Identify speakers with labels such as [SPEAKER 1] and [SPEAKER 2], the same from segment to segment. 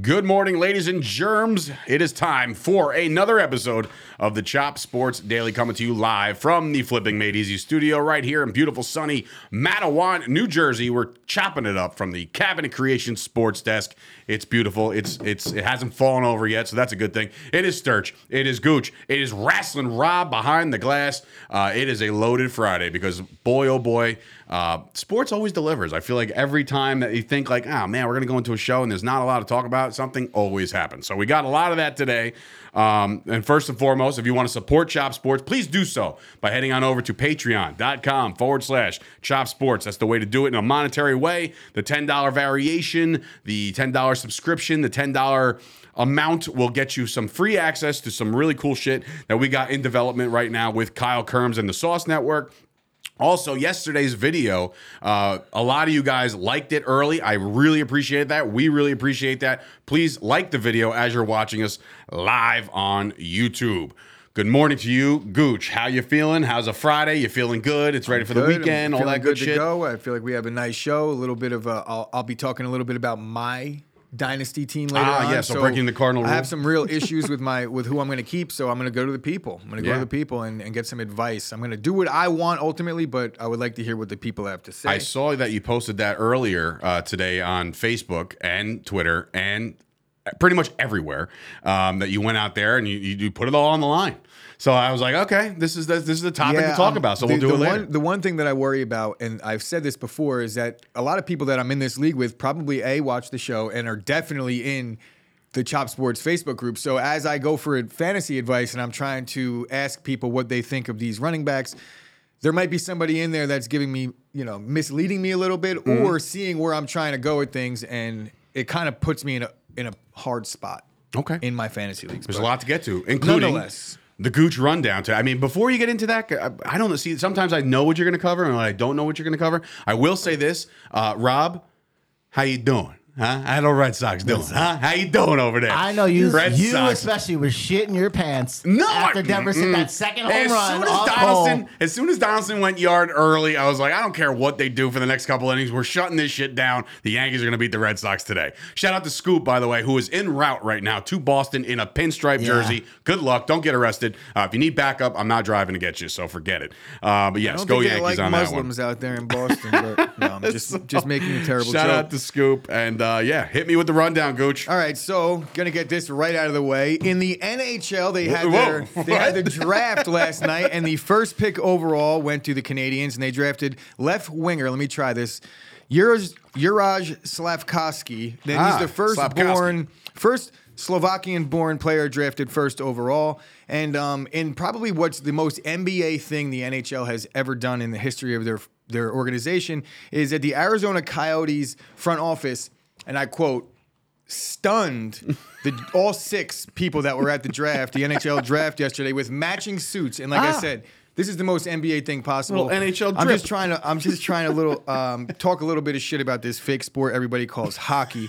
[SPEAKER 1] Good morning, ladies and germs. It is time for another episode of the Chop Sports Daily coming to you live from the Flipping Made Easy studio right here in beautiful, sunny Mattawan, New Jersey. We're chopping it up from the Cabinet Creation Sports Desk. It's beautiful. It's it's it hasn't fallen over yet, so that's a good thing. It is Sturch. It is Gooch. It is Wrestling Rob behind the glass. Uh, it is a loaded Friday because boy, oh boy, uh, sports always delivers. I feel like every time that you think like, oh man, we're gonna go into a show and there's not a lot to talk about, something always happens. So we got a lot of that today. Um, and first and foremost, if you want to support Chop Sports, please do so by heading on over to patreon.com forward slash Chop Sports. That's the way to do it in a monetary way. The $10 variation, the $10 subscription, the $10 amount will get you some free access to some really cool shit that we got in development right now with Kyle Kerms and the Sauce Network. Also, yesterday's video, uh, a lot of you guys liked it early. I really appreciate that. We really appreciate that. Please like the video as you're watching us live on YouTube. Good morning to you, Gooch. How you feeling? How's a Friday? You feeling good? It's ready for the
[SPEAKER 2] Good. I'm
[SPEAKER 1] weekend. All
[SPEAKER 2] feeling
[SPEAKER 1] that good,
[SPEAKER 2] to
[SPEAKER 1] shit.
[SPEAKER 2] Go. I feel like we have a nice show. A little bit of a. I'll, I'll be talking a little bit about my dynasty team later
[SPEAKER 1] Ah,
[SPEAKER 2] on.
[SPEAKER 1] yeah, so breaking the cardinal
[SPEAKER 2] I
[SPEAKER 1] rule.
[SPEAKER 2] have some real issues with my with who I'm going to keep. So I'm going to go to the people. I'm going to go
[SPEAKER 1] Yeah.
[SPEAKER 2] to the people and, and get some advice. I'm going to do what I want ultimately, but I would like to hear what the people have to say.
[SPEAKER 1] I saw that you posted that earlier uh, today on Facebook and Twitter and pretty much everywhere um, that you went out there and you, you, you put it all on the line. So I was like, okay, this is the, this is the topic to talk
[SPEAKER 2] um,
[SPEAKER 1] about. So
[SPEAKER 2] the-
[SPEAKER 1] we'll do
[SPEAKER 2] the
[SPEAKER 1] it later.
[SPEAKER 2] One, the one thing that I worry about, and I've said this before, is that a lot of people that I'm in this league with probably a watch the show and are definitely in the Chop Sports Facebook group. So as I go for fantasy advice and I'm trying to ask people what they think of these running backs. There might be somebody in there that's giving me, you know, misleading me a little bit,
[SPEAKER 1] Mm-hmm.
[SPEAKER 2] or seeing where I'm trying to go with things, and it kind of puts me in a in a hard spot.
[SPEAKER 1] Okay.
[SPEAKER 2] In my fantasy leagues,
[SPEAKER 1] There's a
[SPEAKER 2] but-
[SPEAKER 1] lot to get to, including
[SPEAKER 2] Nonetheless.
[SPEAKER 1] the Gooch rundown. Today. I mean, before you get into that, I, I don't know. See, sometimes I know what you're going to cover, and when I don't know what you're going to cover, I will say this, uh, Rob, how you doing? Huh? I don't Red Sox doing? Huh? How you doing over there?
[SPEAKER 3] I know you.
[SPEAKER 1] Red
[SPEAKER 3] you
[SPEAKER 1] Sox.
[SPEAKER 3] especially was shitting your pants
[SPEAKER 1] No, I-
[SPEAKER 3] after Denver hit
[SPEAKER 1] mm-mm.
[SPEAKER 3] that second home
[SPEAKER 1] as
[SPEAKER 3] run.
[SPEAKER 1] Soon as,
[SPEAKER 3] off
[SPEAKER 1] Donaldson,
[SPEAKER 3] goal.
[SPEAKER 1] as soon as Donaldson went yard early, I was like, I don't care what they do for the next couple innings. We're shutting this shit down. The Yankees are going to beat the Red Sox today. Shout out to Scoop, by the way, who is en route right now to Boston in a pinstripe jersey. Good luck. Don't get arrested. Uh, if you need backup, I'm not driving to get you, so forget it. Uh, but
[SPEAKER 2] I
[SPEAKER 1] yes,
[SPEAKER 2] don't
[SPEAKER 1] go
[SPEAKER 2] think
[SPEAKER 1] Yankees
[SPEAKER 2] they like
[SPEAKER 1] on
[SPEAKER 2] Muslims out there in Boston, but no, I'm just just making a
[SPEAKER 1] that one.
[SPEAKER 2] terrible
[SPEAKER 1] Shout
[SPEAKER 2] joke.
[SPEAKER 1] out to Scoop. And uh, yeah, hit me with the rundown, Gooch.
[SPEAKER 3] Uh,
[SPEAKER 2] All right, so gonna get this right out of the way. In the NHL, they had
[SPEAKER 1] Whoa,
[SPEAKER 2] their
[SPEAKER 1] whoa,
[SPEAKER 2] they had the
[SPEAKER 1] what?
[SPEAKER 2] draft last night, and the first pick overall went to the Canadians, and they drafted left winger. Let me try this. Juraj Juraj Slavkovsky. Then
[SPEAKER 1] Ah,
[SPEAKER 2] he's the first
[SPEAKER 1] Slavkovsky.
[SPEAKER 2] born first Slovakian-born player drafted first overall, and um, in probably what's the most NBA thing the NHL has ever done in the history of their their organization is that the Arizona Coyotes front office, and I quote, stunned the all six people that were at the draft, the NHL draft yesterday, with matching suits. And like I said. This is the most NBA thing possible.
[SPEAKER 1] Little NHL
[SPEAKER 2] I'm
[SPEAKER 1] drip.
[SPEAKER 2] just trying to. I'm just trying to little um, talk a little bit of shit about this fake sport everybody calls hockey.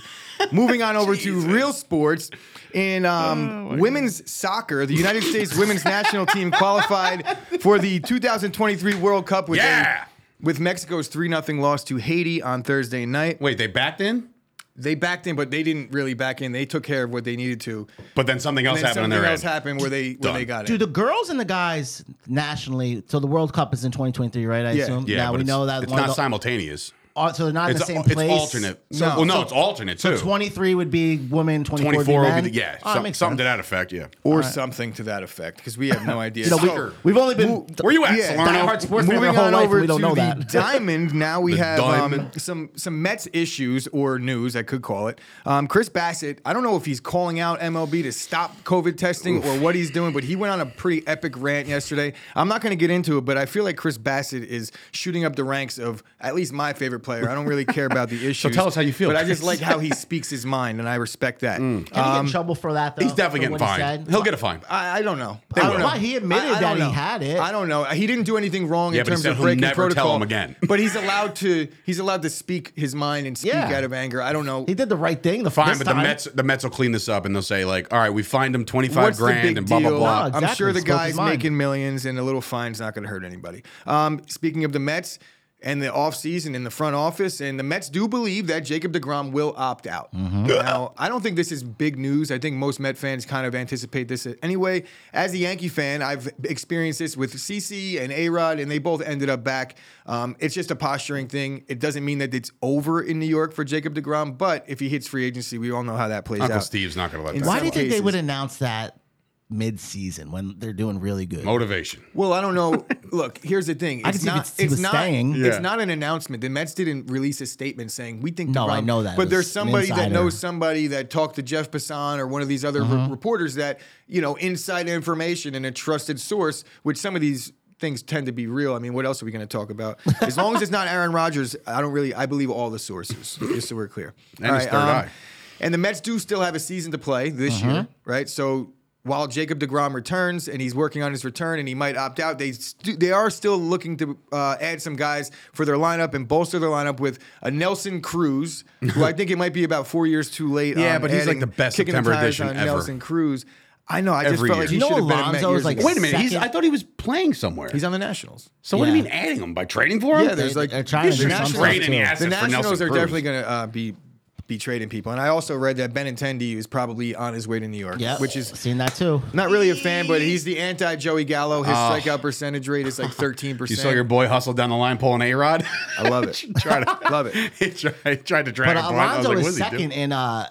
[SPEAKER 2] Moving on over to real sports in um, women's soccer, the United States women's national team qualified for the 2023 World Cup with a-
[SPEAKER 1] Yeah.
[SPEAKER 2] with Mexico's three 0 loss to Haiti on Thursday night.
[SPEAKER 1] Wait, they backed in?
[SPEAKER 2] They backed in, but they didn't really back in. They took care of what they needed to.
[SPEAKER 1] But then something else happened
[SPEAKER 2] And then
[SPEAKER 1] on
[SPEAKER 2] something
[SPEAKER 1] their
[SPEAKER 2] else
[SPEAKER 1] end.
[SPEAKER 2] happened where they
[SPEAKER 1] Done.
[SPEAKER 2] when they got
[SPEAKER 3] Do
[SPEAKER 2] it.
[SPEAKER 3] the girls and the guys nationally? So the World Cup is in 2023, right? I
[SPEAKER 2] Yeah.
[SPEAKER 3] assume.
[SPEAKER 1] Yeah, but
[SPEAKER 3] now we
[SPEAKER 1] it's-
[SPEAKER 3] know that
[SPEAKER 1] it's
[SPEAKER 3] one of
[SPEAKER 1] not
[SPEAKER 3] the-
[SPEAKER 1] simultaneous.
[SPEAKER 3] uh, so they're not in the
[SPEAKER 1] It's,
[SPEAKER 3] same
[SPEAKER 1] al- it's
[SPEAKER 3] place.
[SPEAKER 1] alternate. So,
[SPEAKER 2] No.
[SPEAKER 1] well, no,
[SPEAKER 2] So-
[SPEAKER 1] it's alternate too.
[SPEAKER 3] 23 would be women. 24,
[SPEAKER 1] 24
[SPEAKER 3] would be
[SPEAKER 1] will
[SPEAKER 3] men.
[SPEAKER 1] be the, yeah,
[SPEAKER 3] Oh, that
[SPEAKER 1] some-
[SPEAKER 3] makes
[SPEAKER 1] something to
[SPEAKER 3] sense.
[SPEAKER 1] that effect, yeah.
[SPEAKER 2] Or something to that effect, because we have no idea.
[SPEAKER 3] You know, we-
[SPEAKER 1] Soccer.
[SPEAKER 3] we've only been
[SPEAKER 1] Where you at,
[SPEAKER 2] Yeah.
[SPEAKER 1] Salerno?
[SPEAKER 3] diehard sports fan
[SPEAKER 2] Moving
[SPEAKER 3] our whole
[SPEAKER 2] on
[SPEAKER 3] life,
[SPEAKER 2] over
[SPEAKER 3] we don't
[SPEAKER 2] to
[SPEAKER 3] know
[SPEAKER 2] the
[SPEAKER 3] that.
[SPEAKER 2] diamond. Now we
[SPEAKER 1] The
[SPEAKER 2] have um,
[SPEAKER 1] diamond.
[SPEAKER 2] some some Mets issues or news, I could call it. Um, Chris Bassett. I don't know if he's calling out MLB to stop COVID testing or what he's doing, but he went on a pretty epic rant yesterday. I'm not going to get into it, but I feel like Chris Bassett is shooting up the ranks of at least my favorite favorite player. I don't really care about the issues.
[SPEAKER 1] tell us how you feel,
[SPEAKER 2] But I just
[SPEAKER 1] Chris.
[SPEAKER 2] like how he speaks his mind, and I respect that.
[SPEAKER 3] Can he get in trouble for that? Though,
[SPEAKER 1] Um, He's definitely
[SPEAKER 3] for
[SPEAKER 1] getting
[SPEAKER 3] what he
[SPEAKER 1] fined.
[SPEAKER 3] said?
[SPEAKER 1] He'll get a fine.
[SPEAKER 2] I, I don't know. I don't
[SPEAKER 1] will.
[SPEAKER 2] know.
[SPEAKER 1] Why?
[SPEAKER 3] He admitted
[SPEAKER 2] I- I
[SPEAKER 3] that
[SPEAKER 2] don't
[SPEAKER 3] he had it.
[SPEAKER 2] I don't know. He didn't do anything wrong
[SPEAKER 1] Yeah,
[SPEAKER 2] in
[SPEAKER 1] but he
[SPEAKER 2] terms
[SPEAKER 1] said
[SPEAKER 2] of
[SPEAKER 1] he'll
[SPEAKER 2] breaking
[SPEAKER 1] never tell
[SPEAKER 2] protocol.
[SPEAKER 1] him again.
[SPEAKER 2] but he's allowed to. He's allowed to speak his mind and speak
[SPEAKER 3] Yeah.
[SPEAKER 2] out of anger. I don't know.
[SPEAKER 3] He did the right thing. The
[SPEAKER 1] Fine,
[SPEAKER 3] this
[SPEAKER 1] but the
[SPEAKER 3] time.
[SPEAKER 1] Mets the Mets will clean this up and they'll say like, all right, we fined him twenty five
[SPEAKER 2] What's the
[SPEAKER 1] grand
[SPEAKER 2] big
[SPEAKER 1] and blah blah
[SPEAKER 2] deal?
[SPEAKER 1] blah.
[SPEAKER 3] No, it's-
[SPEAKER 2] I'm sure the
[SPEAKER 3] exactly. Spoke his
[SPEAKER 2] guy's
[SPEAKER 3] mind.
[SPEAKER 2] making millions, and a little fine's not going to hurt anybody. Um, speaking of the Mets and the offseason and the front office, and the Mets do believe that Jacob DeGrom will opt out.
[SPEAKER 3] Mm-hmm.
[SPEAKER 2] Now, I don't think this is big news. I think most Met fans kind of anticipate this anyway. As a Yankee fan, I've experienced this with CC and A Rod, and they both ended up back. Um, it's just a posturing thing. It doesn't mean that it's over in New York for Jacob DeGrom, but if he hits free agency, we all know how that plays
[SPEAKER 1] Uncle
[SPEAKER 2] out.
[SPEAKER 1] Steve's not going to let
[SPEAKER 2] In
[SPEAKER 1] that.
[SPEAKER 3] Why do
[SPEAKER 2] some
[SPEAKER 3] you think they
[SPEAKER 2] cases.
[SPEAKER 3] would announce that mid-season when they're doing really good?
[SPEAKER 1] Motivation.
[SPEAKER 2] Well, I don't know. Look, here's the thing. It's
[SPEAKER 3] I can see if
[SPEAKER 2] not.
[SPEAKER 3] it's- he
[SPEAKER 2] it's
[SPEAKER 3] was
[SPEAKER 2] not.
[SPEAKER 3] staying.
[SPEAKER 1] Yeah.
[SPEAKER 2] It's not an announcement. The Mets didn't release a statement saying we think.
[SPEAKER 3] No, I
[SPEAKER 2] DeGrom-"
[SPEAKER 3] know that. It
[SPEAKER 2] But
[SPEAKER 3] was
[SPEAKER 2] there's
[SPEAKER 3] an
[SPEAKER 2] somebody that
[SPEAKER 3] insider. Mm-hmm.
[SPEAKER 2] knows somebody that talked to Jeff Passan or one of these other re- reporters that you know inside information and a trusted source, which some of these. Things tend to be real. I mean, what else are we going to talk about? As long as it's not Aaron Rodgers, I don't really. I believe all the sources, just so we're clear.
[SPEAKER 1] And
[SPEAKER 2] All um,
[SPEAKER 1] his third eye.
[SPEAKER 2] and the Mets do still have a season to play this
[SPEAKER 1] Uh-huh.
[SPEAKER 2] year, right? So while Jacob DeGrom returns and he's working on his return and he might opt out, they st- they are still looking to uh, add some guys for their lineup and bolster their lineup with a Nelson Cruz, who I think it might be about four years too late.
[SPEAKER 1] Yeah,
[SPEAKER 2] on
[SPEAKER 1] but he's like
[SPEAKER 2] adding-
[SPEAKER 1] the best
[SPEAKER 2] kicking
[SPEAKER 1] September
[SPEAKER 2] the tires
[SPEAKER 1] edition
[SPEAKER 2] on
[SPEAKER 1] ever.
[SPEAKER 2] Nelson Cruz. I know. I just
[SPEAKER 1] Every
[SPEAKER 2] felt
[SPEAKER 1] year.
[SPEAKER 2] like
[SPEAKER 1] You
[SPEAKER 2] he
[SPEAKER 3] know
[SPEAKER 2] should have been a Met
[SPEAKER 3] Alonso is
[SPEAKER 2] years
[SPEAKER 3] like
[SPEAKER 2] ago.
[SPEAKER 1] Wait a minute. He's,
[SPEAKER 3] Second-
[SPEAKER 1] I thought he was playing somewhere.
[SPEAKER 2] He's on the Nationals.
[SPEAKER 1] so what do you
[SPEAKER 3] Yeah.
[SPEAKER 1] mean adding him by trading for him?
[SPEAKER 2] Yeah, there's
[SPEAKER 3] They-
[SPEAKER 2] like
[SPEAKER 3] they're trying
[SPEAKER 1] to do
[SPEAKER 2] Nationals-
[SPEAKER 1] something Trading too. the assets
[SPEAKER 2] The
[SPEAKER 1] for Nelson
[SPEAKER 2] Nationals are
[SPEAKER 1] Cruz.
[SPEAKER 2] definitely going to uh, be be trading people, and I also read that Benintendi is probably on his way to New York,
[SPEAKER 3] Yeah,
[SPEAKER 2] which is
[SPEAKER 3] seen that too.
[SPEAKER 2] not really a fan, but he's the anti Joey Gallo. His strikeout percentage rate is like thirteen
[SPEAKER 1] Ah. you saw your
[SPEAKER 2] percent.
[SPEAKER 1] boy hustle down the line pulling a rod.
[SPEAKER 2] I love it.
[SPEAKER 1] tried to,
[SPEAKER 2] Love it.
[SPEAKER 1] he tried, he tried to drag
[SPEAKER 3] But
[SPEAKER 1] him. I was
[SPEAKER 3] Alonso
[SPEAKER 1] like, what
[SPEAKER 3] is
[SPEAKER 1] is he doing?
[SPEAKER 3] second in uh,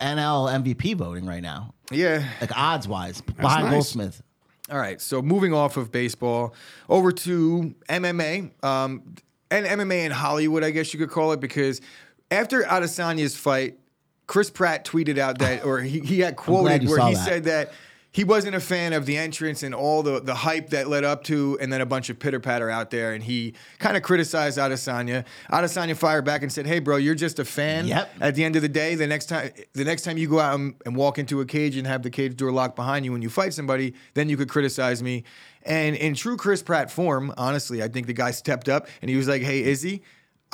[SPEAKER 3] NL MVP voting right now,
[SPEAKER 2] Yeah.
[SPEAKER 3] like odds wise, behind
[SPEAKER 1] nice.
[SPEAKER 3] Goldsmith.
[SPEAKER 2] All right. So moving off of baseball, over to MMA, um, and MMA in Hollywood, I guess you could call it, because after Adesanya's fight, Chris Pratt tweeted out that, or he, he had quoted
[SPEAKER 3] you
[SPEAKER 2] where
[SPEAKER 3] saw
[SPEAKER 2] he
[SPEAKER 3] that.
[SPEAKER 2] said that he wasn't a fan of the entrance and all the, the hype that led up to, and then a bunch of pitter patter out there, and he kind of criticized Adesanya. Adesanya fired back and said, "Hey, bro, you're just a fan.
[SPEAKER 3] Yep.
[SPEAKER 2] At the end of the day, the next time the next time you go out and, and walk into a cage and have the cage door locked behind you when you fight somebody, then you could criticize me. And in true Chris Pratt form, honestly, I think the guy stepped up and he was like, "Hey, Izzy,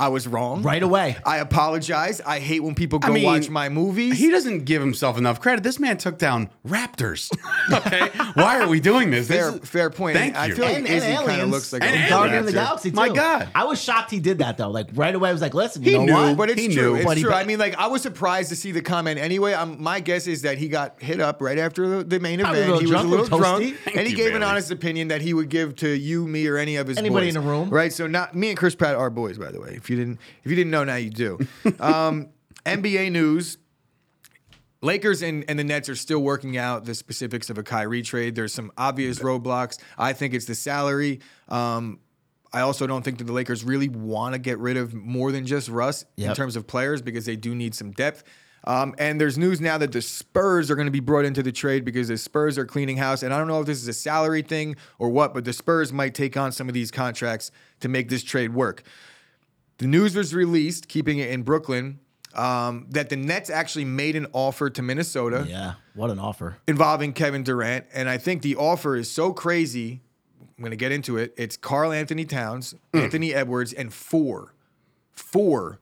[SPEAKER 2] I was wrong
[SPEAKER 3] Right away.
[SPEAKER 2] I apologize. I hate when people go
[SPEAKER 1] mean,
[SPEAKER 2] watch my movies.
[SPEAKER 1] He doesn't give himself enough credit. This man took down Raptors. okay, why are we doing this? This
[SPEAKER 2] fair,
[SPEAKER 1] is-
[SPEAKER 2] fair point.
[SPEAKER 1] Thank
[SPEAKER 2] I
[SPEAKER 1] you.
[SPEAKER 2] feel like
[SPEAKER 3] And, and
[SPEAKER 2] Izzy kind of
[SPEAKER 3] aliens.
[SPEAKER 2] looks like
[SPEAKER 1] And
[SPEAKER 2] a
[SPEAKER 3] Guardian of the
[SPEAKER 1] aliens.
[SPEAKER 2] character.
[SPEAKER 3] Galaxy. Too.
[SPEAKER 1] My God.
[SPEAKER 3] I was shocked he did that though. Like right away, I was like, "Listen, you know
[SPEAKER 1] knew,
[SPEAKER 3] what?
[SPEAKER 2] But it's
[SPEAKER 1] He
[SPEAKER 2] true.
[SPEAKER 1] knew.
[SPEAKER 2] It's
[SPEAKER 3] But he
[SPEAKER 2] true.
[SPEAKER 3] ba-
[SPEAKER 2] I mean, like I was surprised to see the comment anyway. Um my guess is that he got hit up right after the, the main
[SPEAKER 3] Probably a
[SPEAKER 2] event. He was
[SPEAKER 3] little
[SPEAKER 2] a little
[SPEAKER 3] drunk,
[SPEAKER 2] drunk,
[SPEAKER 3] toasty.
[SPEAKER 1] Thank
[SPEAKER 2] and he
[SPEAKER 1] you,
[SPEAKER 2] gave an
[SPEAKER 1] Bailey.
[SPEAKER 2] honest opinion that he would give to you, me, or any of his
[SPEAKER 3] Anybody
[SPEAKER 2] boys.
[SPEAKER 3] in the room.
[SPEAKER 2] right? So not me and Chris Pratt are boys, by the way. If you didn't, if you didn't know, now you do. Um, NBA news. Lakers and, and the Nets are still working out the specifics of a Kyrie trade. There's some obvious roadblocks. I think it's the salary. Um, I also don't think that the Lakers really want to get rid of more than just Russ in
[SPEAKER 3] Yep.
[SPEAKER 2] terms of players because they do need some depth. Um, and there's news now that the Spurs are going to be brought into the trade because the Spurs are cleaning house. And I don't know if this is a salary thing or what, but the Spurs might take on some of these contracts to make this trade work. The news was released, keeping it in Brooklyn, um, that the Nets actually made an offer to Minnesota
[SPEAKER 3] yeah, what an offer!
[SPEAKER 2] involving Kevin Durant. And I think the offer is so crazy. I'm going to get into it. It's Carl Anthony Towns,
[SPEAKER 1] Mm.
[SPEAKER 2] Anthony Edwards, and four, four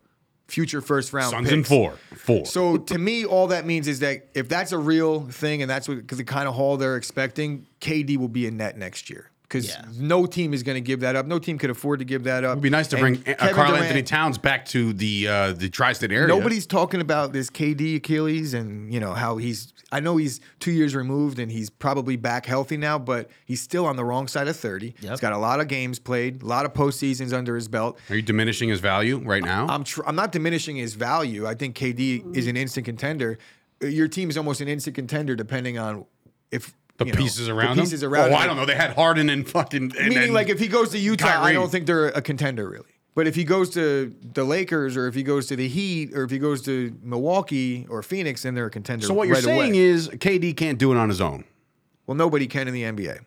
[SPEAKER 2] future first round
[SPEAKER 1] Suns
[SPEAKER 2] picks.
[SPEAKER 1] in four, four.
[SPEAKER 2] So to me, all that means is that if that's a real thing and that's what the kind of haul they're expecting, KD will be in net next year because
[SPEAKER 3] Yeah.
[SPEAKER 2] no team is going to give that up. No team could afford to give that up.
[SPEAKER 1] It'd be nice to
[SPEAKER 2] And
[SPEAKER 1] bring uh,
[SPEAKER 2] Kevin
[SPEAKER 1] Carl
[SPEAKER 2] Durant-
[SPEAKER 1] Anthony Towns back to the uh, the tri-state area.
[SPEAKER 2] Nobody's talking about this KD Achilles and you know how he's. I know he's two years removed and he's probably back healthy now, but he's still on the wrong side of thirty.
[SPEAKER 3] Yep.
[SPEAKER 2] He's got a lot of games played, a lot of postseasons under his belt.
[SPEAKER 1] Are you diminishing his value right now?
[SPEAKER 2] I'm tr- I'm not diminishing his value. I think KD is an instant contender. Uh, Your team is almost an instant contender depending on if
[SPEAKER 1] the
[SPEAKER 2] you know,
[SPEAKER 1] pieces around
[SPEAKER 2] the pieces
[SPEAKER 1] him.
[SPEAKER 2] around.
[SPEAKER 1] Oh,
[SPEAKER 2] him.
[SPEAKER 1] I don't know. They had Harden and fucking. And,
[SPEAKER 2] Meaning,
[SPEAKER 1] and
[SPEAKER 2] like if he goes to Utah,
[SPEAKER 1] Kyrie.
[SPEAKER 2] I don't think they're a contender really. But if he goes to the Lakers, or if he goes to the Heat, or if he goes to Milwaukee or Phoenix, then they're a contender.
[SPEAKER 1] So what you're
[SPEAKER 2] right
[SPEAKER 1] saying
[SPEAKER 2] away.
[SPEAKER 1] is KD can't do it on his own.
[SPEAKER 2] Well, nobody can in the NBA.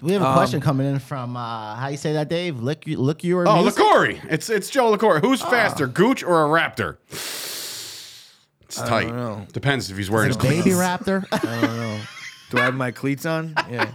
[SPEAKER 3] We have a question coming in from uh, how you say that, Dave? Lick you, look you or
[SPEAKER 1] Oh,
[SPEAKER 3] music?
[SPEAKER 1] LaCory. It's it's Joe LaCory. Who's faster,
[SPEAKER 2] Ah.
[SPEAKER 1] Gooch or a Raptor? It's tight. Depends if he's wearing his cleats.
[SPEAKER 3] baby raptor.
[SPEAKER 2] Do I have my cleats on? Yeah.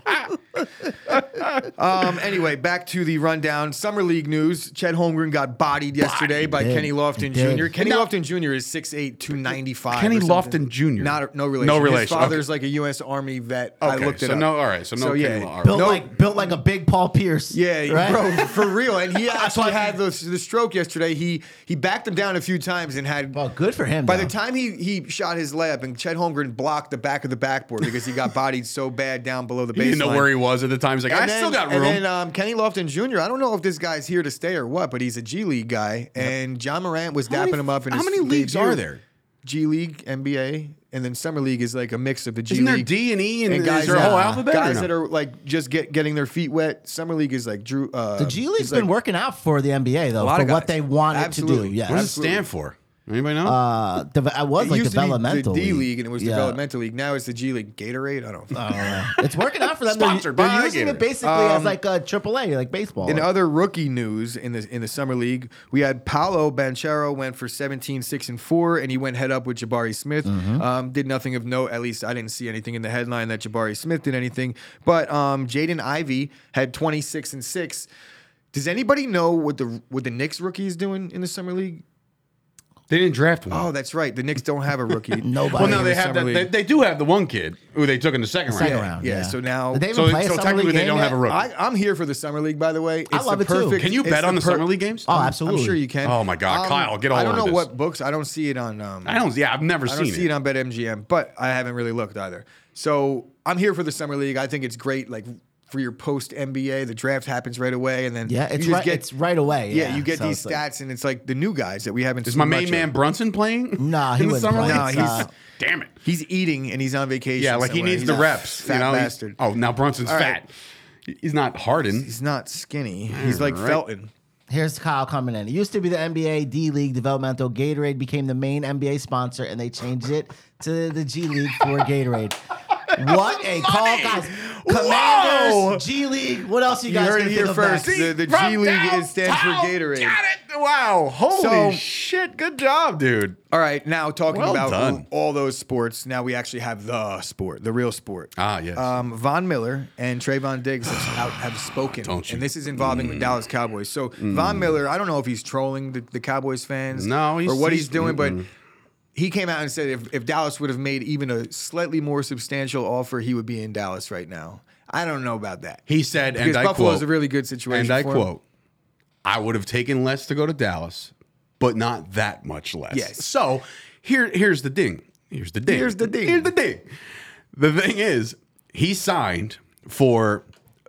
[SPEAKER 2] um, anyway, back to the rundown. Summer league news. Chet Holmgren got bodied yesterday by
[SPEAKER 3] did.
[SPEAKER 2] Kenny
[SPEAKER 3] He
[SPEAKER 2] Lofton
[SPEAKER 3] did.
[SPEAKER 2] Jr. Kenny Lofton Jr. is 6'8", 295.
[SPEAKER 1] Kenny
[SPEAKER 2] or something.
[SPEAKER 1] Lofton Jr..
[SPEAKER 2] Not no relation.
[SPEAKER 1] No
[SPEAKER 2] His
[SPEAKER 1] relation.
[SPEAKER 2] father's like a U.S. Army vet. I
[SPEAKER 1] Okay,
[SPEAKER 2] looked it
[SPEAKER 1] so
[SPEAKER 2] up.
[SPEAKER 1] no- all right, so no Kenny Lo- all right.
[SPEAKER 3] built
[SPEAKER 2] No-
[SPEAKER 3] like built like a big Paul Pierce.
[SPEAKER 2] Yeah,
[SPEAKER 3] right?
[SPEAKER 2] bro, for real. And he actually
[SPEAKER 3] why-
[SPEAKER 2] had the, the stroke yesterday. He he backed him down a few times and had.
[SPEAKER 3] Well, good for him.
[SPEAKER 2] by
[SPEAKER 3] though.
[SPEAKER 2] the time he he shot his layup, and Chet Holmgren blocked the back of the backboard because he got bodied so bad down below the baseline.
[SPEAKER 1] He didn't know where he was at the time. He's like, I
[SPEAKER 2] And then-
[SPEAKER 1] still got room.
[SPEAKER 2] And then um, Kenny Lofton Jr. I don't know if this guy's here to stay or what, but he's a G League guy, and John Morant was dapping
[SPEAKER 1] many-
[SPEAKER 2] him up. In
[SPEAKER 1] how
[SPEAKER 2] his
[SPEAKER 1] many leagues
[SPEAKER 2] debut.
[SPEAKER 1] are there?
[SPEAKER 2] G League, NBA, and then summer league is like a mix of the G
[SPEAKER 1] Isn't there
[SPEAKER 2] League.
[SPEAKER 1] D and E and,
[SPEAKER 2] and guys,
[SPEAKER 1] is there a
[SPEAKER 2] that-
[SPEAKER 1] whole alphabet? or
[SPEAKER 2] guys
[SPEAKER 1] no?
[SPEAKER 2] that are like just get getting their feet wet. Summer league is like Drew. Uh,
[SPEAKER 3] the G
[SPEAKER 2] is
[SPEAKER 3] League's
[SPEAKER 2] like-
[SPEAKER 3] been working out for the NBA though,
[SPEAKER 2] lot
[SPEAKER 3] for
[SPEAKER 2] of
[SPEAKER 3] what
[SPEAKER 2] guys.
[SPEAKER 3] they wanted to
[SPEAKER 2] Absolutely.
[SPEAKER 3] do. Yeah,
[SPEAKER 1] what does
[SPEAKER 2] absolutely.
[SPEAKER 1] it stand for? Anybody know?
[SPEAKER 3] uh, deve- I was
[SPEAKER 2] It
[SPEAKER 3] like
[SPEAKER 2] used to be
[SPEAKER 3] developmental
[SPEAKER 2] the D league, and it was
[SPEAKER 3] Yeah. Uh,
[SPEAKER 2] developmental league. Now it's the G League. Gatorade. I don't. know.
[SPEAKER 3] It's working out for them. They're-
[SPEAKER 1] Sponsored
[SPEAKER 3] they're,
[SPEAKER 1] by
[SPEAKER 3] using
[SPEAKER 1] Gatorade.
[SPEAKER 3] it basically as like a AAA, like
[SPEAKER 2] Um,
[SPEAKER 3] baseball.
[SPEAKER 2] In other rookie news in the in the summer league, we had Paolo Banchero went for 17, 6, and 4, and he went head up with Jabari Smith.
[SPEAKER 3] Mm-hmm.
[SPEAKER 2] Um, did nothing of note. At least I didn't see anything in the headline that Jabari Smith did anything. But um, Jaden Ivey had 26 and 6. Does anybody know what the what the Knicks rookie is doing in the summer league?
[SPEAKER 1] they didn't draft one.
[SPEAKER 2] Oh, that's right. The Knicks don't have a rookie.
[SPEAKER 3] Nobody.
[SPEAKER 1] well, no,
[SPEAKER 2] in
[SPEAKER 1] they
[SPEAKER 2] the
[SPEAKER 1] have that.
[SPEAKER 2] summer
[SPEAKER 1] They,
[SPEAKER 2] league.
[SPEAKER 1] they do have the one kid who they took in the second,
[SPEAKER 3] second
[SPEAKER 1] round.
[SPEAKER 3] round.
[SPEAKER 2] yeah, so now-
[SPEAKER 3] Did they even
[SPEAKER 1] So,
[SPEAKER 3] play a
[SPEAKER 1] so
[SPEAKER 3] summer
[SPEAKER 1] technically,
[SPEAKER 3] league
[SPEAKER 1] they
[SPEAKER 3] game
[SPEAKER 1] don't
[SPEAKER 3] yet?
[SPEAKER 1] have a rookie.
[SPEAKER 2] I, I'm here for the summer league, by the way. It's
[SPEAKER 3] love
[SPEAKER 2] the
[SPEAKER 3] it, too.
[SPEAKER 2] perfect,
[SPEAKER 1] Can you
[SPEAKER 2] it's
[SPEAKER 1] bet on the
[SPEAKER 2] per-
[SPEAKER 1] summer league games?
[SPEAKER 3] Oh,
[SPEAKER 1] I
[SPEAKER 3] absolutely.
[SPEAKER 2] I'm sure you can. Um,
[SPEAKER 1] Oh my God, Kyle, get all
[SPEAKER 2] I don't
[SPEAKER 1] over
[SPEAKER 2] know
[SPEAKER 1] this.
[SPEAKER 2] what books. I don't see it on. Um,
[SPEAKER 1] don't. Yeah, I've never
[SPEAKER 2] I
[SPEAKER 1] seen
[SPEAKER 2] don't see
[SPEAKER 1] it.
[SPEAKER 2] it. on BetMGM, but I haven't really looked either. So I'm here for the summer league. I think it's great, like for your post NBA, the draft happens right away, and then
[SPEAKER 3] Yeah,
[SPEAKER 2] you
[SPEAKER 3] it's
[SPEAKER 2] just
[SPEAKER 3] right.
[SPEAKER 2] get-
[SPEAKER 3] it's right away.
[SPEAKER 2] yeah, you get
[SPEAKER 3] So
[SPEAKER 2] these
[SPEAKER 3] it's like-
[SPEAKER 2] stats, and it's like the new guys that we haven't.
[SPEAKER 1] Is
[SPEAKER 2] seen
[SPEAKER 1] my main
[SPEAKER 2] much
[SPEAKER 1] man
[SPEAKER 2] of.
[SPEAKER 1] Brunson playing?
[SPEAKER 3] Nah, he
[SPEAKER 1] in the
[SPEAKER 3] wouldn't
[SPEAKER 1] summer
[SPEAKER 3] play.
[SPEAKER 1] league?
[SPEAKER 2] No, he's- Uh,
[SPEAKER 1] damn it.
[SPEAKER 2] He's eating and he's on vacation.
[SPEAKER 1] Yeah, like he
[SPEAKER 2] somewhere.
[SPEAKER 1] needs
[SPEAKER 2] He's
[SPEAKER 1] the
[SPEAKER 2] a
[SPEAKER 1] reps.
[SPEAKER 2] Fat
[SPEAKER 1] you know, He's-
[SPEAKER 2] bastard.
[SPEAKER 1] Oh, now Brunson's
[SPEAKER 2] All right.
[SPEAKER 1] fat. He's not hardened.
[SPEAKER 2] He's not skinny. He's like
[SPEAKER 1] Alright.
[SPEAKER 2] Felton.
[SPEAKER 3] Here's Kyle coming in. It used to be the NBA D League developmental. Gatorade became the main NBA sponsor, and they changed it to the G League for Gatorade. What a call, guys! Commanders,
[SPEAKER 1] Whoa!
[SPEAKER 3] G League. What else you
[SPEAKER 2] You
[SPEAKER 3] guys
[SPEAKER 2] heard
[SPEAKER 3] can
[SPEAKER 2] it here
[SPEAKER 3] think of
[SPEAKER 2] first.
[SPEAKER 3] back?
[SPEAKER 2] The- the G
[SPEAKER 1] From
[SPEAKER 2] League is- stands for
[SPEAKER 1] downtown.
[SPEAKER 2] Gatorade.
[SPEAKER 1] Got it. Wow. Holy
[SPEAKER 2] So-
[SPEAKER 1] shit. Good job, dude.
[SPEAKER 2] All right, now talking
[SPEAKER 1] Well
[SPEAKER 2] about
[SPEAKER 1] done.
[SPEAKER 2] all those sports, now we actually have the sport, the real sport.
[SPEAKER 1] Ah, yes.
[SPEAKER 2] Um, Von Miller and Trayvon Diggs have, out, have spoken,
[SPEAKER 1] Don't you- Mm.
[SPEAKER 2] and this is involving the Dallas Cowboys. So Von Miller, I don't know if he's trolling the, the Cowboys fans,
[SPEAKER 1] No, he's-
[SPEAKER 2] or what he's,
[SPEAKER 1] he's-
[SPEAKER 2] doing, but he came out and said if, if Dallas would have made even a slightly more substantial offer, he would be in Dallas right now. I don't know about that.
[SPEAKER 1] He said,
[SPEAKER 2] because
[SPEAKER 1] and I
[SPEAKER 2] Buffalo's
[SPEAKER 1] quote,
[SPEAKER 2] a really good situation.
[SPEAKER 1] and I
[SPEAKER 2] for him.
[SPEAKER 1] quote, I would have taken less to go to Dallas, but not that much less.
[SPEAKER 2] Yes.
[SPEAKER 1] So here, here's the ding. Here's the ding.
[SPEAKER 2] Here's the ding.
[SPEAKER 1] Here's the ding. The thing is, he signed for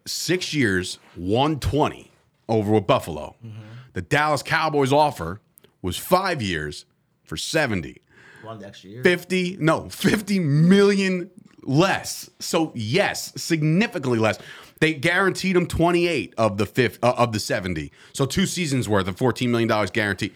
[SPEAKER 1] six years, 120 over with Buffalo.
[SPEAKER 2] Mm-hmm.
[SPEAKER 1] The Dallas Cowboys offer was five years for 70.
[SPEAKER 3] One extra year.
[SPEAKER 1] 50 no 50 million less so yes significantly less they guaranteed him 28 of the fifth uh, of the 70 so two seasons worth of 14 million dollars guaranteed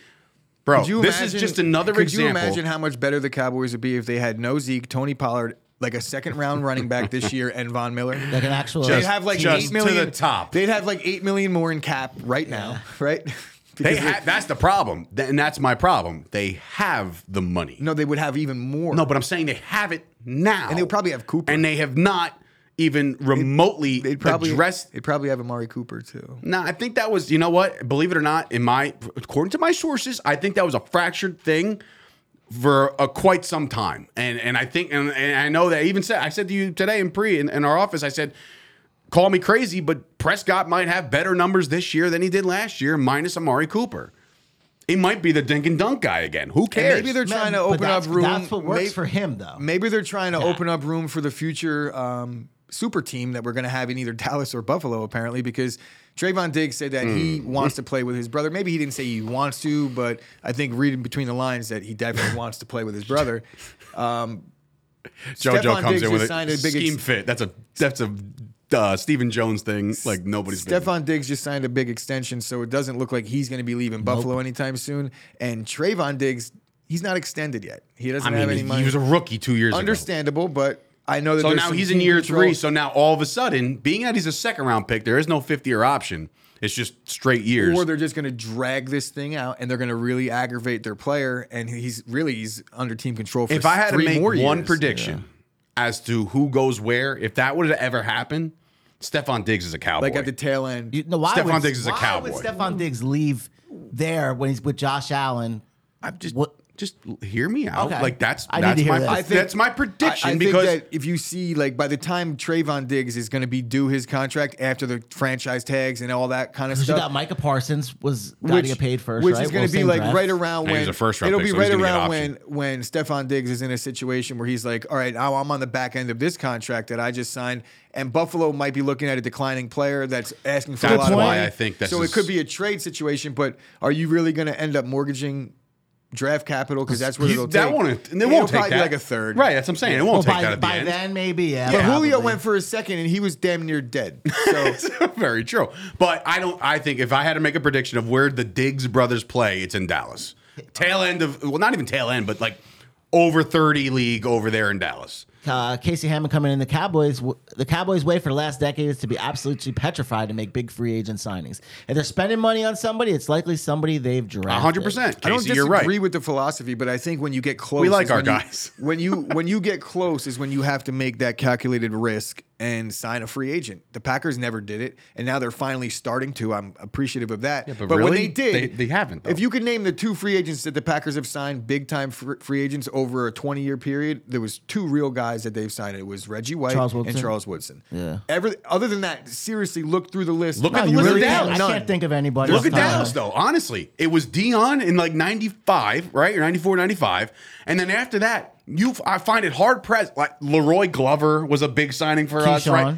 [SPEAKER 1] bro
[SPEAKER 2] Could you
[SPEAKER 1] this
[SPEAKER 2] imagine-
[SPEAKER 1] is just another
[SPEAKER 2] could
[SPEAKER 1] example
[SPEAKER 2] you imagine how much better the Cowboys would be if they had no Zeke, Tony Pollard, like a second round running back this year, and Von Miller?
[SPEAKER 3] Like an actual.
[SPEAKER 2] They'd
[SPEAKER 1] Just-
[SPEAKER 2] have like
[SPEAKER 1] just
[SPEAKER 2] eight
[SPEAKER 1] to
[SPEAKER 2] million.
[SPEAKER 1] the top.
[SPEAKER 2] They'd have like eight million more in cap right now, right?
[SPEAKER 1] they
[SPEAKER 2] Because
[SPEAKER 1] ha- that's the problem Th- and that's my problem they have the money
[SPEAKER 2] no, they would have even more.
[SPEAKER 1] no but i'm saying they have it now
[SPEAKER 2] And they would probably have Cooper.
[SPEAKER 1] and they have not even remotely
[SPEAKER 2] they'd probably
[SPEAKER 1] addressed
[SPEAKER 2] They'd probably have Amari Cooper too.
[SPEAKER 1] No, I think that was, you know what? Believe it or not, in my according to my sources, I think that was a fractured thing for uh quite some time. And and I think and, and I know that I even said I said to you today in pre in, in our office, I said, call me crazy, but Prescott might have better numbers this year than he did last year, minus Amari Cooper. He might be the dink and dunk guy again. Who cares?
[SPEAKER 2] maybe they're trying to
[SPEAKER 3] But
[SPEAKER 2] open up
[SPEAKER 3] that's-
[SPEAKER 2] room.
[SPEAKER 3] That's what works
[SPEAKER 2] may-
[SPEAKER 3] for him, though.
[SPEAKER 2] Maybe they're trying to open up room for the future um, super team that we're going to have in either Dallas or Buffalo, apparently, because Trayvon Diggs said that he
[SPEAKER 1] Hmm.
[SPEAKER 2] wants to play with his brother. Maybe he didn't say he wants to, but I think reading between the lines that he definitely wants to play with his brother.
[SPEAKER 1] JoJo
[SPEAKER 2] Stephon
[SPEAKER 1] comes
[SPEAKER 2] Diggs
[SPEAKER 1] in
[SPEAKER 2] just
[SPEAKER 1] with a,
[SPEAKER 2] signed a big
[SPEAKER 1] scheme
[SPEAKER 2] ex-
[SPEAKER 1] fit. That's a that's a uh, Stephen Jones thing. Like nobody's business.
[SPEAKER 2] Stephon Diggs just signed a big extension, so it doesn't look like he's going to be leaving Buffalo anytime soon. And Trayvon Diggs, he's not extended yet. He doesn't
[SPEAKER 1] I
[SPEAKER 2] have any
[SPEAKER 1] mean,
[SPEAKER 2] money.
[SPEAKER 1] he was a rookie two years ago.
[SPEAKER 2] Understandable, but I know that.
[SPEAKER 1] So
[SPEAKER 2] there's
[SPEAKER 1] now
[SPEAKER 2] some
[SPEAKER 1] he's in
[SPEAKER 2] team
[SPEAKER 1] year
[SPEAKER 2] control.
[SPEAKER 1] three. So now all of a sudden, being that he's a second round pick, there is no 50 year option. It's just straight years.
[SPEAKER 2] or they're just going to drag this thing out and they're going to really aggravate their player. And he's really he's under team control for
[SPEAKER 1] if I had to
[SPEAKER 2] three
[SPEAKER 1] make
[SPEAKER 2] more
[SPEAKER 1] one
[SPEAKER 2] years.
[SPEAKER 1] prediction as to who goes where, if that would have ever happened, Stefan Diggs is a cowboy.
[SPEAKER 2] like at the tail end.
[SPEAKER 3] You, no, why
[SPEAKER 1] Stephon
[SPEAKER 3] would,
[SPEAKER 1] Diggs is a
[SPEAKER 3] why
[SPEAKER 1] cowboy.
[SPEAKER 3] Would Stephon Diggs leave there when he's with Josh Allen?
[SPEAKER 1] I'm just
[SPEAKER 3] What-
[SPEAKER 1] just hear me out.
[SPEAKER 3] Okay.
[SPEAKER 1] Like that's
[SPEAKER 3] I need
[SPEAKER 1] that's
[SPEAKER 3] to hear
[SPEAKER 1] my
[SPEAKER 3] that. I
[SPEAKER 1] that's
[SPEAKER 2] think-
[SPEAKER 1] my
[SPEAKER 2] I-
[SPEAKER 1] prediction
[SPEAKER 2] I, think
[SPEAKER 1] because
[SPEAKER 2] that if you see like by the time Trayvon Diggs is going to be due his contract after the franchise tags and all that kind of
[SPEAKER 3] Because you
[SPEAKER 2] stuff,
[SPEAKER 3] got Micah Parsons was got to get paid first,
[SPEAKER 2] which
[SPEAKER 3] right?
[SPEAKER 2] is going
[SPEAKER 3] Well,
[SPEAKER 2] to be
[SPEAKER 3] same
[SPEAKER 2] like
[SPEAKER 3] draft.
[SPEAKER 2] right around
[SPEAKER 1] And
[SPEAKER 2] when
[SPEAKER 1] he's a first round
[SPEAKER 2] it'll
[SPEAKER 1] pick,
[SPEAKER 2] be
[SPEAKER 1] so he's
[SPEAKER 2] right
[SPEAKER 1] gonna get
[SPEAKER 2] around when
[SPEAKER 1] option.
[SPEAKER 2] when Stefan Diggs is in a situation where he's like, all right, now I'm on the back end of this contract that I just signed, and Buffalo might be looking at a declining player that's asking for
[SPEAKER 1] That's
[SPEAKER 2] a lot of
[SPEAKER 1] why
[SPEAKER 2] money.
[SPEAKER 1] I think this
[SPEAKER 2] so.
[SPEAKER 1] is-
[SPEAKER 2] It could be a trade situation, but are you really going to end up mortgaging? Draft capital because that's where
[SPEAKER 1] you-
[SPEAKER 2] it'll
[SPEAKER 1] that
[SPEAKER 2] take.
[SPEAKER 1] won't it
[SPEAKER 2] It'll
[SPEAKER 1] won't take
[SPEAKER 2] probably
[SPEAKER 1] that
[SPEAKER 2] be like a third,
[SPEAKER 1] Right, that's what I'm saying. It
[SPEAKER 3] Well,
[SPEAKER 1] won't take
[SPEAKER 3] Oh, by,
[SPEAKER 1] that at the
[SPEAKER 3] by
[SPEAKER 1] end.
[SPEAKER 3] then, maybe. Yeah,
[SPEAKER 2] But Julio
[SPEAKER 3] probably.
[SPEAKER 2] went for a second, and he was damn near dead. So
[SPEAKER 1] Very true. But I don't. I think if I had to make a prediction of where the Diggs brothers play, it's in Dallas. Tail end of well, not even tail end, but like over thirty league over there in Dallas.
[SPEAKER 3] uh, Casey Hammond coming in. The Cowboys, the Cowboys' way for the last decade is to be absolutely petrified to make big free agent signings. If they're spending money on somebody, it's likely somebody they've drafted.
[SPEAKER 1] hundred percent.
[SPEAKER 2] I don't
[SPEAKER 1] Casey,
[SPEAKER 2] disagree
[SPEAKER 1] you're right.
[SPEAKER 2] with the philosophy, but I think when you get close,
[SPEAKER 1] like
[SPEAKER 2] is
[SPEAKER 1] our
[SPEAKER 2] when you-
[SPEAKER 1] guys.
[SPEAKER 2] when you when you get close is when you have to make that calculated risk and sign a free agent. The Packers never did it, and now they're finally starting to. I'm appreciative of that.
[SPEAKER 1] but
[SPEAKER 2] when
[SPEAKER 1] really?
[SPEAKER 2] they did,
[SPEAKER 1] They- they haven't, though.
[SPEAKER 2] If you could name the two free agents that the Packers have signed, big time fr- free agents over a 20 year period, there was two real guys that they've signed. It was Reggie White
[SPEAKER 3] Charles
[SPEAKER 2] and
[SPEAKER 3] Woodson.
[SPEAKER 2] Charles Woodson.
[SPEAKER 3] Yeah.
[SPEAKER 2] Every, other than that, seriously, look through the list.
[SPEAKER 1] Look
[SPEAKER 3] No,
[SPEAKER 1] at the
[SPEAKER 3] you
[SPEAKER 1] list
[SPEAKER 3] really
[SPEAKER 1] of
[SPEAKER 3] can't.
[SPEAKER 1] Dallas.
[SPEAKER 3] I
[SPEAKER 2] None.
[SPEAKER 3] can't think of anybody.
[SPEAKER 1] Look at
[SPEAKER 3] off the top of my
[SPEAKER 1] Dallas
[SPEAKER 3] head.
[SPEAKER 1] though. Honestly, it was Dion in like '95, right, or '94, '95, and then after that, you I find it hard pressed. Like Leroy Glover was a big signing for us, right?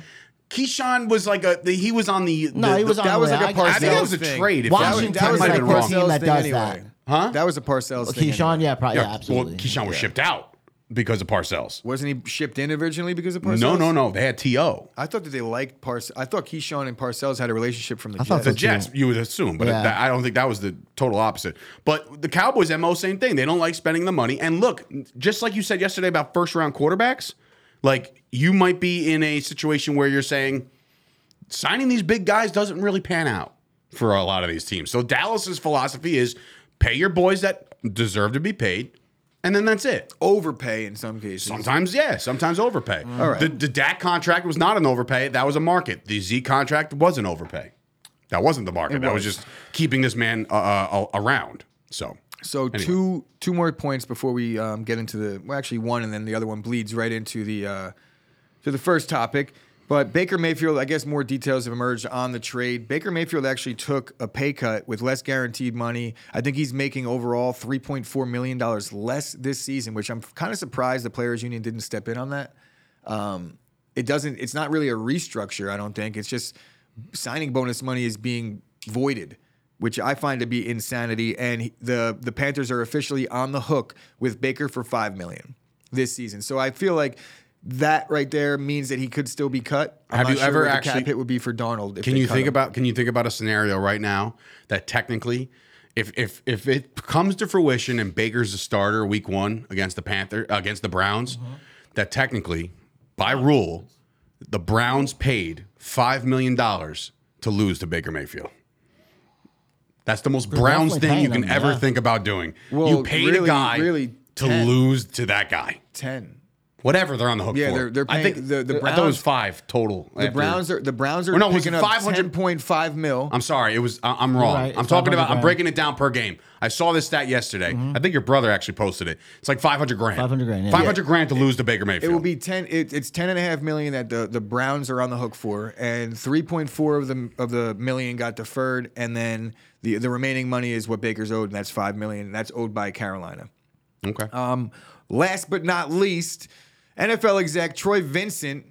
[SPEAKER 3] Keyshawn.
[SPEAKER 1] Keyshawn was like a he was on the
[SPEAKER 3] No,
[SPEAKER 1] the-
[SPEAKER 3] he was
[SPEAKER 1] the-
[SPEAKER 3] on
[SPEAKER 2] That
[SPEAKER 3] the
[SPEAKER 2] was
[SPEAKER 3] way.
[SPEAKER 2] like a
[SPEAKER 3] I-
[SPEAKER 1] I think that
[SPEAKER 2] Parcells
[SPEAKER 1] was a
[SPEAKER 2] thing.
[SPEAKER 1] trade. if that
[SPEAKER 3] Washington
[SPEAKER 1] was- that
[SPEAKER 3] was
[SPEAKER 1] might have
[SPEAKER 3] like
[SPEAKER 1] been
[SPEAKER 3] the
[SPEAKER 1] wrong.
[SPEAKER 3] team that does that.
[SPEAKER 2] Huh? That was a Parcells
[SPEAKER 3] Well,
[SPEAKER 2] thing.
[SPEAKER 3] Keyshawn,
[SPEAKER 2] anyway.
[SPEAKER 3] yeah, probably, yeah,
[SPEAKER 1] Yeah,
[SPEAKER 3] absolutely.
[SPEAKER 1] Well, Keyshawn was shipped out because of Parcells.
[SPEAKER 2] Wasn't he shipped in originally because of Parcells?
[SPEAKER 1] No, no, no. They had T.O.
[SPEAKER 2] I thought that they liked Parcells. I thought Keyshawn and Parcells had a relationship from the
[SPEAKER 3] I thought
[SPEAKER 2] Jets.
[SPEAKER 1] The Jets, you would assume, but
[SPEAKER 3] Yeah.
[SPEAKER 1] that, I don't think that was the total opposite. But the Cowboys, MO, same thing. They don't like spending the money. And look, just like you said yesterday about first round quarterbacks, like you might be in a situation where you're saying signing these big guys doesn't really pan out for a lot of these teams. So Dallas's philosophy is pay your boys that deserve to be paid, and then that's it.
[SPEAKER 2] Overpay in some cases.
[SPEAKER 1] Sometimes, yeah. Sometimes overpay.
[SPEAKER 2] All right.
[SPEAKER 1] The, the Dak contract was not an overpay. That was a market. The Z contract was an overpay. That wasn't the market. that was.
[SPEAKER 2] was.
[SPEAKER 1] just keeping this man uh, uh, around. So,
[SPEAKER 2] So two two more points before we um, get into the well, actually one, and then the other one bleeds right into the uh, to the first topic. But Baker Mayfield, I guess more details have emerged on the trade. Baker Mayfield actually took a pay cut with less guaranteed money. I think he's making overall three point four million dollars less this season, which I'm kind of surprised the players union didn't step in on that. Um, it doesn't. It's not really a restructure. I don't think it's just signing bonus money is being voided, which I find to be insanity. And he- the the Panthers are officially on the hook with Baker for five million this season. So I feel like that right there means that he could still be cut. I'm
[SPEAKER 1] Have
[SPEAKER 2] not
[SPEAKER 1] you
[SPEAKER 2] sure
[SPEAKER 1] ever
[SPEAKER 2] what the
[SPEAKER 1] actually-
[SPEAKER 2] cap hit would be for Donald? If
[SPEAKER 1] can
[SPEAKER 2] they
[SPEAKER 1] you
[SPEAKER 2] cut
[SPEAKER 1] think
[SPEAKER 2] him.
[SPEAKER 1] about can you think about a scenario right now that technically, if if if it comes to fruition and Baker's a starter week one against the Panther against the Browns, that technically, by rule, the Browns paid five million dollars to lose to Baker Mayfield. That's the most Browns
[SPEAKER 3] definitely
[SPEAKER 1] thing you can
[SPEAKER 3] paying them,
[SPEAKER 1] ever
[SPEAKER 3] yeah.
[SPEAKER 1] think about doing. you
[SPEAKER 2] Well,
[SPEAKER 1] paid a
[SPEAKER 2] really-
[SPEAKER 1] guy
[SPEAKER 2] really
[SPEAKER 1] to
[SPEAKER 2] 10.
[SPEAKER 1] lose to that guy.
[SPEAKER 2] ten?
[SPEAKER 1] Whatever they're on the hook
[SPEAKER 2] Yeah,
[SPEAKER 1] for.
[SPEAKER 2] they're- they're
[SPEAKER 1] I
[SPEAKER 2] paying-
[SPEAKER 1] think
[SPEAKER 2] the- the
[SPEAKER 1] I thought it was
[SPEAKER 2] Browns-
[SPEAKER 1] five total.
[SPEAKER 2] The Browns are the Browns are
[SPEAKER 1] Or no, it was
[SPEAKER 2] picking up
[SPEAKER 1] 500
[SPEAKER 2] ten point five mil.
[SPEAKER 1] I'm sorry, it was I- I'm wrong.
[SPEAKER 3] right,
[SPEAKER 1] I'm
[SPEAKER 3] it's
[SPEAKER 1] talking
[SPEAKER 3] 500
[SPEAKER 1] about I'm
[SPEAKER 3] grand.
[SPEAKER 1] breaking it down per game. I saw this stat yesterday. I think your brother actually posted it. It's like 500 grand.
[SPEAKER 3] 500 grand, yeah.
[SPEAKER 1] 500 grand to lose to Baker Mayfield.
[SPEAKER 2] It will be ten. It, it's ten and a half million that the, the Browns are on the hook for, and three point four of the of the million got deferred, and then the the remaining money is what Baker's owed, and that's five million. And that's owed by Carolina.
[SPEAKER 1] okay.
[SPEAKER 2] Um, last but not least, NFL exec Troy Vincent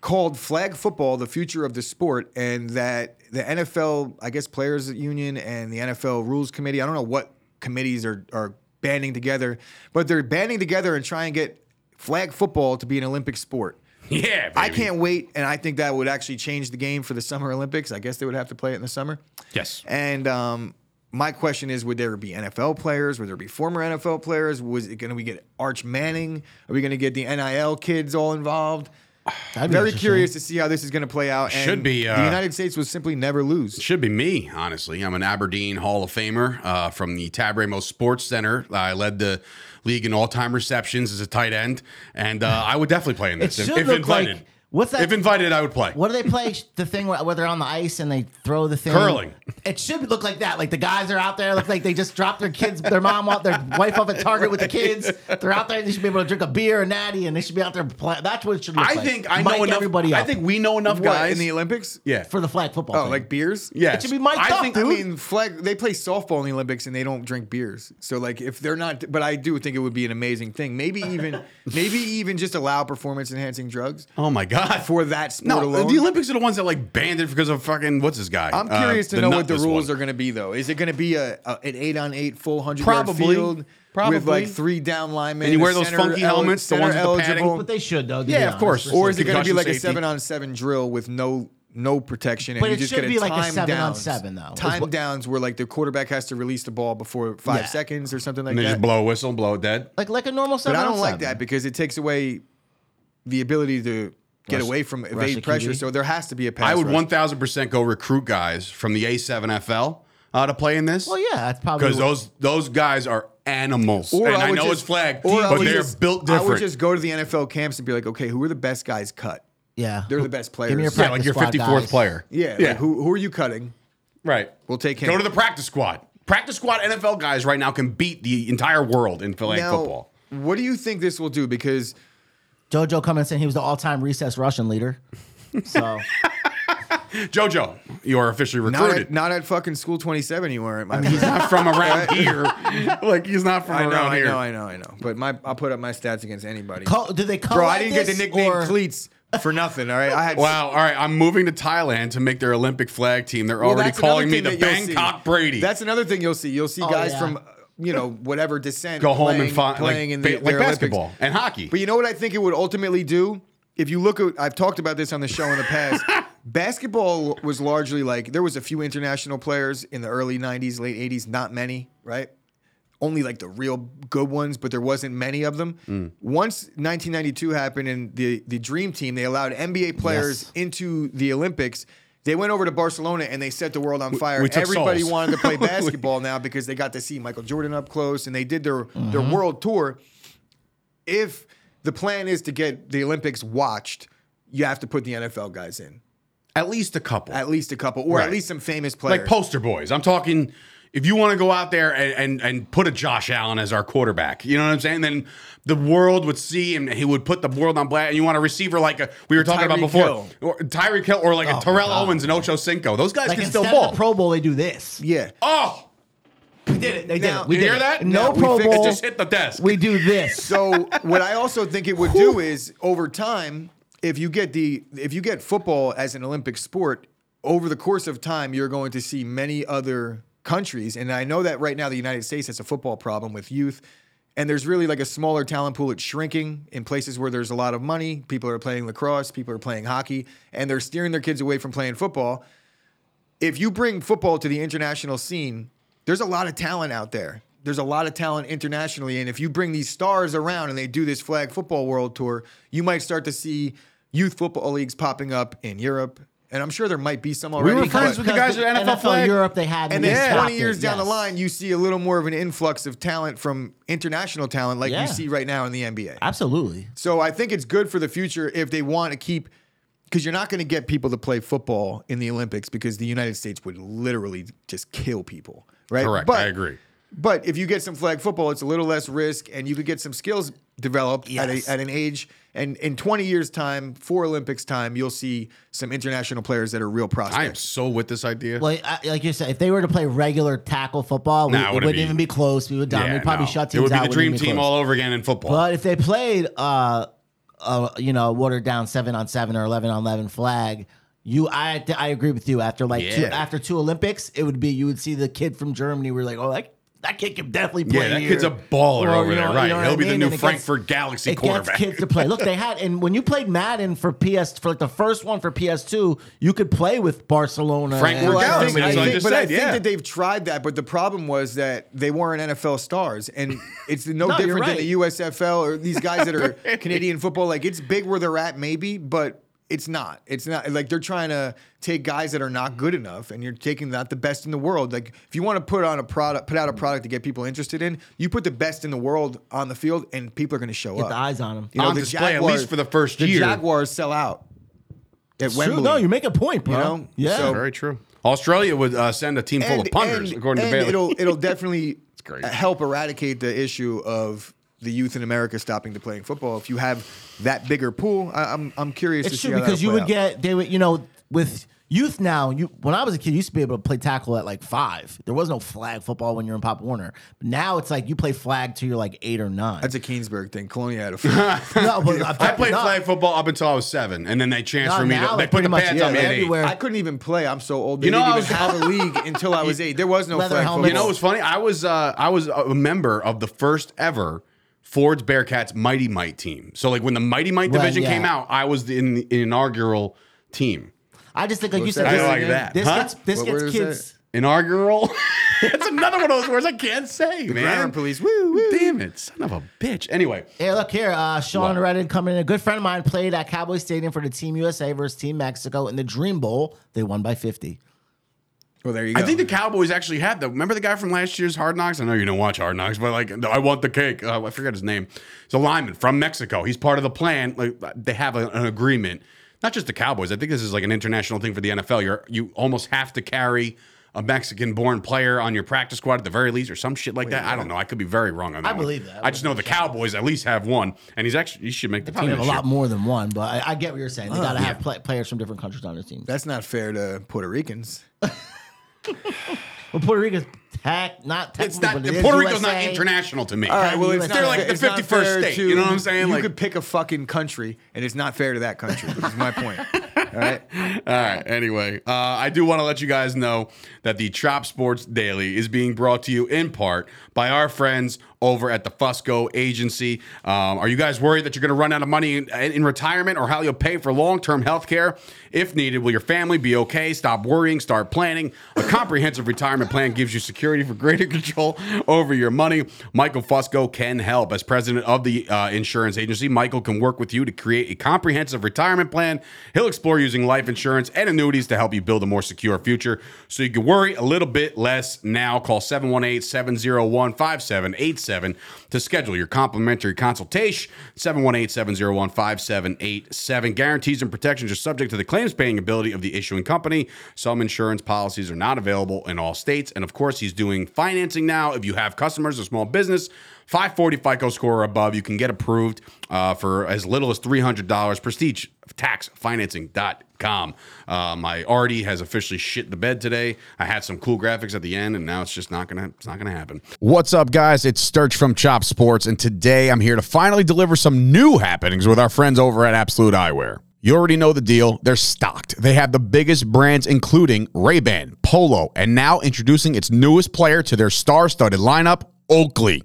[SPEAKER 2] called flag football the future of the sport, and that the NFL, I guess, players union and the NFL rules committee. I don't know what committees are are banding together, but they're banding together and trying to get flag football to be an Olympic sport.
[SPEAKER 1] yeah, baby.
[SPEAKER 2] I can't wait, and I think that would actually change the game for the Summer Olympics. I guess they would have to play it in the summer.
[SPEAKER 1] Yes.
[SPEAKER 2] And um, My question is, would there be NFL players? Would there be former NFL players? Was it going to we get Arch Manning? Are we going to get the NIL kids all involved?
[SPEAKER 3] That'd be
[SPEAKER 2] Very
[SPEAKER 3] interesting.
[SPEAKER 2] curious to see how this is going to play out. and
[SPEAKER 1] Should be,
[SPEAKER 2] the
[SPEAKER 1] uh,
[SPEAKER 2] United States will simply never lose.
[SPEAKER 1] Should be me, honestly. I'm an Aberdeen Hall of Famer uh, from the Tab Ramos Sports Center. I led the league in all time receptions as a tight end, and uh, I would definitely play in
[SPEAKER 3] It
[SPEAKER 1] this
[SPEAKER 3] should look like what's that?
[SPEAKER 1] If invited, I would play.
[SPEAKER 3] What do they play? The thing where, where they're on the ice and they throw the thing.
[SPEAKER 1] Curling.
[SPEAKER 3] It should look like that. Like the guys are out there, look like they just dropped their kids, their mom off, their wife off at Target with the kids. They're out there. and They should be able to drink a beer, a natty, and they should be out there. Play. That's what it should look
[SPEAKER 1] I
[SPEAKER 3] like.
[SPEAKER 1] think I
[SPEAKER 3] Mic
[SPEAKER 1] know enough.
[SPEAKER 3] Everybody
[SPEAKER 1] I
[SPEAKER 3] up
[SPEAKER 1] think we know enough
[SPEAKER 2] What,
[SPEAKER 1] guys.
[SPEAKER 2] in the Olympics?
[SPEAKER 1] yeah.
[SPEAKER 3] for the flag football.
[SPEAKER 2] Oh,
[SPEAKER 3] thing.
[SPEAKER 2] like beers?
[SPEAKER 1] yes.
[SPEAKER 3] should be mic'd
[SPEAKER 1] I
[SPEAKER 3] up,
[SPEAKER 1] think,
[SPEAKER 3] dude.
[SPEAKER 1] I
[SPEAKER 2] I
[SPEAKER 1] mean,
[SPEAKER 2] mean, flag. They play softball in the Olympics and they don't drink beers. So like, if they're not, but I do think it would be an amazing thing. Maybe even, maybe even just allow performance enhancing drugs
[SPEAKER 1] oh my god.
[SPEAKER 2] for that sport
[SPEAKER 1] no,
[SPEAKER 2] alone.
[SPEAKER 1] the Olympics are the ones that like banned it because of fucking what's this guy?
[SPEAKER 2] I'm
[SPEAKER 1] Uh,
[SPEAKER 2] curious to know what the
[SPEAKER 1] nutless
[SPEAKER 2] rules
[SPEAKER 1] one.
[SPEAKER 2] are going to be, though. Is it going to be a, a an eight on eight full hundred
[SPEAKER 1] Probably.
[SPEAKER 2] yard field with
[SPEAKER 1] Probably.
[SPEAKER 2] like three down linemen?
[SPEAKER 1] And you
[SPEAKER 2] a
[SPEAKER 1] wear those
[SPEAKER 2] center
[SPEAKER 1] funky
[SPEAKER 2] el-
[SPEAKER 1] helmets, the
[SPEAKER 2] center
[SPEAKER 1] ones with the padding?
[SPEAKER 3] but they should though. to be
[SPEAKER 1] Yeah, of
[SPEAKER 3] honest.
[SPEAKER 1] course.
[SPEAKER 3] Just
[SPEAKER 1] Or
[SPEAKER 3] like
[SPEAKER 2] Or is it going to be
[SPEAKER 1] Concussion
[SPEAKER 2] like
[SPEAKER 1] safety.
[SPEAKER 2] a seven on seven drill with no no protection? And
[SPEAKER 3] But
[SPEAKER 2] you
[SPEAKER 3] it
[SPEAKER 2] just
[SPEAKER 3] should
[SPEAKER 2] get
[SPEAKER 3] be like a
[SPEAKER 2] time
[SPEAKER 3] seven on
[SPEAKER 2] downs.
[SPEAKER 3] seven, though, is
[SPEAKER 2] Time
[SPEAKER 3] what-
[SPEAKER 2] downs where like the quarterback has to release the ball before five
[SPEAKER 3] Yeah.
[SPEAKER 2] seconds or something like
[SPEAKER 1] And they
[SPEAKER 2] that.
[SPEAKER 1] just blow a whistle, blow it dead.
[SPEAKER 3] like like a normal
[SPEAKER 2] but
[SPEAKER 3] seven.
[SPEAKER 2] I
[SPEAKER 3] on
[SPEAKER 2] don't like
[SPEAKER 3] seven.
[SPEAKER 2] that because it takes away the ability to get
[SPEAKER 3] Rush-
[SPEAKER 2] away from evade
[SPEAKER 3] rush the
[SPEAKER 2] pressure.
[SPEAKER 3] QB.
[SPEAKER 2] So there has to be a pass.
[SPEAKER 1] I would
[SPEAKER 2] rush.
[SPEAKER 1] one thousand percent go recruit guys from the A7FL uh, to play in this.
[SPEAKER 3] Well, Oh, yeah, that's probably
[SPEAKER 1] because those those guys are animals,
[SPEAKER 2] Or
[SPEAKER 1] and I,
[SPEAKER 2] would
[SPEAKER 1] know
[SPEAKER 2] just-
[SPEAKER 1] it's flag,
[SPEAKER 2] or I
[SPEAKER 1] but
[SPEAKER 2] would
[SPEAKER 1] they're
[SPEAKER 2] just-
[SPEAKER 1] built
[SPEAKER 2] I would
[SPEAKER 1] different.
[SPEAKER 2] just go to the NFL camps and be like, okay, who are the best guys cut?
[SPEAKER 3] yeah.
[SPEAKER 2] They're the best players.
[SPEAKER 3] Give me your
[SPEAKER 1] yeah,
[SPEAKER 3] practice
[SPEAKER 1] like your
[SPEAKER 3] squad
[SPEAKER 1] fifty fourth
[SPEAKER 3] guys.
[SPEAKER 1] player.
[SPEAKER 2] Yeah,
[SPEAKER 1] yeah,
[SPEAKER 2] Like who who are you cutting?
[SPEAKER 1] right.
[SPEAKER 2] We'll take him.
[SPEAKER 1] Go to the practice squad. Practice squad NFL guys right now can beat the entire world in flag
[SPEAKER 2] now,
[SPEAKER 1] football.
[SPEAKER 2] What do you think this will do? Because
[SPEAKER 3] JoJo coming and saying he was the all-time recess Russian leader. So
[SPEAKER 1] JoJo, you are officially
[SPEAKER 2] not at,
[SPEAKER 1] recruited.
[SPEAKER 2] not at fucking school twenty seven, you weren't. My
[SPEAKER 1] he's not from around here. Like he's not from
[SPEAKER 2] I know,
[SPEAKER 1] around
[SPEAKER 2] I
[SPEAKER 1] here.
[SPEAKER 2] know, I know, I know. But my I'll put up my stats against anybody.
[SPEAKER 3] call, did they call?
[SPEAKER 2] Bro, I
[SPEAKER 3] like
[SPEAKER 2] didn't get
[SPEAKER 3] this,
[SPEAKER 2] the nickname
[SPEAKER 3] or-
[SPEAKER 2] cleats for nothing. All right, I had
[SPEAKER 1] Wow. All right. I'm moving to Thailand to make their Olympic flag team. They're
[SPEAKER 2] Well,
[SPEAKER 1] already
[SPEAKER 2] that's another
[SPEAKER 1] calling me the
[SPEAKER 2] thing that you'll see.
[SPEAKER 1] Bangkok Brady.
[SPEAKER 2] That's another thing you'll see. You'll see guys
[SPEAKER 3] Oh, yeah.
[SPEAKER 2] from uh, you know whatever descent
[SPEAKER 1] go home
[SPEAKER 2] playing,
[SPEAKER 1] and find
[SPEAKER 2] playing
[SPEAKER 1] like,
[SPEAKER 2] in
[SPEAKER 1] ba-
[SPEAKER 2] the,
[SPEAKER 1] like
[SPEAKER 2] their Olympics.
[SPEAKER 1] basketball and hockey.
[SPEAKER 2] But you know what I think it would ultimately do? If you look at, I've talked about this on the show in the past. basketball was largely like there was a few international players in the early '90s, late '80s, not many, right? Only like the real good ones, but there wasn't many of them. Once 1992 happened and the the Dream Team, they allowed NBA players
[SPEAKER 3] Yes.
[SPEAKER 2] into the Olympics. They went over to Barcelona and they set the world on fire.
[SPEAKER 1] we took
[SPEAKER 2] Everybody
[SPEAKER 1] souls.
[SPEAKER 2] wanted to play basketball now because they got to see Michael Jordan up close and they did their their
[SPEAKER 1] Mm-hmm.
[SPEAKER 2] world tour if the plan is to get the Olympics watched, you have to put the NFL guys in.
[SPEAKER 1] at least a couple.
[SPEAKER 2] At least a couple, or
[SPEAKER 1] Right.
[SPEAKER 2] at least some famous
[SPEAKER 1] like
[SPEAKER 2] players.
[SPEAKER 1] poster boys. I'm talking if you want to go out there and, and and put a Josh Allen as our quarterback, you know what I'm saying? Then the world would see him. He would put the world on black. And you want a receiver like a, we were talking about
[SPEAKER 2] Tyreek
[SPEAKER 1] before,
[SPEAKER 2] Hill. Oh
[SPEAKER 1] or Tyreek Hill, or like a Terrell Owens and Ocho Cinco. Those guys
[SPEAKER 3] Like
[SPEAKER 1] can
[SPEAKER 3] instead
[SPEAKER 1] still
[SPEAKER 3] of
[SPEAKER 1] ball.
[SPEAKER 3] the Pro Bowl, they do this.
[SPEAKER 2] yeah.
[SPEAKER 1] oh,
[SPEAKER 3] We did it. They did
[SPEAKER 2] Now-
[SPEAKER 3] it. We
[SPEAKER 1] you
[SPEAKER 3] did
[SPEAKER 1] hear
[SPEAKER 3] it.
[SPEAKER 1] that?
[SPEAKER 3] No
[SPEAKER 2] No, we
[SPEAKER 3] Pro
[SPEAKER 2] fixed it.
[SPEAKER 3] Bowl.
[SPEAKER 1] just hit the desk.
[SPEAKER 3] We do this.
[SPEAKER 2] So what I also think it would do is over time, if you get the if you get football as an Olympic sport, over the course of time, you're going to see many other countries. And I know that right now the United States has a football problem with youth. And there's really like a smaller talent pool. It's shrinking in places where there's a lot of money. People are playing lacrosse, people are playing hockey, and they're steering their kids away from playing football if you bring football to the international scene, there's a lot of talent out there. There's a lot of talent internationally. And if you bring these stars around and they do this flag football world tour, you might start to see youth football leagues popping up in Europe. And I'm sure there might be some already.
[SPEAKER 1] were friends
[SPEAKER 2] but-
[SPEAKER 1] with the guys at NFL flag.
[SPEAKER 3] Europe, they had
[SPEAKER 2] and
[SPEAKER 3] they
[SPEAKER 2] then
[SPEAKER 3] stopped
[SPEAKER 2] 20
[SPEAKER 3] it,
[SPEAKER 2] years down the
[SPEAKER 3] yes.
[SPEAKER 2] line, you see a little more of an influx of talent from international talent like
[SPEAKER 3] Yeah.
[SPEAKER 2] you see right now in the NBA.
[SPEAKER 3] Absolutely.
[SPEAKER 2] So I think it's good for the future if they want to keep because you're not going to get people to play football in the Olympics because the United States would literally just kill people, right?
[SPEAKER 1] Correct. I agree.
[SPEAKER 2] But if you get some flag football, it's a little less risk, and you could get some skills developed at,
[SPEAKER 3] Yes.
[SPEAKER 2] a, at an age. And in 20 years' time, four Olympics time, you'll see some international players that are real
[SPEAKER 1] I am
[SPEAKER 2] prospects.
[SPEAKER 1] so with this idea.
[SPEAKER 3] Like, I, like you said, if they were to play regular tackle football, we,
[SPEAKER 1] Nah, it
[SPEAKER 3] it
[SPEAKER 1] wouldn't
[SPEAKER 3] wouldn't
[SPEAKER 1] be-
[SPEAKER 3] even be close. We would down.
[SPEAKER 1] Yeah,
[SPEAKER 3] We'd probably
[SPEAKER 1] no.
[SPEAKER 3] shut
[SPEAKER 1] It
[SPEAKER 3] teams
[SPEAKER 1] would be
[SPEAKER 3] out.
[SPEAKER 1] the
[SPEAKER 3] Wouldn't
[SPEAKER 1] dream
[SPEAKER 3] even be
[SPEAKER 1] team
[SPEAKER 3] close.
[SPEAKER 1] all over again in football.
[SPEAKER 3] But if they played, uh, uh, you know, watered down seven on seven or eleven on eleven flag, you, I, I agree with you. After like two,
[SPEAKER 1] Yeah.
[SPEAKER 3] after two Olympics, it would be you would see the kid from Germany. We're like, oh, like That kid can definitely play.
[SPEAKER 1] Yeah, that
[SPEAKER 3] here.
[SPEAKER 1] kid's a baller
[SPEAKER 3] Well,
[SPEAKER 1] over
[SPEAKER 3] you
[SPEAKER 1] there,
[SPEAKER 3] know- you
[SPEAKER 1] right?
[SPEAKER 3] know what
[SPEAKER 1] He'll
[SPEAKER 3] I
[SPEAKER 1] be the
[SPEAKER 3] mean?
[SPEAKER 1] new
[SPEAKER 3] And it gets-
[SPEAKER 1] Frankfurt Galaxy
[SPEAKER 3] it
[SPEAKER 1] quarterback.
[SPEAKER 3] Gets kids to play. Look, they had, and when you played Madden for PS for like the first one for PS2, you could play with Barcelona.
[SPEAKER 1] Frank
[SPEAKER 3] and-
[SPEAKER 1] Well,
[SPEAKER 2] Well, I
[SPEAKER 1] Galaxy,
[SPEAKER 2] think,
[SPEAKER 1] that's
[SPEAKER 2] I
[SPEAKER 1] what I
[SPEAKER 2] think-
[SPEAKER 1] just
[SPEAKER 2] but I
[SPEAKER 1] said,
[SPEAKER 2] think
[SPEAKER 1] yeah.
[SPEAKER 2] that they've tried that, but the problem was that they weren't NFL stars, and it's no,
[SPEAKER 3] No, you're
[SPEAKER 2] different than
[SPEAKER 3] right.
[SPEAKER 2] the USFL or these guys that are Canadian football. Like it's big where they're at, maybe, but it's not. It's not like they're trying to take guys that are not good enough, and you're taking not the best in the world. Like if you want to put on a product, put out a product to get people interested in, you put the best in the world on the field, and people are going to show
[SPEAKER 3] Get
[SPEAKER 2] up.
[SPEAKER 3] the eyes on 'em.
[SPEAKER 2] You know,
[SPEAKER 1] On
[SPEAKER 2] the
[SPEAKER 1] display, at
[SPEAKER 2] Jaguars-
[SPEAKER 1] least for the first
[SPEAKER 2] the
[SPEAKER 1] year.
[SPEAKER 2] Jaguars sell out at
[SPEAKER 3] True,
[SPEAKER 2] Wembley.
[SPEAKER 3] no, you make a point, bro.
[SPEAKER 2] You know?
[SPEAKER 3] yeah,
[SPEAKER 2] So-
[SPEAKER 1] Very true. Australia would uh, send a team full of punters,
[SPEAKER 2] and-
[SPEAKER 1] according
[SPEAKER 2] and
[SPEAKER 1] to Bailey.
[SPEAKER 2] It'll it'll definitely
[SPEAKER 1] crazy.
[SPEAKER 2] help eradicate the issue of the youth in America stopping to playing football. If you have that bigger pool, I, I'm I'm curious. to
[SPEAKER 3] it's
[SPEAKER 2] see
[SPEAKER 3] true
[SPEAKER 2] how
[SPEAKER 3] because
[SPEAKER 2] that'll
[SPEAKER 3] you
[SPEAKER 2] play
[SPEAKER 3] would
[SPEAKER 2] out.
[SPEAKER 3] get they would you know with youth now. You when I was a kid, you used to be able to play tackle at like five. There was no flag football when you're in Pop Warner. Now it's like you play flag till you're like eight or nine.
[SPEAKER 2] that's a Keensburg thing. Colonia had a field.
[SPEAKER 3] no, but
[SPEAKER 1] I played flag football up until I was seven, and then they transferred
[SPEAKER 3] No,
[SPEAKER 1] me. To,
[SPEAKER 3] now
[SPEAKER 1] they
[SPEAKER 3] it's
[SPEAKER 1] put the
[SPEAKER 3] pretty much-
[SPEAKER 1] pads
[SPEAKER 3] yeah,
[SPEAKER 1] on me at eight.
[SPEAKER 3] everywhere.
[SPEAKER 2] I couldn't even play. I'm so old. They
[SPEAKER 1] You know,
[SPEAKER 2] didn't
[SPEAKER 1] I
[SPEAKER 2] even
[SPEAKER 1] was-
[SPEAKER 2] have a league until I was eight. There was no
[SPEAKER 3] Leather
[SPEAKER 2] flag
[SPEAKER 3] helmets.
[SPEAKER 1] You know
[SPEAKER 2] football.
[SPEAKER 1] what's funny? I was uh, I was a member of the first ever Ford's Bearcats Mighty Might team. So like when the Mighty Might
[SPEAKER 3] Well,
[SPEAKER 1] division
[SPEAKER 3] yeah.
[SPEAKER 1] came out, I was in the inaugural team.
[SPEAKER 3] I just think like you
[SPEAKER 2] What's
[SPEAKER 3] said,
[SPEAKER 2] that?
[SPEAKER 3] this,
[SPEAKER 2] I like
[SPEAKER 1] that.
[SPEAKER 3] this
[SPEAKER 1] Huh?
[SPEAKER 3] gets this
[SPEAKER 2] What word
[SPEAKER 3] gets
[SPEAKER 2] is
[SPEAKER 3] kids.
[SPEAKER 1] Inaugural. That's another one of those words I can't say, man.
[SPEAKER 2] grammar police. Woo, woo.
[SPEAKER 1] Damn it, son of a bitch. Anyway,
[SPEAKER 3] Hey, look here. Uh, Sean Reddit coming in. A good friend of mine played at Cowboy Stadium for the Team USA versus Team Mexico in the Dream Bowl. They won by 50.
[SPEAKER 2] Well, there you go.
[SPEAKER 1] I think the Cowboys actually had the. Remember the guy from last year's Hard Knocks? I know you don't watch Hard Knocks, but like, I want the cake. Uh, I forget his name. He's a lineman from Mexico. He's part of the plan. Like, they have a- an agreement. Not just the Cowboys. I think this is like an international thing for the NFL. You're you almost have to carry a Mexican-born player on your practice squad at the very least, or some shit like that. I don't know. I could be very wrong on that.
[SPEAKER 3] I
[SPEAKER 1] one.
[SPEAKER 3] believe that.
[SPEAKER 1] I just know the Cowboys at least have one, and he's actually he should make the
[SPEAKER 3] I
[SPEAKER 1] team.
[SPEAKER 3] have a
[SPEAKER 1] this year.
[SPEAKER 3] lot more than one, but I, I get what you're saying. They
[SPEAKER 2] Oh,
[SPEAKER 3] got to have pla players from different countries on their team.
[SPEAKER 2] that's not fair to Puerto Ricans.
[SPEAKER 3] Well, Puerto Rico's tech, not technically,
[SPEAKER 1] It's not
[SPEAKER 3] but it is
[SPEAKER 1] Puerto Rico's not
[SPEAKER 3] USA.
[SPEAKER 1] international to me.
[SPEAKER 2] All right, well,
[SPEAKER 3] you
[SPEAKER 2] it's
[SPEAKER 3] would
[SPEAKER 2] not
[SPEAKER 3] say-
[SPEAKER 1] they're like the
[SPEAKER 2] it's not
[SPEAKER 1] fifty first
[SPEAKER 2] fair
[SPEAKER 1] state.
[SPEAKER 2] to-
[SPEAKER 1] you know what I'm saying?
[SPEAKER 2] You
[SPEAKER 1] like,
[SPEAKER 2] could pick a fucking country, and it's not fair to that country. is my point. All right.
[SPEAKER 1] All right. Anyway, uh, I do want to let you guys know that the Chop Sports Daily is being brought to you in part by our friends over at the Fusco Agency. Um, are you guys worried that you're going to run out of money in, in retirement or how you'll pay for long term health care? If needed, will your family be okay? Stop worrying, start planning. A comprehensive retirement plan gives you security for greater control over your money. Michael Fusco can help. As president of the uh, insurance agency, Michael can work with you to create a comprehensive retirement plan. He'll explore using life insurance and annuities to help you build a more secure future so you can worry a little bit less now. Call 718 701 5787 to schedule your complimentary consultation. 718 701 5787. Guarantees and protections are subject to the claims paying ability of the issuing company. Some insurance policies are not available in all states. And of course, he's doing financing now. If you have customers or small business, 540 FICO score or above, you can get approved uh, for as little as $300. Prestige taxfinancing.com. Uh, my Artie has officially shit the bed today. I had some cool graphics at the end, and now it's just not gonna it's not gonna happen. What's up, guys? It's Sturch from Chop Sports, and today I'm here to finally deliver some new happenings with our friends over at Absolute Eyewear. You already know the deal. They're stocked. They have the biggest brands, including Ray-Ban, Polo, and now introducing its newest player to their star-studded lineup, Oakley.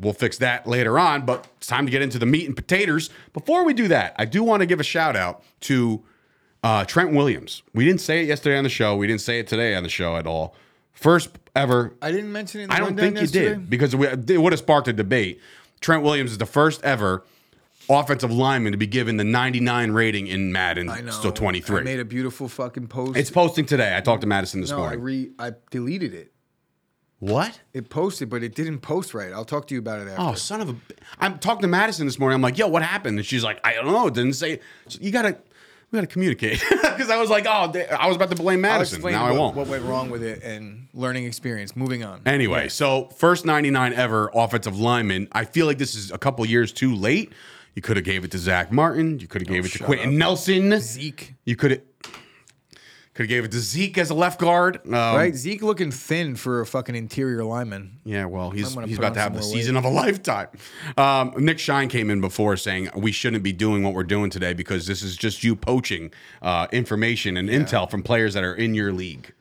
[SPEAKER 1] we'll fix that later on, but it's time to get into the meat and potatoes. Before we do that, I do want to give a shout out to uh, Trent Williams. We didn't say it yesterday on the show. We didn't say it today on the show at all. First ever.
[SPEAKER 2] I didn't mention it. In the
[SPEAKER 1] I don't
[SPEAKER 2] rundown
[SPEAKER 1] think you
[SPEAKER 2] yesterday.
[SPEAKER 1] did because we, it would have sparked a debate. Trent Williams is the first ever offensive lineman to be given the 99 rating in Madden.
[SPEAKER 2] I know.
[SPEAKER 1] Still 23.
[SPEAKER 2] I made a beautiful fucking post.
[SPEAKER 1] it's posting today. I talked to Madison this
[SPEAKER 2] no, I
[SPEAKER 1] morning.
[SPEAKER 2] re I deleted it.
[SPEAKER 1] what?
[SPEAKER 2] It posted, but it didn't post right. I'll talk to you about it after.
[SPEAKER 1] Oh, son of a! b- I'm talking to Madison this morning. I'm like, "Yo, what happened?" And she's like, "I don't know. It didn't say." So you gotta. we got to communicate because I was like, oh, they- I was about to blame
[SPEAKER 2] I'll
[SPEAKER 1] Madison.
[SPEAKER 2] explain
[SPEAKER 1] Now I
[SPEAKER 2] what-
[SPEAKER 1] won't.
[SPEAKER 2] what went wrong with it and learning experience. Moving on.
[SPEAKER 1] Anyway, so first 99 ever offensive lineman. I feel like this is a couple years too late. You could have gave it to Zach Martin. You could have gave it to
[SPEAKER 2] Oh, shut
[SPEAKER 1] Quentin Nelson.
[SPEAKER 2] Zeke.
[SPEAKER 1] You could have could have gave it to Zeke as a left guard. Um,
[SPEAKER 2] Right, Zeke looking thin for a fucking interior lineman.
[SPEAKER 1] Yeah, well, he's
[SPEAKER 2] gonna
[SPEAKER 1] he's
[SPEAKER 2] put
[SPEAKER 1] about
[SPEAKER 2] on
[SPEAKER 1] to have
[SPEAKER 2] some
[SPEAKER 1] the
[SPEAKER 2] more
[SPEAKER 1] season of a lifetime. Um, Nick Shine came in before saying we shouldn't be doing what we're doing today because this is just you poaching uh, information and intel from players that are in your league.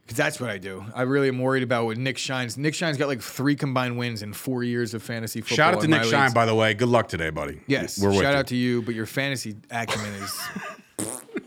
[SPEAKER 2] Because that's what I do. I really am worried about what Nick Shine's. Nick Shine's got like three combined wins in four years of fantasy football.
[SPEAKER 1] Shout out to
[SPEAKER 2] in
[SPEAKER 1] Nick
[SPEAKER 2] my
[SPEAKER 1] Shine,
[SPEAKER 2] leagues.
[SPEAKER 1] by the way. Good luck today, buddy.
[SPEAKER 2] yes,
[SPEAKER 1] we're with
[SPEAKER 2] shout
[SPEAKER 1] you.
[SPEAKER 2] out to you, but your fantasy acumen is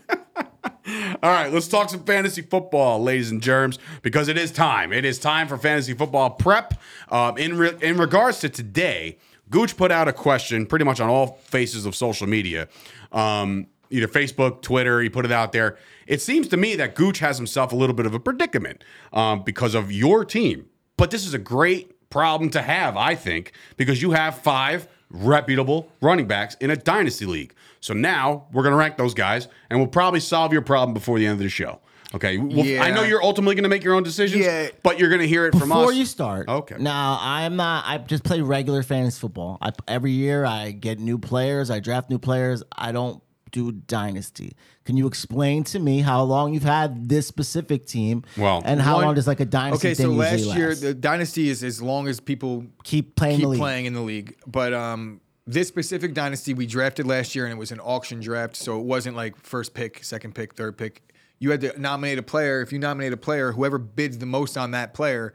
[SPEAKER 1] All right, let's talk some fantasy football, ladies and germs, because it is time. It is time for fantasy football prep. Um, in re- in regards to today, Gooch put out a question pretty much on all faces of social media, um, either Facebook, Twitter. He put it out there. It seems to me that Gooch has himself a little bit of a predicament um, because of your team. But this is a great problem to have, I think, because you have five reputable running backs in a dynasty league. So now we're going to rank those guys, and we'll probably solve your problem before the end of the show. Okay. We'll- I
[SPEAKER 2] Yeah.
[SPEAKER 1] know you're ultimately going to make your own decisions,
[SPEAKER 2] Yeah.
[SPEAKER 1] but you're going to hear it from
[SPEAKER 3] Before
[SPEAKER 1] us.
[SPEAKER 3] you start,
[SPEAKER 1] Okay.
[SPEAKER 3] Now I'm not. I just play regular fantasy football. I, every year I get new players. I draft new players. I don't do dynasty. Can you explain to me how long you've had this specific team?
[SPEAKER 1] Well,
[SPEAKER 3] and how
[SPEAKER 2] One-
[SPEAKER 3] long does like a dynasty
[SPEAKER 2] Okay,
[SPEAKER 3] thing
[SPEAKER 2] so last
[SPEAKER 3] usually
[SPEAKER 2] year
[SPEAKER 3] last?
[SPEAKER 2] the dynasty is as long as people
[SPEAKER 3] keep playing the
[SPEAKER 2] keep
[SPEAKER 3] league.
[SPEAKER 2] playing in the league. But um, this specific dynasty we drafted last year, and it was an auction draft, so it wasn't like first pick, second pick, third pick. You had to nominate a player. If you nominate a player, whoever bids the most on that player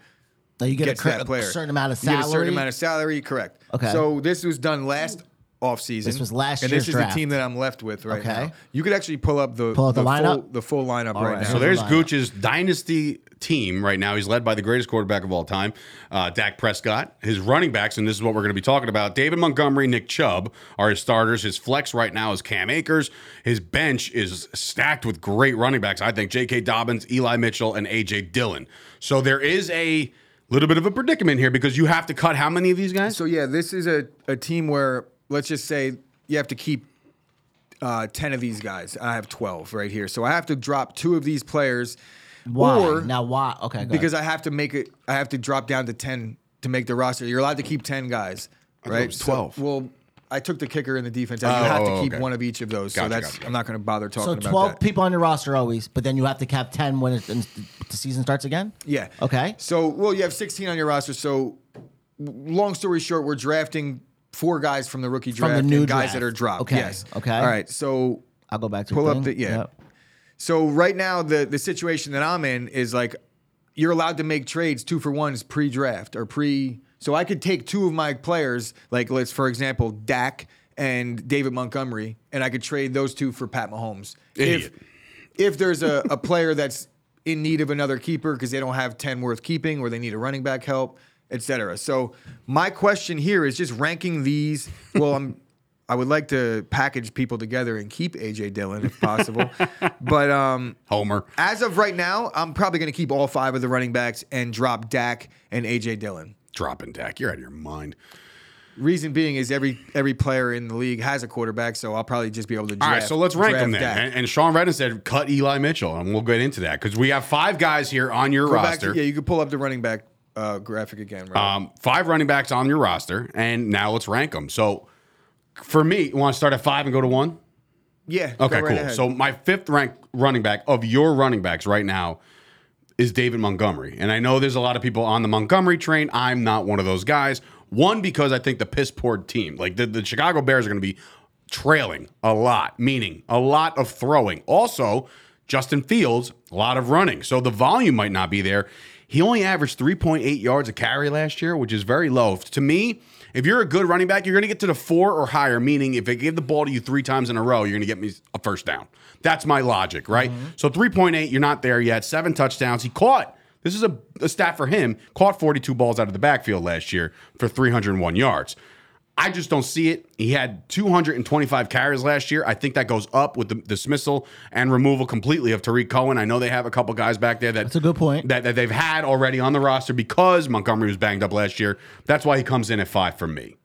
[SPEAKER 3] Now you get a,
[SPEAKER 2] gets
[SPEAKER 3] cur-
[SPEAKER 2] that
[SPEAKER 3] a
[SPEAKER 2] player.
[SPEAKER 3] certain amount of
[SPEAKER 2] You
[SPEAKER 3] salary.
[SPEAKER 2] get a certain amount of salary, correct.
[SPEAKER 3] Okay.
[SPEAKER 2] So this was done last offseason.
[SPEAKER 3] This was last
[SPEAKER 2] And
[SPEAKER 3] year's
[SPEAKER 2] this is
[SPEAKER 3] draft.
[SPEAKER 2] the team that I'm left with right
[SPEAKER 3] Okay.
[SPEAKER 2] now. You could actually pull up the,
[SPEAKER 3] Pull up the
[SPEAKER 2] full,
[SPEAKER 3] lineup?
[SPEAKER 2] the full lineup right,
[SPEAKER 3] right.
[SPEAKER 2] now.
[SPEAKER 1] So there's
[SPEAKER 3] lineup.
[SPEAKER 1] Gooch's dynasty team right now. He's led by the greatest quarterback of all time, uh, Dak Prescott. His running backs, and this is what we're going to be talking about: David Montgomery, Nick Chubb are his starters. His flex right now is Cam Akers. His bench is stacked with great running backs. I think J.K. Dobbins, Eli Mitchell, and A.J. Dillon. So there is a little bit of a predicament here because you have to cut how many of these guys?
[SPEAKER 2] So yeah, this is a, a team where let's just say you have to keep uh, ten of these guys. I have twelve right here, so I have to drop two of these players,
[SPEAKER 3] why?
[SPEAKER 2] or
[SPEAKER 3] now why? Okay, go
[SPEAKER 2] because I have to make it. I have to drop down to ten to make the roster. You're allowed to keep ten guys,
[SPEAKER 1] it
[SPEAKER 2] right?
[SPEAKER 1] was 12.
[SPEAKER 2] So- well, I took the kicker and the defense. out. you have
[SPEAKER 1] oh,
[SPEAKER 2] to keep
[SPEAKER 1] okay.
[SPEAKER 2] one of each of those.
[SPEAKER 1] Gotcha,
[SPEAKER 2] so that's
[SPEAKER 1] gotcha,
[SPEAKER 2] I'm not going to bother
[SPEAKER 3] ahead. So
[SPEAKER 2] talking
[SPEAKER 3] twelve
[SPEAKER 2] about that.
[SPEAKER 3] people on your roster always, but then you have to cap ten when it, and the season starts again.
[SPEAKER 2] Yeah.
[SPEAKER 3] Okay.
[SPEAKER 2] So, well, you have 16 on your roster. So, w- long story short, we're drafting four guys from the rookie
[SPEAKER 3] From
[SPEAKER 2] draft
[SPEAKER 3] the new
[SPEAKER 2] and guys
[SPEAKER 3] draft.
[SPEAKER 2] that are dropped.
[SPEAKER 3] Okay,
[SPEAKER 2] Yes.
[SPEAKER 3] okay.
[SPEAKER 2] All right. So,
[SPEAKER 3] I'll go back to
[SPEAKER 2] Pull
[SPEAKER 3] the
[SPEAKER 2] up
[SPEAKER 3] thing.
[SPEAKER 2] the- yeah. so right now the the situation that I'm in is like you're allowed to make trades two for ones pre-draft or pre. So I could take two of my players, like let's for example Dak and David Montgomery, and I could trade those two for Pat Mahomes.
[SPEAKER 1] Idiot.
[SPEAKER 2] If if there's a, a player that's in need of another keeper because they don't have 10 worth keeping or they need a running back help, et cetera. So my question here is just ranking these. Well, I'm I would like to package people together and keep AJ Dillon if possible. but um
[SPEAKER 1] Homer.
[SPEAKER 2] as of right now, I'm probably gonna keep all five of the running backs and drop Dak and AJ Dillon.
[SPEAKER 1] Dropping Dak. You're out of your mind.
[SPEAKER 2] Reason being is every every player in the league has a quarterback, so I'll probably just be able to draft.
[SPEAKER 1] All right, so let's rank
[SPEAKER 2] draft
[SPEAKER 1] them then. eh,
[SPEAKER 2] Dak.
[SPEAKER 1] And, and Sean Redden said, cut Eli Mitchell, and we'll get into that because we have five guys here on your
[SPEAKER 2] Go back to-
[SPEAKER 1] roster,
[SPEAKER 2] yeah, you can pull up the running back uh, graphic again, right?
[SPEAKER 1] um, five running backs on your roster, and now let's rank them. So for me, you want to start at five and go to one?
[SPEAKER 2] Yeah. go
[SPEAKER 1] Okay,
[SPEAKER 2] right
[SPEAKER 1] cool.
[SPEAKER 2] ahead.
[SPEAKER 1] So my fifth ranked running back of your running backs right now is David Montgomery. And I know there's a lot of people on the Montgomery train. I'm not one of those guys. One, because I think the piss poor team, like the, the Chicago Bears are going to be trailing a lot, meaning a lot of throwing. Also, Justin Fields, a lot of running. So the volume might not be there. He only averaged 3.8 yards a carry last year, which is very low. To me, if you're a good running back, you're going to get to the four or higher, meaning if they give the ball to you three times in a row, you're going to get me a first down. That's my logic, right?
[SPEAKER 2] Mm-hmm.
[SPEAKER 1] So 3.8, you're not there yet. Seven touchdowns. He caught, this is a, a stat for him, caught 42 balls out of the backfield last year for 301 yards. I just don't see it. He had 225 carries last year. I think that goes up with the dismissal and removal completely of Tariq Cohen. I know they have a couple guys back there that
[SPEAKER 3] That's a good point.
[SPEAKER 1] that, that they've had already on the roster because Montgomery was banged up last year. That's why he comes in at five for me.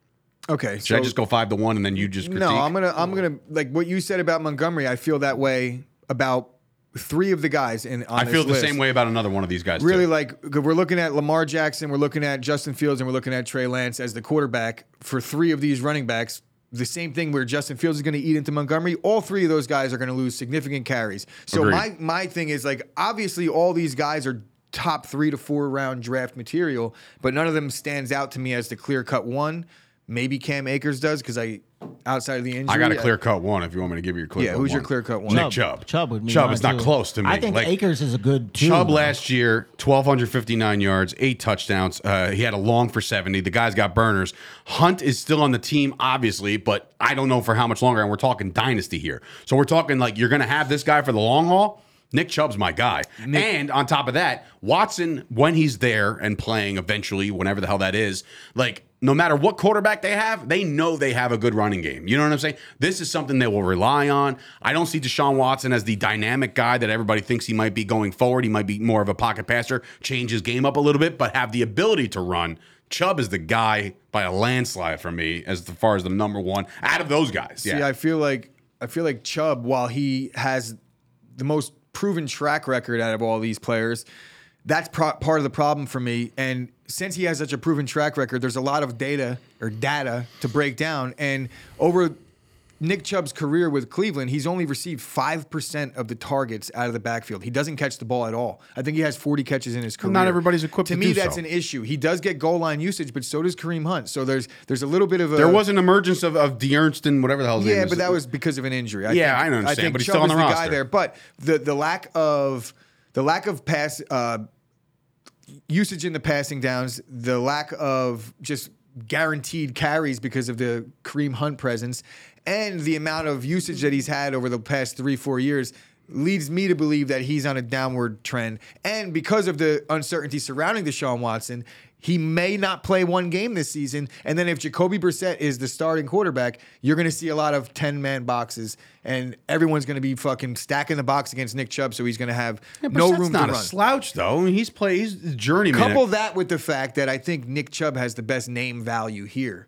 [SPEAKER 2] Okay.
[SPEAKER 1] Should I just go five to one and then you just critique?
[SPEAKER 2] No, I'm gonna I'm gonna like what you said about Montgomery. I feel that way about three of the guys in. On
[SPEAKER 1] I feel
[SPEAKER 2] this
[SPEAKER 1] the
[SPEAKER 2] list.
[SPEAKER 1] same way about another one of these guys.
[SPEAKER 2] Really,
[SPEAKER 1] too.
[SPEAKER 2] like we're looking at Lamar Jackson, we're looking at Justin Fields, and we're looking at Trey Lance as the quarterback for three of these running backs. The same thing where Justin Fields is going to eat into Montgomery. All three of those guys are going to lose significant carries. So
[SPEAKER 1] Agreed.
[SPEAKER 2] my my thing is like obviously all these guys are top three to four round draft material, but none of them stands out to me as the clear cut one. Maybe Cam Akers does because I outside of the injury.
[SPEAKER 1] I got a clear cut one. If you want me to give you a clear,
[SPEAKER 2] Yeah,
[SPEAKER 1] cut
[SPEAKER 2] who's your
[SPEAKER 1] one.
[SPEAKER 2] clear cut one?
[SPEAKER 1] Nick
[SPEAKER 2] Chubb.
[SPEAKER 1] Chubb.
[SPEAKER 3] Chubb would be
[SPEAKER 1] Chubb
[SPEAKER 3] mine,
[SPEAKER 1] is not
[SPEAKER 3] too.
[SPEAKER 1] close to me.
[SPEAKER 3] I think
[SPEAKER 1] Like,
[SPEAKER 3] Akers is a good two.
[SPEAKER 1] Chubb last year, 1,259 yards, eight touchdowns. Uh, he had a long for 70. The guy's got burners. Hunt is still on the team, obviously, but I don't know for how much longer. And we're talking dynasty here. So we're talking like you're going to have this guy for the long haul. Nick Chubb's my guy. and on top of that, Watson, when he's there and playing eventually, whenever the hell that is, like no matter what quarterback they have, they know they have a good running game. You know what I'm saying? This is something they will rely on. I don't see Deshaun Watson as the dynamic guy that everybody thinks he might be going forward. He might be more of a pocket passer, change his game up a little bit, but have the ability to run. Chubb is the guy by a landslide for me as far as the number one out of those guys.
[SPEAKER 2] See,
[SPEAKER 1] Yeah.
[SPEAKER 2] I feel like I feel like Chubb, while he has the most proven track record out of all these players, that's pro- part of the problem for me. And since he has such a proven track record, there's a lot of data or data to break down. And over Nick Chubb's career with Cleveland, he's only received five percent of the targets out of the backfield. He doesn't catch the ball at all. I think he has 40 catches in his career.
[SPEAKER 1] everybody's equipped
[SPEAKER 2] to
[SPEAKER 1] to
[SPEAKER 2] me.
[SPEAKER 1] do
[SPEAKER 2] that's
[SPEAKER 1] so.
[SPEAKER 2] an issue. He does get goal line usage, but so does Kareem Hunt. So there's there's a little bit of a
[SPEAKER 1] there was an emergence of, of Deernst and whatever the hell his name
[SPEAKER 2] yeah,
[SPEAKER 1] is.
[SPEAKER 2] but that was because of an injury. I
[SPEAKER 1] Yeah, I
[SPEAKER 2] think,
[SPEAKER 1] understand,
[SPEAKER 2] think
[SPEAKER 1] but he's
[SPEAKER 2] Chubb
[SPEAKER 1] still on
[SPEAKER 2] is
[SPEAKER 1] the
[SPEAKER 2] guy
[SPEAKER 1] roster.
[SPEAKER 2] there. But the the lack of the lack of pass uh, usage in the passing downs, the lack of just guaranteed carries because of the Kareem Hunt presence, and the amount of usage that he's had over the past three four years. Leads me to believe that he's on a downward trend. And because of the uncertainty surrounding Deshaun Watson, he may not play one game this season. And then if Jacoby Brissett is the starting quarterback, you're going to see a lot of 10 man boxes, and everyone's going to be fucking stacking the box against Nick Chubb. So he's going to have no
[SPEAKER 1] Brissett's
[SPEAKER 2] room
[SPEAKER 1] not
[SPEAKER 2] to
[SPEAKER 1] a
[SPEAKER 2] run.
[SPEAKER 1] slouch though. I mean, he's play he's a journeyman.
[SPEAKER 2] Couple that with the fact that I think Nick Chubb has the best name value here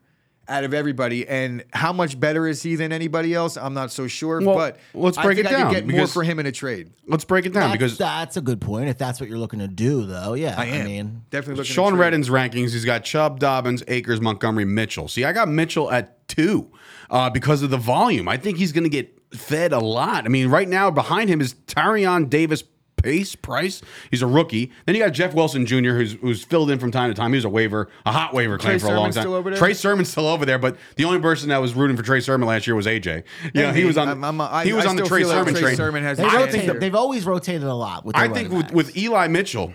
[SPEAKER 2] out of everybody. And how much better is he than anybody else? I'm not so sure.
[SPEAKER 1] Well,
[SPEAKER 2] but
[SPEAKER 1] let's
[SPEAKER 2] I
[SPEAKER 1] break
[SPEAKER 2] think
[SPEAKER 1] it
[SPEAKER 2] I
[SPEAKER 1] down,
[SPEAKER 2] could get more
[SPEAKER 1] because-
[SPEAKER 2] for him in a trade.
[SPEAKER 1] Let's break it down
[SPEAKER 3] That's,
[SPEAKER 1] because
[SPEAKER 3] that's a good point. If that's what you're looking to do, though, yeah, I mean,
[SPEAKER 2] definitely looking at
[SPEAKER 1] Sean
[SPEAKER 2] trade.
[SPEAKER 1] Redden's rankings, he's got Chubb, Dobbins, Akers, Montgomery, Mitchell. See, I got Mitchell at two uh, because of the volume. I think he's going to get fed a lot. I mean, right now behind him is Tyrion Davis. Pace Price, he's a rookie. Then you got Jeff Wilson Jr., who's who's filled in from time to time. He was a waiver, a hot waiver claim
[SPEAKER 2] Trey
[SPEAKER 1] for a long
[SPEAKER 2] Sermon's
[SPEAKER 1] time.
[SPEAKER 2] still over there?
[SPEAKER 1] Trey Sermon's still over there, but the only person that was rooting for Trey Sermon last year was AJ. Yeah, he was on.
[SPEAKER 2] I'm- I'm- I-
[SPEAKER 1] he was
[SPEAKER 2] I
[SPEAKER 1] on the
[SPEAKER 2] still
[SPEAKER 1] Trey
[SPEAKER 2] feel like
[SPEAKER 1] Sermon
[SPEAKER 2] Trey
[SPEAKER 1] train.
[SPEAKER 2] Sermon has
[SPEAKER 3] they
[SPEAKER 2] I
[SPEAKER 1] think
[SPEAKER 3] rotate,
[SPEAKER 1] the-
[SPEAKER 3] they've always rotated a lot. With
[SPEAKER 1] I
[SPEAKER 3] their
[SPEAKER 1] think
[SPEAKER 3] running
[SPEAKER 1] with,
[SPEAKER 3] backs.
[SPEAKER 1] with Eli Mitchell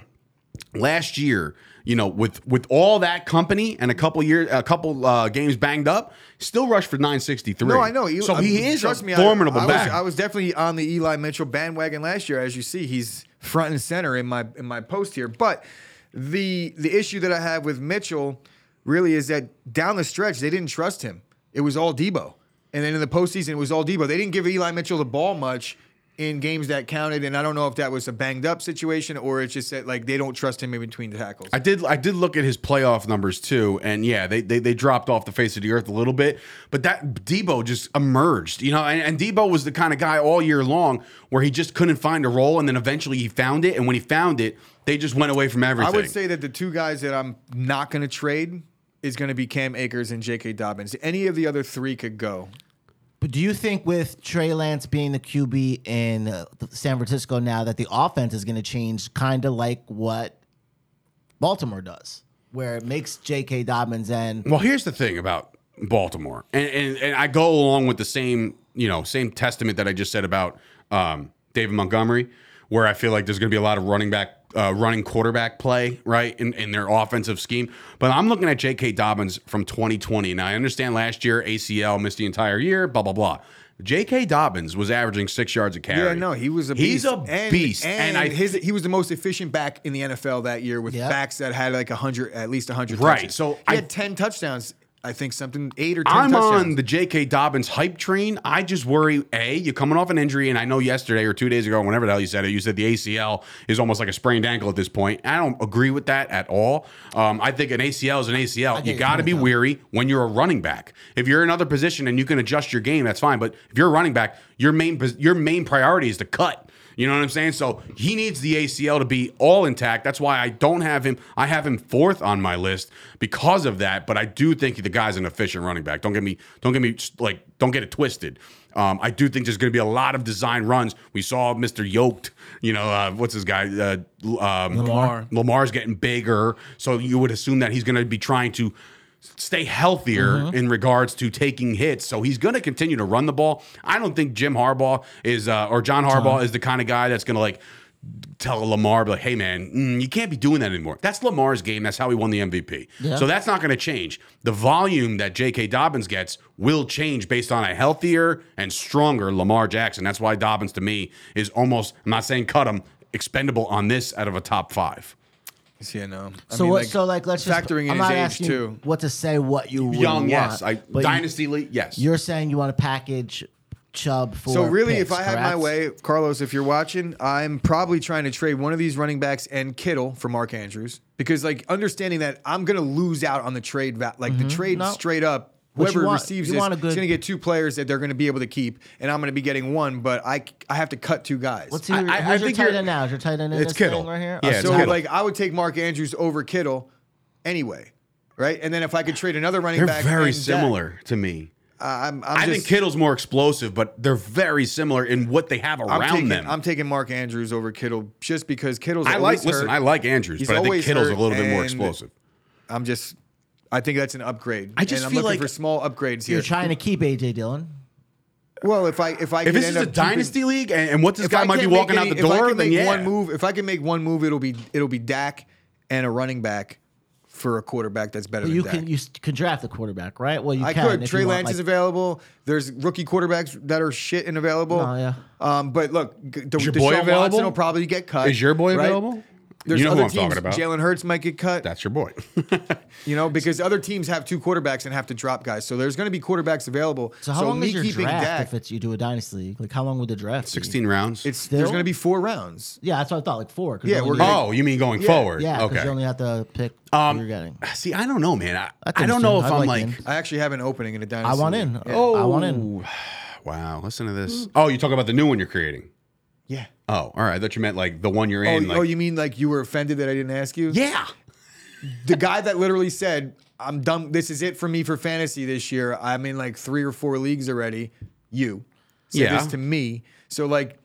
[SPEAKER 1] last year, you know, with with all that company and a couple years, a couple uh, games banged up, still rushed for 963.
[SPEAKER 2] No, I know. You-
[SPEAKER 1] so
[SPEAKER 2] I-
[SPEAKER 1] he is
[SPEAKER 2] trust
[SPEAKER 1] a
[SPEAKER 2] me, I-
[SPEAKER 1] formidable
[SPEAKER 2] I,
[SPEAKER 1] back.
[SPEAKER 2] Was, I was definitely on the Eli Mitchell bandwagon last year, as you see. He's front and center in my in my post here. But the the issue that I have with Mitchell really is that down the stretch they didn't trust him. It was all Debo, and then in the postseason it was all Debo. They didn't give Eli Mitchell the ball much. In games that counted, and I don't know if that was a banged up situation or it's just that like they don't trust him in between the tackles.
[SPEAKER 1] I did I did look at his playoff numbers too, and yeah, they, they they dropped off the face of the earth a little bit, but that Debo just emerged, you know, and, and Debo was the kind of guy all year long where he just couldn't find a role, and then eventually he found it, and when he found it, they just went away from
[SPEAKER 2] I
[SPEAKER 1] everything.
[SPEAKER 2] would say that the two guys that I'm not going to trade is going to be Cam Akers and J.K. Dobbins. Any of the other three could go.
[SPEAKER 3] But do you think with Trey Lance being the QB in uh, San Francisco now that the offense is going to change kind of like what Baltimore does, where it makes J.K. Dobbins and
[SPEAKER 1] Well, here's the thing about Baltimore, and and, and I go along with the same you know same testament that I just said about um, David Montgomery, where I feel like there's going to be a lot of running back, uh, running quarterback play, right, in, in their offensive scheme. But I'm looking at J.K. Dobbins from 2020. Now I understand last year ACL missed the entire year, blah blah blah. J.K. Dobbins was averaging six yards a carry.
[SPEAKER 2] Yeah, no, he was a
[SPEAKER 1] he's
[SPEAKER 2] beast.
[SPEAKER 1] a beast,
[SPEAKER 2] and,
[SPEAKER 1] and, I
[SPEAKER 2] his, he was the most efficient back in the NFL that year with
[SPEAKER 3] Yep.
[SPEAKER 2] backs that had like hundred, at least hundred.
[SPEAKER 1] Right,
[SPEAKER 2] touches.
[SPEAKER 1] so
[SPEAKER 2] he
[SPEAKER 1] I-
[SPEAKER 2] had ten touchdowns I think something eight or 10
[SPEAKER 1] I'm
[SPEAKER 2] touchdowns.
[SPEAKER 1] on the J.K. Dobbins hype train. I just worry, A, you're coming off an injury, and I know yesterday or two days ago, whenever the hell you said it, you said the ACL is almost like a sprained ankle at this point. I don't agree with that at all. Um, I think an ACL is an ACL. You
[SPEAKER 3] your
[SPEAKER 1] got to
[SPEAKER 3] point,
[SPEAKER 1] be
[SPEAKER 3] though.
[SPEAKER 1] weary when you're a running back. If you're in another position and you can adjust your game, that's fine. But if you're a running back, your main pos- your main priority is to cut. You know what I'm saying? So he needs the ACL to be all intact. That's why I don't have him. I have him fourth on my list because of that. But I do think the guy's an efficient running back. Don't get me. Don't get me like. Don't get it twisted. Um, I do think there's going to be a lot of design runs. We saw Mr. Yoked. You know uh, what's his guy? Uh, um,
[SPEAKER 2] Lamar.
[SPEAKER 1] Lamar's getting bigger, so you would assume that he's going to be trying to stay healthier
[SPEAKER 3] Mm-hmm.
[SPEAKER 1] in regards to taking hits. So he's going to continue to run the ball. I don't think Jim Harbaugh is uh, or John Harbaugh is the kind of guy that's going to like tell Lamar be like, "Hey man, mm, you can't be doing that anymore." That's Lamar's game. That's how he won the MVP.
[SPEAKER 3] Yeah.
[SPEAKER 1] So that's not going to change. The volume that J.K. Dobbins gets will change based on a healthier and stronger Lamar Jackson. That's why Dobbins to me is almost. I'm not saying cut him. Expendable on this out of a top five.
[SPEAKER 2] Yeah, no. I
[SPEAKER 3] So
[SPEAKER 2] mean,
[SPEAKER 3] what? so like, let's just
[SPEAKER 2] factoring in
[SPEAKER 3] I'm
[SPEAKER 2] his
[SPEAKER 3] not
[SPEAKER 2] age,
[SPEAKER 3] asking
[SPEAKER 2] too.
[SPEAKER 3] What to say? What you would
[SPEAKER 1] Young,
[SPEAKER 3] want,
[SPEAKER 1] yes. I,
[SPEAKER 3] but you-
[SPEAKER 1] Dynasty league, yes.
[SPEAKER 3] You're saying you want to package Chubb for.
[SPEAKER 2] So really,
[SPEAKER 3] picks,
[SPEAKER 2] if I had my
[SPEAKER 3] correct?
[SPEAKER 2] way, Carlos, if you're watching, I'm probably trying to trade one of these running backs and Kittle for Mark Andrews because, like, understanding that I'm going to lose out on the trade, va- like the trade
[SPEAKER 3] Mm-hmm. No.
[SPEAKER 2] straight up.
[SPEAKER 3] What you
[SPEAKER 2] Whoever
[SPEAKER 3] want-
[SPEAKER 2] receives
[SPEAKER 3] you
[SPEAKER 2] this
[SPEAKER 3] want a
[SPEAKER 2] is
[SPEAKER 3] good-
[SPEAKER 2] going to get two players that they're going to be able to keep, and I'm going to be getting one. But I, c- I have to cut two guys.
[SPEAKER 3] What's your,
[SPEAKER 1] I- I- I
[SPEAKER 3] who's your
[SPEAKER 1] think
[SPEAKER 3] tight
[SPEAKER 1] you're-
[SPEAKER 3] end now? Is your tight end in
[SPEAKER 1] It's
[SPEAKER 3] this thing
[SPEAKER 1] Kittle.
[SPEAKER 3] right here?
[SPEAKER 1] Yeah,
[SPEAKER 3] Oh,
[SPEAKER 1] it's
[SPEAKER 2] so
[SPEAKER 1] Kittle.
[SPEAKER 2] like I would take Mark Andrews over Kittle anyway, right? And then if I could trade another running
[SPEAKER 1] They're
[SPEAKER 2] back,
[SPEAKER 1] very
[SPEAKER 2] and Dak,
[SPEAKER 1] similar to me.
[SPEAKER 2] I'm, I'm
[SPEAKER 1] i
[SPEAKER 2] just,
[SPEAKER 1] think Kittle's more explosive, but they're very similar in what they have around
[SPEAKER 2] I'm taking,
[SPEAKER 1] them.
[SPEAKER 2] I'm taking Mark Andrews over Kittle just because Kittle's.
[SPEAKER 1] I
[SPEAKER 2] always
[SPEAKER 1] like listen,
[SPEAKER 2] hurt.
[SPEAKER 1] I like Andrews,
[SPEAKER 2] He's
[SPEAKER 1] but I think
[SPEAKER 2] always
[SPEAKER 1] Kittle's a
[SPEAKER 2] hurt,
[SPEAKER 1] little bit more
[SPEAKER 2] and
[SPEAKER 1] explosive.
[SPEAKER 2] I'm just. I think that's an upgrade.
[SPEAKER 1] I just
[SPEAKER 2] and I'm
[SPEAKER 1] feel
[SPEAKER 2] looking
[SPEAKER 1] like-
[SPEAKER 2] for small upgrades here.
[SPEAKER 3] You're trying to keep AJ Dillon.
[SPEAKER 2] well, if I if I
[SPEAKER 1] If
[SPEAKER 2] could
[SPEAKER 1] this is
[SPEAKER 2] end
[SPEAKER 1] a
[SPEAKER 2] up keeping-
[SPEAKER 1] dynasty league and, and what this
[SPEAKER 2] if
[SPEAKER 1] guy
[SPEAKER 2] I
[SPEAKER 1] might be
[SPEAKER 2] can't make
[SPEAKER 1] walking out
[SPEAKER 2] any-
[SPEAKER 1] the
[SPEAKER 2] if I
[SPEAKER 1] door,
[SPEAKER 2] can
[SPEAKER 1] then
[SPEAKER 2] make
[SPEAKER 1] yeah.
[SPEAKER 2] one move. If I can make one move, it'll be it'll be Dak and a running back for a quarterback that's better than
[SPEAKER 3] You
[SPEAKER 2] Dak.
[SPEAKER 3] can you s- can draft the quarterback, right? Well, you
[SPEAKER 2] I
[SPEAKER 3] can.
[SPEAKER 2] could.
[SPEAKER 3] if
[SPEAKER 2] Trey
[SPEAKER 3] you want,
[SPEAKER 2] Lance
[SPEAKER 3] like-
[SPEAKER 2] is available. There's rookie quarterbacks that are shit and available.
[SPEAKER 3] Oh, yeah.
[SPEAKER 2] Um, but look, g- the,
[SPEAKER 1] Is your
[SPEAKER 2] Deshaun
[SPEAKER 1] boy available?
[SPEAKER 2] Watson will probably get cut.
[SPEAKER 1] Is your boy
[SPEAKER 2] right?
[SPEAKER 1] available?
[SPEAKER 2] There's
[SPEAKER 1] you know
[SPEAKER 2] other
[SPEAKER 1] who I'm
[SPEAKER 2] teams.
[SPEAKER 1] talking about.
[SPEAKER 2] Jalen Hurts might get cut.
[SPEAKER 1] That's your boy.
[SPEAKER 2] You know, because other teams have two quarterbacks and have to drop guys. So there's going to be quarterbacks available.
[SPEAKER 3] So how long
[SPEAKER 2] me
[SPEAKER 3] is your
[SPEAKER 2] keeping
[SPEAKER 3] draft
[SPEAKER 2] Dak,
[SPEAKER 3] if it's you do a dynasty league? Like how long would the draft? be?
[SPEAKER 1] 16 rounds.
[SPEAKER 2] it's
[SPEAKER 3] Still?
[SPEAKER 2] there's going to be four rounds.
[SPEAKER 3] Yeah, that's what I thought. Like four. 'cause
[SPEAKER 2] Yeah,
[SPEAKER 3] you only
[SPEAKER 2] we're
[SPEAKER 3] need-
[SPEAKER 2] gonna-
[SPEAKER 1] oh, you mean going forward?
[SPEAKER 3] Yeah, because
[SPEAKER 1] okay. Um,
[SPEAKER 3] you only have to pick who you're getting.
[SPEAKER 1] See, I don't know, man. I,
[SPEAKER 3] That's
[SPEAKER 1] I don't know if
[SPEAKER 3] interesting. I'd
[SPEAKER 1] I'm
[SPEAKER 3] like
[SPEAKER 1] like,
[SPEAKER 3] him.
[SPEAKER 2] I actually have an opening in a dynasty.
[SPEAKER 3] I want in.
[SPEAKER 2] league. Yeah.
[SPEAKER 3] Oh, I want in.
[SPEAKER 1] wow, listen to this. Oh, you talk about the new one you're creating.
[SPEAKER 2] Yeah.
[SPEAKER 1] Oh, all right. I thought you meant like the one you're
[SPEAKER 2] Oh,
[SPEAKER 1] in. like,
[SPEAKER 2] oh, you mean like you were offended that I didn't ask you?
[SPEAKER 1] yeah.
[SPEAKER 2] The guy that literally said, "I'm done. This is it for me for fantasy this year. I'm in like three or four leagues already." You said
[SPEAKER 1] Yeah.
[SPEAKER 2] this to me. So like,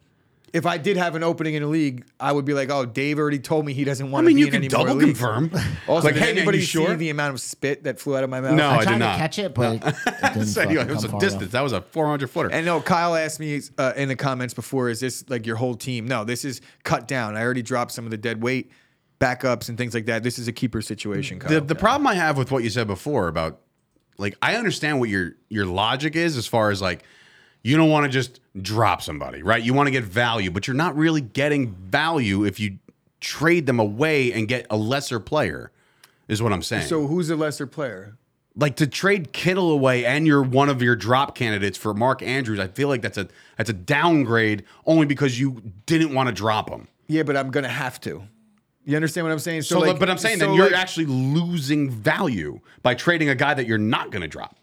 [SPEAKER 2] if I did have an opening in a league, I would be like, "Oh, Dave already told me he doesn't
[SPEAKER 1] I
[SPEAKER 2] want to
[SPEAKER 1] mean,
[SPEAKER 2] be
[SPEAKER 1] you
[SPEAKER 2] in
[SPEAKER 1] can
[SPEAKER 2] any more
[SPEAKER 1] double
[SPEAKER 2] leagues."
[SPEAKER 1] confirm.
[SPEAKER 2] Also,
[SPEAKER 1] like,
[SPEAKER 2] did
[SPEAKER 1] hey, man,
[SPEAKER 2] anybody
[SPEAKER 1] you
[SPEAKER 2] see
[SPEAKER 1] sure?
[SPEAKER 2] the amount of spit that flew out of my mouth?
[SPEAKER 1] No,
[SPEAKER 3] I
[SPEAKER 1] did
[SPEAKER 3] tried
[SPEAKER 1] not.
[SPEAKER 3] to catch it, but it didn't
[SPEAKER 1] So anyway,
[SPEAKER 3] fucking
[SPEAKER 1] it was
[SPEAKER 3] come
[SPEAKER 1] a
[SPEAKER 3] far
[SPEAKER 1] distance.
[SPEAKER 3] enough.
[SPEAKER 1] That was a 400 footer.
[SPEAKER 2] And no, Kyle asked me uh, in the comments before, is this like your whole team? No, this is cut down. I already dropped some of the dead weight, backups, and things like that. This is a keeper situation, Kyle.
[SPEAKER 1] the the problem I have with what you said before about like I understand what your your logic is as far as like you don't want to just drop somebody, right? You want to get value, but you're not really getting value if you trade them away and get a lesser player. Is what I'm saying.
[SPEAKER 2] so who's the lesser player?
[SPEAKER 1] like to trade Kittle away and you're one of your drop candidates for Mark Andrews, I feel like that's a that's a downgrade only because you didn't want to drop him.
[SPEAKER 2] Yeah, but I'm gonna have to. You understand what I'm saying?
[SPEAKER 1] So,
[SPEAKER 2] like-
[SPEAKER 1] but I'm saying
[SPEAKER 2] so,
[SPEAKER 1] then you're
[SPEAKER 2] like,
[SPEAKER 1] actually losing value by trading a guy that you're not going to drop.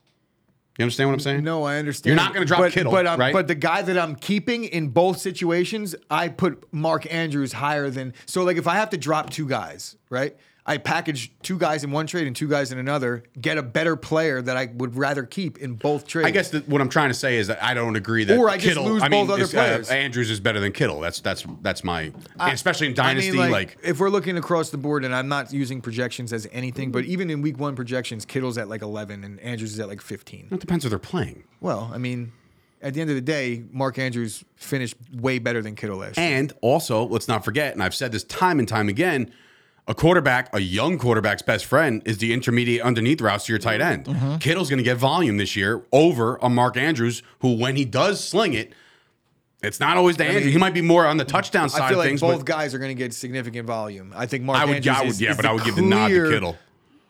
[SPEAKER 1] You understand what I'm saying?
[SPEAKER 2] No, I understand.
[SPEAKER 1] You're not gonna drop
[SPEAKER 2] but,
[SPEAKER 1] Kittle,
[SPEAKER 2] but, um,
[SPEAKER 1] right?
[SPEAKER 2] but the guy that I'm keeping in both situations, I put Mark Andrews higher than. So, like, if I have to drop two guys, right? I package two guys in one trade and two guys in another, get a better player that I would rather keep in both trades.
[SPEAKER 1] I guess that what I'm trying to say is that I don't agree that
[SPEAKER 2] Or I just
[SPEAKER 1] Kittle.
[SPEAKER 2] lose
[SPEAKER 1] I mean,
[SPEAKER 2] both other
[SPEAKER 1] is, uh,
[SPEAKER 2] players.
[SPEAKER 1] Andrews is better than Kittle. That's that's that's my especially in
[SPEAKER 2] I
[SPEAKER 1] dynasty.
[SPEAKER 2] mean,
[SPEAKER 1] like,
[SPEAKER 2] if we're looking across the board, and I'm not using projections as anything, but even in week one projections, Kittle's at like 11 and Andrews is at like 15.
[SPEAKER 1] it depends who they're playing.
[SPEAKER 2] Well, I mean, at the end of the day, Mark Andrews finished way better than Kittle last year.
[SPEAKER 1] And also, let's not forget, and I've said this time and time again, a quarterback, a young quarterback's best friend is the intermediate underneath routes to your tight end.
[SPEAKER 2] Mm-hmm.
[SPEAKER 1] Kittle's going to get volume this year over a Mark Andrews, who when he does sling it, it's not always the Andrews. he might be more on the touchdown side
[SPEAKER 2] I
[SPEAKER 1] of
[SPEAKER 2] feel like
[SPEAKER 1] things.
[SPEAKER 2] both
[SPEAKER 1] but
[SPEAKER 2] guys are going to get significant volume. I think Mark
[SPEAKER 1] I would,
[SPEAKER 2] Andrews
[SPEAKER 1] I would
[SPEAKER 2] is,
[SPEAKER 1] yeah,
[SPEAKER 2] is
[SPEAKER 1] but
[SPEAKER 2] the
[SPEAKER 1] I would give the nod to
[SPEAKER 2] clear-
[SPEAKER 1] Kittle.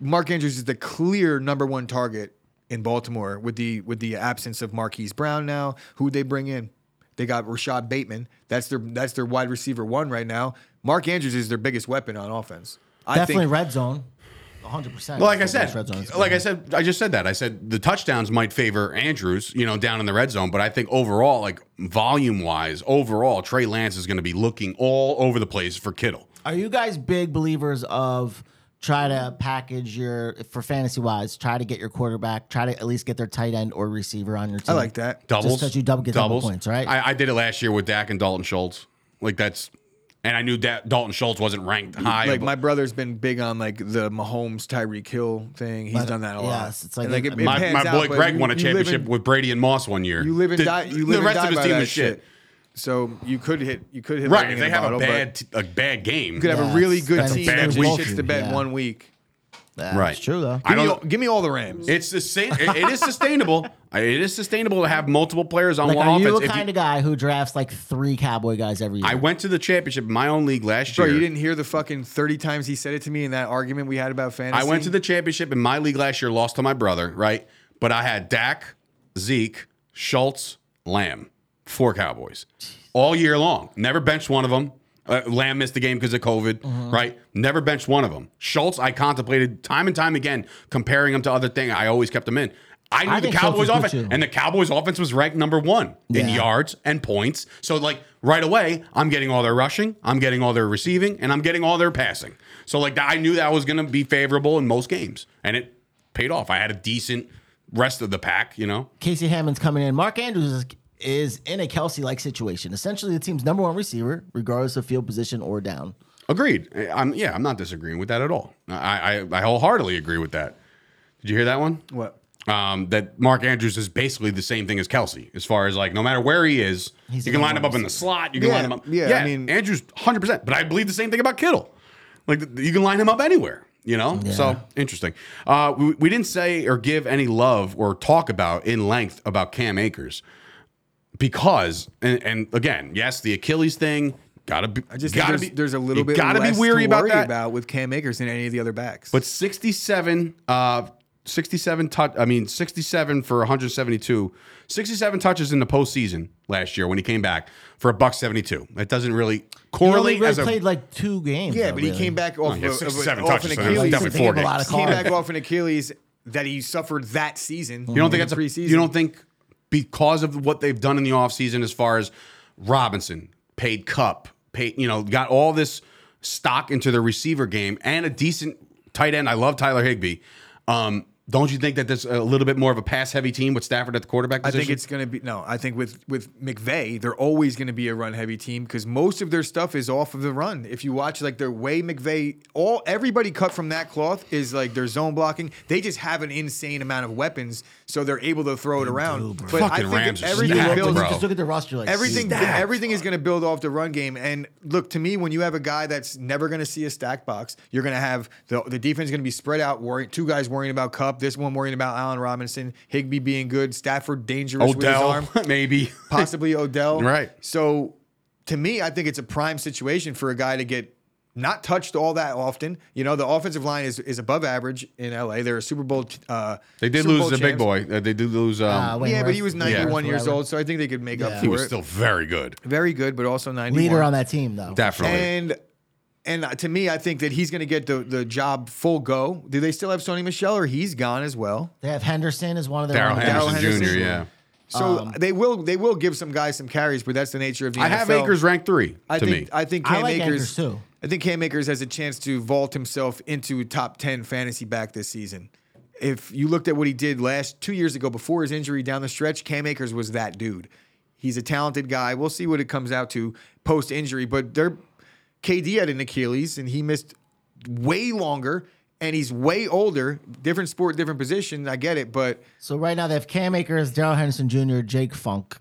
[SPEAKER 2] Mark Andrews is the clear number one target in Baltimore with the with the absence of Marquise Brown now. Who they bring in? They got Rashad Bateman. That's their that's their wide receiver one right now. Mark Andrews is their biggest weapon on offense. I
[SPEAKER 3] Definitely
[SPEAKER 2] think,
[SPEAKER 3] red zone. 100%.
[SPEAKER 1] Well, like I
[SPEAKER 3] It's the
[SPEAKER 1] said,
[SPEAKER 3] best red zone it's
[SPEAKER 1] like
[SPEAKER 3] been.
[SPEAKER 1] I said, I just said that. I said the touchdowns might favor Andrews, you know, down in the red zone, but I think overall, like volume wise, overall, Trey Lance is going to be looking all over the place for Kittle.
[SPEAKER 3] Are you guys big believers of try to package your for fantasy wise? Try to get your quarterback. Try to at least get their tight end or receiver on your
[SPEAKER 2] I
[SPEAKER 3] team.
[SPEAKER 2] like that.
[SPEAKER 1] Doubles,
[SPEAKER 3] that you double- get double points, right?
[SPEAKER 1] I, I did it last year with Dak and Dalton Schultz. Like that's, and I knew that Dalton Schultz wasn't ranked high.
[SPEAKER 2] Like
[SPEAKER 1] but-
[SPEAKER 2] my brother's been big on like the Mahomes Tyreek Hill thing. He's done that a lot.
[SPEAKER 3] yes, it's like-
[SPEAKER 2] And,
[SPEAKER 3] I
[SPEAKER 2] it,
[SPEAKER 3] mean-
[SPEAKER 2] it
[SPEAKER 1] my,
[SPEAKER 2] pans
[SPEAKER 1] my
[SPEAKER 2] out,
[SPEAKER 1] boy
[SPEAKER 2] but
[SPEAKER 1] Greg
[SPEAKER 2] you-
[SPEAKER 1] won a
[SPEAKER 2] you live in-
[SPEAKER 1] championship with Brady and Moss one year.
[SPEAKER 2] You live and
[SPEAKER 1] The-
[SPEAKER 2] die. You live
[SPEAKER 1] the rest of
[SPEAKER 2] and die by
[SPEAKER 1] his team
[SPEAKER 2] that
[SPEAKER 1] is shit.
[SPEAKER 2] So you could hit. You could hit.
[SPEAKER 1] Right,
[SPEAKER 2] lightning
[SPEAKER 1] if
[SPEAKER 2] in
[SPEAKER 1] they
[SPEAKER 2] a
[SPEAKER 1] have a
[SPEAKER 2] bottle, but
[SPEAKER 1] bad t- a bad game.
[SPEAKER 2] You could have
[SPEAKER 3] Yeah,
[SPEAKER 2] a really
[SPEAKER 3] it's-
[SPEAKER 2] good
[SPEAKER 3] that's a
[SPEAKER 2] team
[SPEAKER 1] bad
[SPEAKER 2] that
[SPEAKER 1] week.
[SPEAKER 2] shits the bed
[SPEAKER 3] Yeah.
[SPEAKER 2] one week.
[SPEAKER 3] That's
[SPEAKER 1] right.
[SPEAKER 3] True though.
[SPEAKER 1] I
[SPEAKER 2] Give me,
[SPEAKER 1] don't-
[SPEAKER 2] all, give me all the Rams.
[SPEAKER 1] It's sustain- it, it is sustainable. It is sustainable to have multiple players on
[SPEAKER 3] Like,
[SPEAKER 1] one
[SPEAKER 3] are
[SPEAKER 1] offense.
[SPEAKER 3] you the
[SPEAKER 1] If
[SPEAKER 3] kind of guy who drafts like three cowboy guys every year?
[SPEAKER 1] I went to the championship in my own league last
[SPEAKER 2] Bro,
[SPEAKER 1] year.
[SPEAKER 2] you didn't hear the fucking thirty times he said it to me in that argument we had about fantasy.
[SPEAKER 1] I went to the championship in my league last year, lost to my brother, right? But I had Dak, Zeke, Schultz, Lamb, four Cowboys all year long. Never benched one of them. Uh, Lamb missed the game because of COVID, right? Never benched one of them. Schultz, I contemplated time and time again comparing him to other thing. I always kept him in. I knew
[SPEAKER 3] I
[SPEAKER 1] the
[SPEAKER 3] think Schultz
[SPEAKER 1] Cowboys
[SPEAKER 3] was good
[SPEAKER 1] offense,
[SPEAKER 3] too.
[SPEAKER 1] and the Cowboys offense was ranked number one in
[SPEAKER 3] Yeah.
[SPEAKER 1] yards and points. So like right away, I'm getting all their rushing, I'm getting all their receiving, and I'm getting all their passing. So like I knew that was going to be favorable in most games, and it paid off. I had a decent rest of the pack, you know.
[SPEAKER 3] Casey Hammond's coming in. Mark Andrews is, is in a Kelsey like situation. Essentially, the team's number one receiver, regardless of field position or down.
[SPEAKER 1] Agreed. Eh, I'm yeah, I'm not disagreeing with that at all. I I, I wholeheartedly agree with that. Did you hear that one?
[SPEAKER 2] what?
[SPEAKER 1] um, that Mark Andrews is basically the same thing as Kelsey, as far as like no matter where he is,
[SPEAKER 3] He's
[SPEAKER 1] you can
[SPEAKER 3] a
[SPEAKER 1] line him up
[SPEAKER 3] number
[SPEAKER 1] in the slot, you can
[SPEAKER 2] Yeah,
[SPEAKER 1] line him up.
[SPEAKER 2] yeah, I mean-
[SPEAKER 1] Andrews 100. percent But I believe the same thing about Kittle. Like th- you can line him up anywhere, you know. So interesting. Uh, we, we didn't say or give any love or talk about in length about Cam Akers because, and, and again, yes, the Achilles thing. Gotta be.
[SPEAKER 2] I just think
[SPEAKER 1] gotta
[SPEAKER 2] there's,
[SPEAKER 1] be.
[SPEAKER 2] there's a little
[SPEAKER 1] you
[SPEAKER 2] bit
[SPEAKER 1] Gotta
[SPEAKER 2] less
[SPEAKER 1] be weary
[SPEAKER 2] to
[SPEAKER 1] about
[SPEAKER 2] worry
[SPEAKER 1] that.
[SPEAKER 2] about with Cam Akers than any of the other backs.
[SPEAKER 1] But 67, uh, 67 touch. I mean, 67 for 172, 67 touches in the postseason last year when he came back for a buck 72. That doesn't really
[SPEAKER 3] He only
[SPEAKER 1] correlate
[SPEAKER 3] really
[SPEAKER 1] as a.
[SPEAKER 3] played like two games.
[SPEAKER 2] yeah,
[SPEAKER 3] though,
[SPEAKER 2] but he
[SPEAKER 3] really.
[SPEAKER 2] came back off
[SPEAKER 1] Oh, he had
[SPEAKER 2] of, of,
[SPEAKER 1] 67
[SPEAKER 2] off
[SPEAKER 1] touches, so
[SPEAKER 2] an
[SPEAKER 1] that was
[SPEAKER 2] Achilles.
[SPEAKER 1] definitely
[SPEAKER 3] Thinking
[SPEAKER 1] four
[SPEAKER 3] of a lot
[SPEAKER 1] games.
[SPEAKER 3] of
[SPEAKER 2] came
[SPEAKER 3] cards.
[SPEAKER 2] back off an Achilles that he suffered that season.
[SPEAKER 1] You don't think that's a,
[SPEAKER 2] Mm-hmm. preseason?
[SPEAKER 1] you don't think because of what they've done in the offseason as far as Robinson paid Cup, paid you know, got all this stock into the receiver game and a decent tight end. I love Tyler Higby. Um, don't you think that there's a little bit more of a pass heavy team with Stafford at the quarterback
[SPEAKER 2] I
[SPEAKER 1] position?
[SPEAKER 2] think it's going to be no. I think with with McVay, they're always going to be a run heavy team because most of their stuff is off of the run. If you watch like their way McVay, all everybody cut from that cloth is like their zone blocking. They just have an insane amount of weapons, so they're able to throw it around. but I
[SPEAKER 1] Fucking
[SPEAKER 2] think
[SPEAKER 1] Rams are
[SPEAKER 3] You
[SPEAKER 2] everything
[SPEAKER 1] stacked,
[SPEAKER 3] look-
[SPEAKER 2] builds
[SPEAKER 1] bro.
[SPEAKER 3] Just look at the roster. Like
[SPEAKER 2] Everything,
[SPEAKER 3] geez.
[SPEAKER 2] everything is going to build off the run game. And look, to me, when you have a guy that's never going to see a stack box, you're going to have the, the defense going to be spread out, worrying, two guys worrying about Cup, this one worrying about Allen Robinson, Higby being good, Stafford dangerous with his
[SPEAKER 1] Odell,
[SPEAKER 2] arm,
[SPEAKER 1] maybe.
[SPEAKER 2] possibly Odell.
[SPEAKER 1] Right.
[SPEAKER 2] So to me, I think it's a prime situation for a guy to get not touched all that often. You know, the offensive line is, is above average in LA. They're a Super Bowl. Uh,
[SPEAKER 1] They did
[SPEAKER 2] Super
[SPEAKER 1] lose
[SPEAKER 2] Bowl
[SPEAKER 1] the big
[SPEAKER 2] champs. Ah,
[SPEAKER 1] boy. Uh, they did lose. Um,
[SPEAKER 3] Uh, Wayne
[SPEAKER 2] Yeah, but
[SPEAKER 3] Worth-
[SPEAKER 2] he was
[SPEAKER 3] Yeah.
[SPEAKER 2] 91 years
[SPEAKER 3] whatever.
[SPEAKER 2] old, so I think they could make up
[SPEAKER 3] Yeah.
[SPEAKER 2] for
[SPEAKER 1] he was
[SPEAKER 2] it.
[SPEAKER 1] still very good.
[SPEAKER 2] Very good, but also 91.
[SPEAKER 3] Leader on that team though.
[SPEAKER 1] Definitely.
[SPEAKER 2] And and to me, I think that he's going to get the, the job full go. Do they still have Sony Michelle or he's gone as well?
[SPEAKER 3] They have Henderson as one of their.
[SPEAKER 1] Daryl
[SPEAKER 3] running backs.
[SPEAKER 1] Henderson,
[SPEAKER 2] Henderson.
[SPEAKER 1] Jr. Yeah,
[SPEAKER 2] So they will they will give some guys some carries, but that's the nature of the
[SPEAKER 1] I
[SPEAKER 2] NFL.
[SPEAKER 1] have Akers ranked three
[SPEAKER 2] I
[SPEAKER 1] to
[SPEAKER 2] think
[SPEAKER 1] me.
[SPEAKER 2] I think
[SPEAKER 3] I
[SPEAKER 2] Cam
[SPEAKER 3] like
[SPEAKER 2] Akers,
[SPEAKER 3] Akers, too.
[SPEAKER 2] I think Cam Akers has a chance to vault himself into top ten fantasy back this season. If you looked at what he did last two years ago before his injury down the stretch, Cam Akers was that dude. He's a talented guy. We'll see what it comes out to post injury, but they're KD had an Achilles and he missed way longer and he's way older. Different sport, different position. I get it, but
[SPEAKER 3] So right now they have Cam Akers, Daryl Henderson Jr., Jake Funk.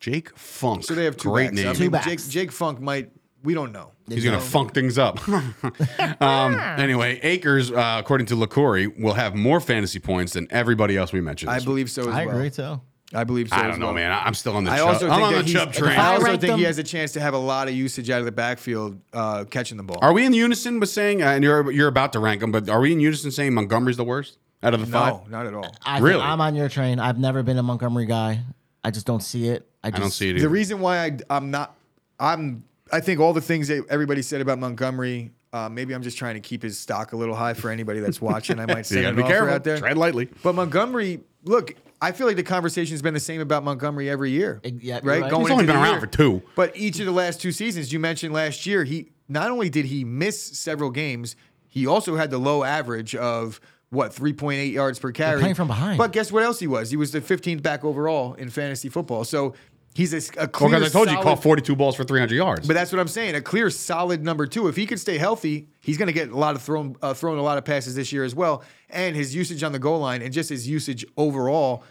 [SPEAKER 1] Jake Funk.
[SPEAKER 2] so they have two
[SPEAKER 1] great
[SPEAKER 2] backs.
[SPEAKER 1] name.
[SPEAKER 2] I mean,
[SPEAKER 3] Two backs.
[SPEAKER 2] Jake, Jake Funk might. We don't know.
[SPEAKER 1] He's gonna funk things up. um, anyway, Akers, uh, according to Lacori, will have more fantasy points than everybody else we mentioned.
[SPEAKER 2] I
[SPEAKER 1] this
[SPEAKER 2] believe so. As
[SPEAKER 3] I
[SPEAKER 2] well.
[SPEAKER 3] agree too.
[SPEAKER 2] I believe so.
[SPEAKER 1] week. I
[SPEAKER 2] as
[SPEAKER 1] don't know,
[SPEAKER 2] well.
[SPEAKER 1] man. I- I'm still on the.
[SPEAKER 2] I
[SPEAKER 1] Chubb-
[SPEAKER 2] also
[SPEAKER 1] I'm
[SPEAKER 2] think
[SPEAKER 1] on the
[SPEAKER 2] that he's-
[SPEAKER 1] Chubb train.
[SPEAKER 2] I
[SPEAKER 3] I
[SPEAKER 2] also
[SPEAKER 3] rank
[SPEAKER 2] think he
[SPEAKER 3] them-
[SPEAKER 2] has a chance to have a lot of usage out of the backfield uh, catching the ball.
[SPEAKER 1] Are we in unison with saying? uh, And you're you're about to rank them, but are we in unison saying Montgomery's the worst? out of the five?
[SPEAKER 2] No, not at all.
[SPEAKER 3] I
[SPEAKER 1] Really?
[SPEAKER 3] I'm on your train. I've never been a Montgomery guy. I just don't see it. I,
[SPEAKER 1] I
[SPEAKER 3] just,
[SPEAKER 1] don't see it.
[SPEAKER 2] The
[SPEAKER 1] Either.
[SPEAKER 2] reason why I, I'm not, I'm, I think all the things that everybody said about Montgomery. Uh, maybe I'm just trying to keep his stock a little high for anybody that's watching. I might
[SPEAKER 1] you
[SPEAKER 2] send
[SPEAKER 1] gotta
[SPEAKER 2] an
[SPEAKER 1] be
[SPEAKER 2] offer
[SPEAKER 1] careful.
[SPEAKER 2] out there.
[SPEAKER 1] Tread lightly.
[SPEAKER 2] But Montgomery, look, I feel like the conversation's been the same about Montgomery every year.
[SPEAKER 3] Ex- yeah, you're
[SPEAKER 2] right?
[SPEAKER 3] right.
[SPEAKER 1] He's only
[SPEAKER 2] into
[SPEAKER 1] been
[SPEAKER 2] the
[SPEAKER 1] around
[SPEAKER 2] year.
[SPEAKER 1] for two.
[SPEAKER 2] But each of the last two seasons, you mentioned last year, he not only did he miss several games, he also had the low average of what 3.8 yards per carry
[SPEAKER 3] playing from behind.
[SPEAKER 2] But guess what else he was? He was the 15th back overall in fantasy football. So he's a, s- a
[SPEAKER 1] Well,
[SPEAKER 2] clear.
[SPEAKER 1] because I told you, he
[SPEAKER 2] solid-
[SPEAKER 1] caught 42 balls for 300 yards.
[SPEAKER 2] But that's what I'm saying. A clear, solid number two. If he could stay healthy, he's going to get a lot of thrown, uh, thrown a lot of passes this year as well. And his usage on the goal line and just his usage overall,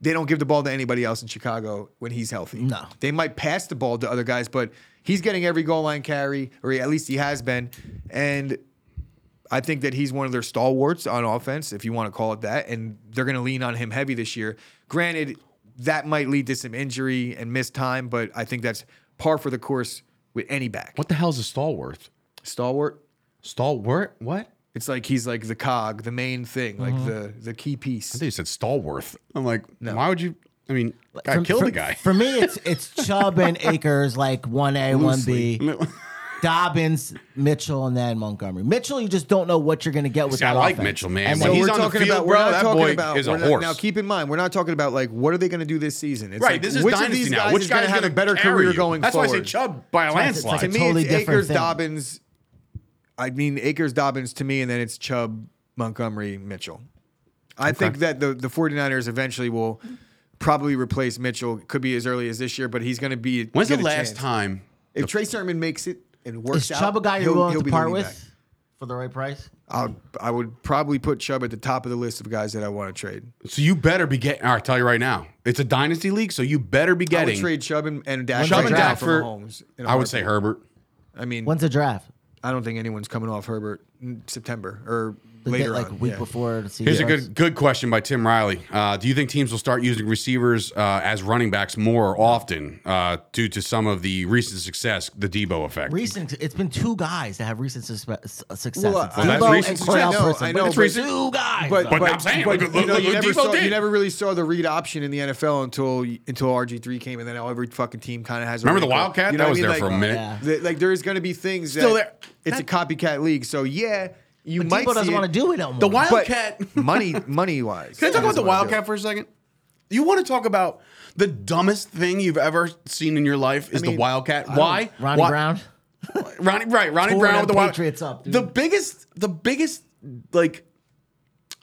[SPEAKER 2] they don't give the ball to anybody else in Chicago when he's healthy.
[SPEAKER 3] No.
[SPEAKER 2] they might pass the ball to other guys, but he's getting every goal line carry, or at least he has been. And I think that he's one of their stalwarts on offense, if you want to call it that, and they're going to lean on him heavy this year. Granted, that might lead to some injury and missed time, but I think that's par for the course with any back.
[SPEAKER 1] what the hell is a stalwart?
[SPEAKER 2] stalwart?
[SPEAKER 1] Stalwart? What? I
[SPEAKER 2] It's like he's like the cog, the main thing,
[SPEAKER 1] Mm-hmm.
[SPEAKER 2] like the the key piece.
[SPEAKER 1] think you said stalworth. I'm like, why would you? I mean, guy
[SPEAKER 3] For-
[SPEAKER 1] killed
[SPEAKER 3] for,
[SPEAKER 1] a guy.
[SPEAKER 3] For me, it's it's Chubb and Akers like one A, one B, Dobbins, Mitchell, and then Montgomery. Mitchell, you just don't know what you're gonna get with
[SPEAKER 1] See,
[SPEAKER 3] that
[SPEAKER 1] I like
[SPEAKER 3] offense.
[SPEAKER 1] Mitchell, man.
[SPEAKER 3] And
[SPEAKER 1] When
[SPEAKER 3] when
[SPEAKER 1] he's
[SPEAKER 3] he's
[SPEAKER 1] on the field,
[SPEAKER 2] we're
[SPEAKER 1] bro,
[SPEAKER 2] not
[SPEAKER 1] that
[SPEAKER 2] talking
[SPEAKER 1] boy
[SPEAKER 2] about
[SPEAKER 1] is a
[SPEAKER 2] we're not-
[SPEAKER 1] horse.
[SPEAKER 2] Now keep in mind, we're not talking about like what are they going to do this season. It's
[SPEAKER 1] right.
[SPEAKER 2] like,
[SPEAKER 1] this is
[SPEAKER 2] which of
[SPEAKER 1] dynasty
[SPEAKER 2] these
[SPEAKER 1] now.
[SPEAKER 2] guys
[SPEAKER 1] Which
[SPEAKER 2] is going
[SPEAKER 1] guy's
[SPEAKER 2] to have a
[SPEAKER 1] gonna
[SPEAKER 2] better
[SPEAKER 1] carry
[SPEAKER 2] career
[SPEAKER 1] you?
[SPEAKER 2] going
[SPEAKER 1] That's
[SPEAKER 2] forward?
[SPEAKER 1] why I say Chubb by a
[SPEAKER 3] why it's like
[SPEAKER 1] landslide.
[SPEAKER 2] to
[SPEAKER 3] a
[SPEAKER 2] me,
[SPEAKER 3] totally
[SPEAKER 2] it's
[SPEAKER 3] different
[SPEAKER 2] Akers
[SPEAKER 3] thing.
[SPEAKER 2] Dobbins. I mean, Akers Dobbins to me, and then it's Chubb, Montgomery, Mitchell. I think that the, the 49ers eventually will probably replace Mitchell. Could be as early as this year, but he's going to be.
[SPEAKER 1] When's the
[SPEAKER 2] get a
[SPEAKER 1] last
[SPEAKER 2] chance.
[SPEAKER 1] time?
[SPEAKER 2] If Trey Sermon makes it and
[SPEAKER 3] Is
[SPEAKER 2] works out,
[SPEAKER 3] Chubb a guy you're
[SPEAKER 2] he'll-
[SPEAKER 3] willing
[SPEAKER 2] he'll
[SPEAKER 3] to
[SPEAKER 2] be the
[SPEAKER 3] part
[SPEAKER 2] leading
[SPEAKER 3] with
[SPEAKER 2] back. Um,
[SPEAKER 3] for the right price?
[SPEAKER 2] I'll, I would probably put Chubb at the top of the list of guys that I want to trade.
[SPEAKER 1] So you better be getting. I'll tell you right now, it's a dynasty league, so you better be
[SPEAKER 2] I would
[SPEAKER 1] getting.
[SPEAKER 2] trade Chubb and, and Dak.
[SPEAKER 3] Chubb
[SPEAKER 2] right
[SPEAKER 3] and
[SPEAKER 2] now
[SPEAKER 3] Dak
[SPEAKER 2] for
[SPEAKER 1] for-
[SPEAKER 2] Mahomes in a
[SPEAKER 1] I would say
[SPEAKER 2] heartbeat.
[SPEAKER 1] Herbert.
[SPEAKER 2] I mean,
[SPEAKER 3] When's the draft?
[SPEAKER 2] I don't think anyone's coming off Herbert in September or
[SPEAKER 3] The
[SPEAKER 2] later
[SPEAKER 3] day- like
[SPEAKER 2] on.
[SPEAKER 3] week
[SPEAKER 2] yeah.
[SPEAKER 3] before the season.
[SPEAKER 1] Here's a good good question by Tim Riley. Uh, do you think teams will start using receivers uh, as running backs more often uh, due to some of the recent success, the Debo effect?
[SPEAKER 3] recent. It's been two guys that have recent suspe- su- success.
[SPEAKER 2] Well,
[SPEAKER 3] It's
[SPEAKER 2] I- Well,
[SPEAKER 1] that's
[SPEAKER 3] Debo
[SPEAKER 1] recent
[SPEAKER 3] and
[SPEAKER 1] success.
[SPEAKER 3] Cordarrell
[SPEAKER 2] I know,
[SPEAKER 3] Patterson,
[SPEAKER 2] I
[SPEAKER 3] but
[SPEAKER 2] know,
[SPEAKER 3] it's
[SPEAKER 2] but-
[SPEAKER 3] recent. two guys.
[SPEAKER 2] But,
[SPEAKER 3] though.
[SPEAKER 1] But I'm saying, look-
[SPEAKER 2] you,
[SPEAKER 1] look
[SPEAKER 2] know,
[SPEAKER 1] what
[SPEAKER 2] you never
[SPEAKER 1] Debo
[SPEAKER 2] saw,
[SPEAKER 1] did.
[SPEAKER 2] you never really saw the read option in the NFL until until RG three came, and then now every fucking team kind of has. a
[SPEAKER 1] Remember the
[SPEAKER 2] wrinkle.
[SPEAKER 1] Wildcat?
[SPEAKER 2] You know
[SPEAKER 1] That
[SPEAKER 2] what
[SPEAKER 1] was
[SPEAKER 2] I mean?
[SPEAKER 1] there for a
[SPEAKER 2] Like,
[SPEAKER 1] minute.
[SPEAKER 3] Yeah.
[SPEAKER 2] th- like there is going to be things
[SPEAKER 1] Still
[SPEAKER 2] that
[SPEAKER 1] there.
[SPEAKER 2] it's a copycat league. So yeah, you
[SPEAKER 3] But
[SPEAKER 2] might.
[SPEAKER 3] Debo doesn't want to do it anymore.
[SPEAKER 1] The
[SPEAKER 2] But
[SPEAKER 1] Wildcat.
[SPEAKER 2] money, money wise.
[SPEAKER 1] Can I talk about the Wildcat for a second? You want to talk about the dumbest thing you've ever seen in your life is
[SPEAKER 2] mean,
[SPEAKER 1] the Wildcat? Why?
[SPEAKER 3] Ronnie
[SPEAKER 1] Why-
[SPEAKER 3] Brown.
[SPEAKER 1] Ronnie, right? Ronnie
[SPEAKER 3] Tore
[SPEAKER 1] Brown
[SPEAKER 3] them
[SPEAKER 1] with the Wild-
[SPEAKER 3] Patriots up, dude.
[SPEAKER 1] The biggest, the biggest, like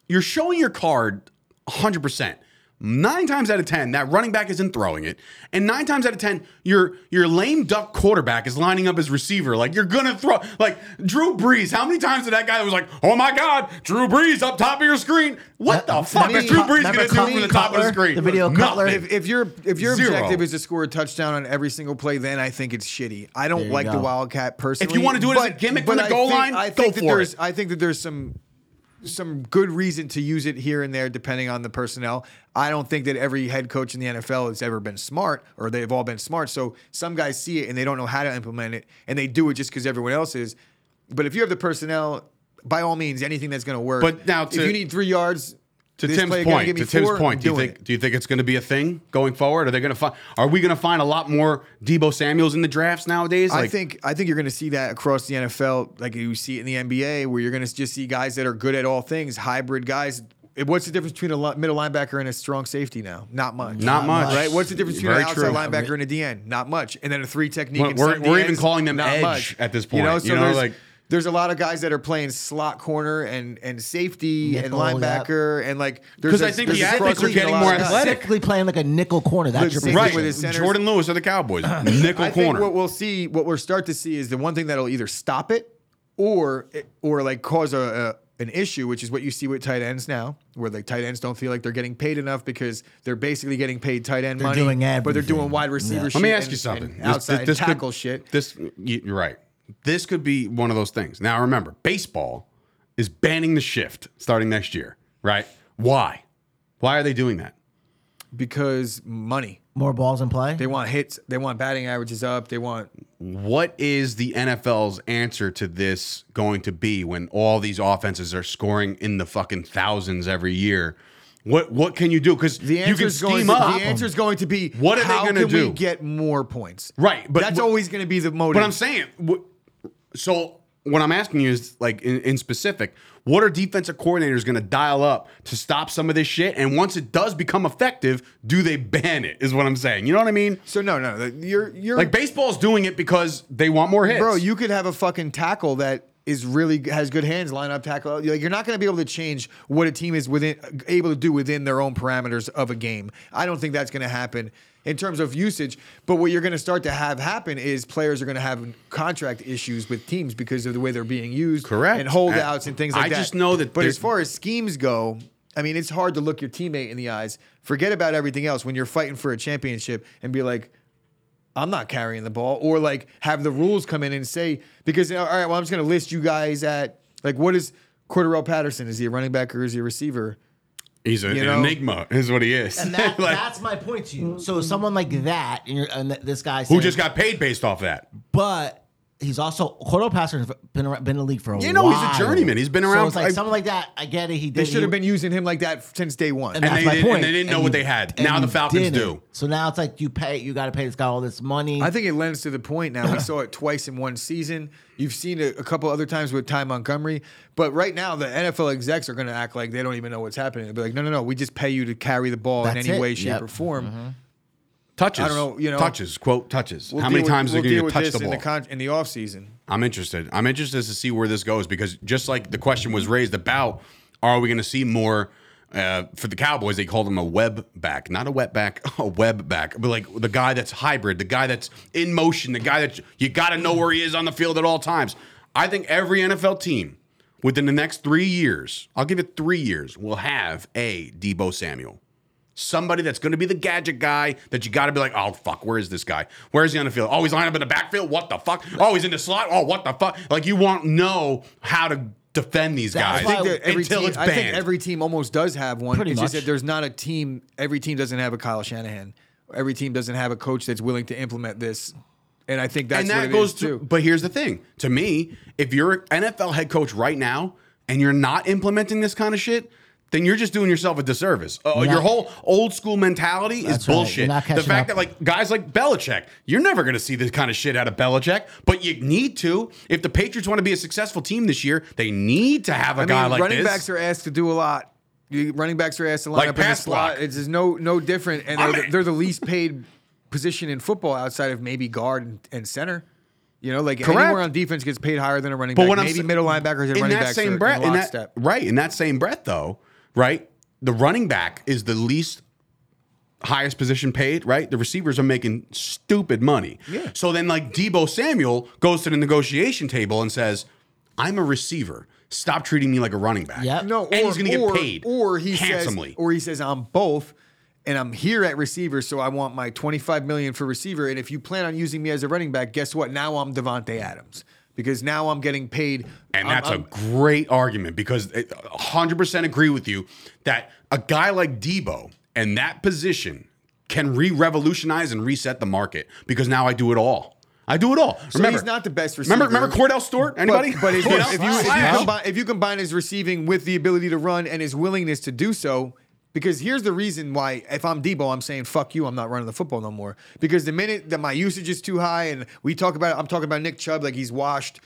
[SPEAKER 1] you're showing your card 100. percent Nine times out of ten, that running back isn't throwing it, and nine times out of ten, your your lame duck quarterback is lining up his receiver. Like you're gonna throw, like Drew Brees. How many times did that guy was like, "Oh my God, Drew Brees up top of your screen"? What the fuck
[SPEAKER 3] remember
[SPEAKER 1] is Drew
[SPEAKER 3] Cut-
[SPEAKER 1] Brees
[SPEAKER 3] remember
[SPEAKER 1] gonna do from the
[SPEAKER 3] Cutler?
[SPEAKER 1] top of the
[SPEAKER 3] Cutler?
[SPEAKER 1] screen?
[SPEAKER 3] The video Cutler?
[SPEAKER 1] Nothing.
[SPEAKER 2] If, if your if your
[SPEAKER 1] Zero.
[SPEAKER 2] objective is to score a touchdown on every single play, then I think it's shitty. I
[SPEAKER 3] There
[SPEAKER 2] don't
[SPEAKER 3] you
[SPEAKER 2] like the
[SPEAKER 3] go.
[SPEAKER 2] Wildcat personally.
[SPEAKER 1] wanna do it as a gimmick from the
[SPEAKER 2] I
[SPEAKER 1] goal
[SPEAKER 2] think-
[SPEAKER 1] line,
[SPEAKER 2] I
[SPEAKER 1] go
[SPEAKER 2] think that
[SPEAKER 1] for
[SPEAKER 2] there's
[SPEAKER 1] it.
[SPEAKER 2] I think that there's some some good reason to use it here and there depending on the personnel. I don't think that every head coach in the NFL has ever been smart or they've all been smart. So some guys see it and they don't know how to implement it and they do it just because everyone else is. But if you have the personnel, by all means, anything that's going to work.
[SPEAKER 1] But now to-
[SPEAKER 2] if you need three yards,
[SPEAKER 1] to
[SPEAKER 2] this
[SPEAKER 1] Tim's
[SPEAKER 2] play gonna
[SPEAKER 1] point,
[SPEAKER 2] give me
[SPEAKER 1] to Tim's
[SPEAKER 2] four,
[SPEAKER 1] point, do you
[SPEAKER 2] doing
[SPEAKER 1] think
[SPEAKER 2] it.
[SPEAKER 1] do you think it's going to be a thing going forward? Are they going to find? Are we going to find a lot more Debo Samuel's in the drafts nowadays?
[SPEAKER 2] I think I think you're going to see that across the NFL, like you see it in the NBA, where you're going to just see guys that are good at all things, hybrid guys. It- What's the difference between a li- middle linebacker and a strong safety now? Not much.
[SPEAKER 1] Not much.
[SPEAKER 2] right? What's the difference between
[SPEAKER 1] Very
[SPEAKER 2] an outside
[SPEAKER 1] true.
[SPEAKER 2] linebacker and a DN? Not much. And then a three technique.
[SPEAKER 1] We're-
[SPEAKER 2] and
[SPEAKER 1] we're-
[SPEAKER 2] some
[SPEAKER 1] we're even
[SPEAKER 2] DNs?
[SPEAKER 1] calling them
[SPEAKER 2] Not
[SPEAKER 1] edge
[SPEAKER 2] much.
[SPEAKER 1] at this
[SPEAKER 2] You know,
[SPEAKER 1] point.
[SPEAKER 2] so
[SPEAKER 1] You know,
[SPEAKER 2] there's,
[SPEAKER 1] like-
[SPEAKER 2] there's a lot of guys that are playing slot corner and and safety
[SPEAKER 3] Nickel,
[SPEAKER 2] and
[SPEAKER 3] yep.
[SPEAKER 2] linebacker and like
[SPEAKER 1] 'Cause
[SPEAKER 2] there's
[SPEAKER 1] I
[SPEAKER 2] a-
[SPEAKER 1] think
[SPEAKER 2] there's
[SPEAKER 1] the
[SPEAKER 2] a
[SPEAKER 1] athletes
[SPEAKER 2] cross
[SPEAKER 1] are
[SPEAKER 2] between a
[SPEAKER 1] getting
[SPEAKER 2] lot
[SPEAKER 1] more
[SPEAKER 2] of guys.
[SPEAKER 1] athletic.
[SPEAKER 3] Specifically playing like a nickel corner. That's your
[SPEAKER 2] Listen,
[SPEAKER 3] position.
[SPEAKER 1] right.
[SPEAKER 2] with his centers-
[SPEAKER 1] Jordan Lewis of the Cowboys, nickel
[SPEAKER 2] I think
[SPEAKER 1] corner.
[SPEAKER 2] what we'll see, what we'll start to see, is the one thing that'll either stop it, or or like cause a, a an issue, which is what you see with tight ends now, where like tight ends don't feel like they're getting paid enough because they're basically getting paid tight end money,
[SPEAKER 3] doing
[SPEAKER 2] but they're
[SPEAKER 3] everything.
[SPEAKER 2] doing wide receiver.
[SPEAKER 3] Yeah.
[SPEAKER 2] Shit
[SPEAKER 1] Let me ask
[SPEAKER 2] and-
[SPEAKER 1] you something.
[SPEAKER 2] and
[SPEAKER 1] This-
[SPEAKER 2] outside
[SPEAKER 1] this could-
[SPEAKER 2] tackle shit.
[SPEAKER 1] This y- you're right. This could be one of those things. Now remember, baseball is banning the shift starting next year. Right? Why? Why are they doing that?
[SPEAKER 2] because money.
[SPEAKER 3] More balls in play.
[SPEAKER 2] They want hits. They want batting averages up. They want
[SPEAKER 1] What is the NFL's answer to this going to be when all these offenses are scoring in the fucking thousands every year? What what can you do? Because
[SPEAKER 2] The
[SPEAKER 1] you
[SPEAKER 2] answer
[SPEAKER 1] can
[SPEAKER 2] is going.
[SPEAKER 1] scheme
[SPEAKER 2] To,
[SPEAKER 1] up.
[SPEAKER 2] the answer is going to be
[SPEAKER 1] What are they
[SPEAKER 2] how
[SPEAKER 1] gonna
[SPEAKER 2] can
[SPEAKER 1] do?
[SPEAKER 2] We get more points,
[SPEAKER 1] Right, but
[SPEAKER 2] that's
[SPEAKER 1] wh-
[SPEAKER 2] always going to be the motive.
[SPEAKER 1] But I'm saying, wh- so what I'm asking you is like in, in specific, what are defensive coordinators going to dial up to stop some of this shit? And once it does become effective, do they ban it? Is what I'm saying. You know what I mean?
[SPEAKER 2] so no, no, no, you're you're
[SPEAKER 1] Like baseball's doing it because they want more hits,
[SPEAKER 2] bro. You could have a fucking tackle that is really has good hands, line up tackle. Like you're not going to be able to change what a team is within able to do within their own parameters of a game. I don't think that's going to happen in terms of usage. But what you're going to start to have happen is players are going to have contract issues with teams because of the way they're being used,
[SPEAKER 1] Correct.
[SPEAKER 2] and holdouts and things like
[SPEAKER 1] I
[SPEAKER 2] that.
[SPEAKER 1] just know that
[SPEAKER 2] But
[SPEAKER 1] there-
[SPEAKER 2] as far as schemes go. I mean, it's hard to look your teammate in the eyes, forget about everything else when you're fighting for a championship and be like, I'm not carrying the ball, or like have the rules come in and say because all right, well, I'm just gonna list you guys at like what is Cordero Patterson? Is he a running back or is he a receiver?
[SPEAKER 1] He's a-
[SPEAKER 2] you
[SPEAKER 1] an
[SPEAKER 2] know?
[SPEAKER 1] enigma, is what he is.
[SPEAKER 3] And that,
[SPEAKER 1] Like,
[SPEAKER 3] that's my point to you. So someone like that, and, you're, and th- this guy
[SPEAKER 1] who
[SPEAKER 3] saying-
[SPEAKER 1] just got paid based off that?
[SPEAKER 3] but he's also Cordell Patterson's been around, been in the league for a
[SPEAKER 1] You
[SPEAKER 3] while.
[SPEAKER 1] know, he's a journeyman. He's been
[SPEAKER 3] So
[SPEAKER 1] around
[SPEAKER 3] it's
[SPEAKER 1] for-
[SPEAKER 3] like something like that. I get it. He did.
[SPEAKER 2] They should have been using him like that since day one.
[SPEAKER 1] And
[SPEAKER 3] that's
[SPEAKER 1] they
[SPEAKER 3] my
[SPEAKER 1] didn't- and
[SPEAKER 3] point.
[SPEAKER 1] they didn't know what
[SPEAKER 3] you-
[SPEAKER 1] they had.
[SPEAKER 3] and
[SPEAKER 1] Now
[SPEAKER 3] you
[SPEAKER 1] the Falcons
[SPEAKER 3] didn't.
[SPEAKER 1] do.
[SPEAKER 3] So now it's like you pay. You got to pay this guy all this money.
[SPEAKER 2] I think it lends to the point now. We saw it twice in one season. You've seen it a couple other times with Ty Montgomery. But right now, the NFL execs are going to act like they don't even know what's happening. They'll be like, no, no, no. We just pay you to carry the ball in
[SPEAKER 3] That's
[SPEAKER 2] any
[SPEAKER 3] it.
[SPEAKER 2] way, shape,
[SPEAKER 3] Yep.
[SPEAKER 2] or form.
[SPEAKER 1] Mm-hmm. Touches.
[SPEAKER 2] I don't know, you know-
[SPEAKER 1] touches. Quote touches.
[SPEAKER 2] We'll
[SPEAKER 1] How many
[SPEAKER 2] deal with-
[SPEAKER 1] times
[SPEAKER 2] we'll
[SPEAKER 1] are you
[SPEAKER 2] deal
[SPEAKER 1] going
[SPEAKER 2] with
[SPEAKER 1] to touch
[SPEAKER 2] this
[SPEAKER 1] the ball?
[SPEAKER 2] in the, con- in the offseason?
[SPEAKER 1] I'm interested. I'm interested to see where this goes because just like the question was raised about, are we going to see more uh, for the Cowboys? They called him a web back, not a wet back, a web back, but like the guy that's hybrid, the guy that's in motion, the guy that you got to know where he is on the field at all times. I think every NFL team within the next three years, I'll give it three years, will have a Debo Samuel somebody that's going to be the gadget guy that you got to be like, oh fuck, where is this guy? Where is he on the field? Oh, he's lined up in the backfield. What the fuck? Oh, he's in the slot. Oh, what the fuck? Like you won't know how to defend these
[SPEAKER 3] That's
[SPEAKER 1] guys
[SPEAKER 3] why-
[SPEAKER 2] I think that every
[SPEAKER 1] until
[SPEAKER 2] team,
[SPEAKER 1] it's
[SPEAKER 2] I
[SPEAKER 1] banned.
[SPEAKER 2] think every team almost does have one.
[SPEAKER 3] Pretty
[SPEAKER 2] it's just
[SPEAKER 3] much.
[SPEAKER 2] that there's not a team. Every team doesn't have a Kyle Shanahan. Every team doesn't have a coach that's willing to implement this. And I think that's
[SPEAKER 1] and
[SPEAKER 2] what
[SPEAKER 1] that
[SPEAKER 2] it
[SPEAKER 1] goes
[SPEAKER 2] is,
[SPEAKER 1] to.
[SPEAKER 2] too.
[SPEAKER 1] But here's the thing: to me, if you're an NFL head coach right now and you're not implementing this kind of shit. Then you're just doing yourself a disservice. Uh,
[SPEAKER 3] You're
[SPEAKER 1] your
[SPEAKER 3] not-
[SPEAKER 1] whole old school mentality is
[SPEAKER 3] That's right. You're
[SPEAKER 1] bullshit.
[SPEAKER 3] not
[SPEAKER 1] the
[SPEAKER 3] catching
[SPEAKER 1] fact that
[SPEAKER 3] up.
[SPEAKER 1] like guys like Belichick, you're never going to see this kind of shit out of Belichick, but you need to. If the Patriots want to be a successful team this year, they need to have a
[SPEAKER 2] I
[SPEAKER 1] guy
[SPEAKER 2] mean,
[SPEAKER 1] like
[SPEAKER 2] running
[SPEAKER 1] this.
[SPEAKER 2] backs are asked to do a lot. You, running backs are asked to line
[SPEAKER 1] Like
[SPEAKER 2] up in the
[SPEAKER 1] pass
[SPEAKER 2] slot.
[SPEAKER 1] block.
[SPEAKER 2] It's just no no different. And
[SPEAKER 1] I'm
[SPEAKER 2] they're,
[SPEAKER 1] a-
[SPEAKER 2] the, they're the least paid position in football outside of maybe guard and, and center. You know, like
[SPEAKER 1] Correct.
[SPEAKER 2] anywhere on defense gets paid higher than a running
[SPEAKER 1] But
[SPEAKER 2] back.
[SPEAKER 1] when I'm
[SPEAKER 2] Maybe
[SPEAKER 1] sa-
[SPEAKER 2] middle linebackers and
[SPEAKER 1] in
[SPEAKER 2] running
[SPEAKER 1] that
[SPEAKER 2] backs are
[SPEAKER 1] same breath,
[SPEAKER 2] in
[SPEAKER 1] in that,
[SPEAKER 2] lockstep.
[SPEAKER 1] right? In that same breath, though, right? The running back is the least highest position paid, right? The receivers are making stupid money.
[SPEAKER 2] Yeah.
[SPEAKER 1] So then, like Debo Samuel goes to the negotiation table and says, "I'm a receiver. Stop treating me like a running back."
[SPEAKER 3] Yep.
[SPEAKER 2] No,
[SPEAKER 1] and
[SPEAKER 2] or,
[SPEAKER 1] he's going to get
[SPEAKER 2] or-
[SPEAKER 1] paid
[SPEAKER 2] Or he
[SPEAKER 1] handsomely.
[SPEAKER 2] says, or he says, I'm both, and I'm here at receiver, so I want my 25 million for receiver. And if you plan on using me as a running back, guess what? Now I'm Devonte Adams because now I'm getting paid.
[SPEAKER 1] And
[SPEAKER 2] I'm-
[SPEAKER 1] that's
[SPEAKER 2] I'm-
[SPEAKER 1] a great argument because I 100% agree with you that a guy like Debo and that position can re revolutionize and reset the market because now I do it all. I do it all. remember,
[SPEAKER 2] he's not the best
[SPEAKER 1] Remember, remember
[SPEAKER 2] receiver.
[SPEAKER 1] Cordell Stewart? Anybody?
[SPEAKER 2] But, but if,
[SPEAKER 1] Cordell
[SPEAKER 2] if you, if, you
[SPEAKER 1] Slash.
[SPEAKER 2] combine, if you combine his receiving with the ability to run and his willingness to do so, because here's the reason why if I'm Debo, I'm saying fuck you, I'm not running the football no more. Because the minute that my usage is too high, and we talk about, I'm talking about Nick Chubb like he's washed,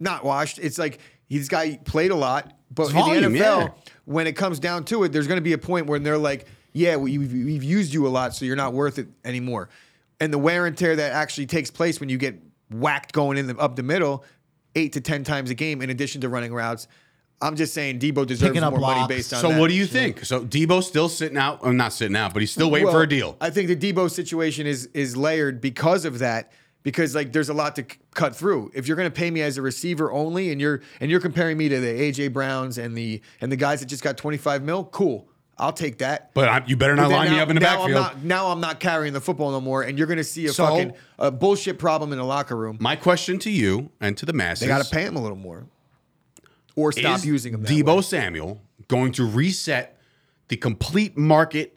[SPEAKER 2] not washed. It's like he's guy played a lot, but
[SPEAKER 1] It's
[SPEAKER 2] in
[SPEAKER 1] volume,
[SPEAKER 2] the NFL,
[SPEAKER 1] yeah.
[SPEAKER 2] when it comes down to it, there's going to be a point where they're like, yeah, we, we've, we've used you a lot, so you're not worth it anymore. And the wear and tear that actually takes place when you get whacked going in the, up the middle eight to 10 times a game, in addition to running routes. I'm just saying Debo deserves
[SPEAKER 3] Picking
[SPEAKER 2] more
[SPEAKER 3] up
[SPEAKER 2] money
[SPEAKER 3] blocks.
[SPEAKER 2] based on
[SPEAKER 1] So,
[SPEAKER 2] that.
[SPEAKER 1] what do you think? So, Debo's still sitting out. I'm not sitting out, but he's still waiting for
[SPEAKER 2] Well,
[SPEAKER 1] a deal.
[SPEAKER 2] I think the Debo situation is is layered because of that. Because like there's a lot to c- cut through. If you're going to pay me as a receiver only, and you're and you're comparing me to the AJ Browns and the and the guys that just got 25 mil, cool, I'll take that.
[SPEAKER 1] but I, you better not
[SPEAKER 2] then
[SPEAKER 1] line me
[SPEAKER 2] now-
[SPEAKER 1] up in the
[SPEAKER 2] now
[SPEAKER 1] backfield.
[SPEAKER 2] I'm not, now I'm not carrying the football no more, and you're going to see a
[SPEAKER 1] So-
[SPEAKER 2] fucking a bullshit problem in the locker room.
[SPEAKER 1] My question to you and to the masses
[SPEAKER 2] They got to pay him a little more, or stop
[SPEAKER 1] is
[SPEAKER 2] using him. That
[SPEAKER 1] Debo
[SPEAKER 2] way.
[SPEAKER 1] Samuel going to reset the complete market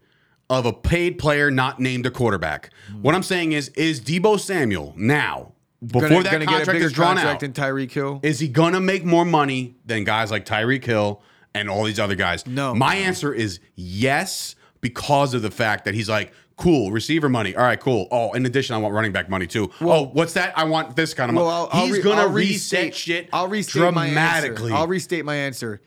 [SPEAKER 1] of a paid player not named a quarterback? What I'm saying is, is Debo Samuel now before
[SPEAKER 2] gonna,
[SPEAKER 1] that
[SPEAKER 2] gonna
[SPEAKER 1] contract
[SPEAKER 2] get a bigger
[SPEAKER 1] is drawn
[SPEAKER 2] contract
[SPEAKER 1] out,
[SPEAKER 2] than Tyreek Hill.
[SPEAKER 1] is he gonna make more money than guys like Tyreek Hill and all these other guys?
[SPEAKER 2] No.
[SPEAKER 1] My answer is yes, because of the fact that he's like, cool, receiver money. All right, cool. Oh, in addition, I want running back money too. oh, what's that? I want this kind of money.
[SPEAKER 2] Well, I'll, I'll
[SPEAKER 1] he's
[SPEAKER 2] re-
[SPEAKER 1] gonna
[SPEAKER 2] I'll
[SPEAKER 1] reset
[SPEAKER 2] restate,
[SPEAKER 1] shit
[SPEAKER 2] I'll restate
[SPEAKER 1] dramatically.
[SPEAKER 2] My answer. I'll restate my answer.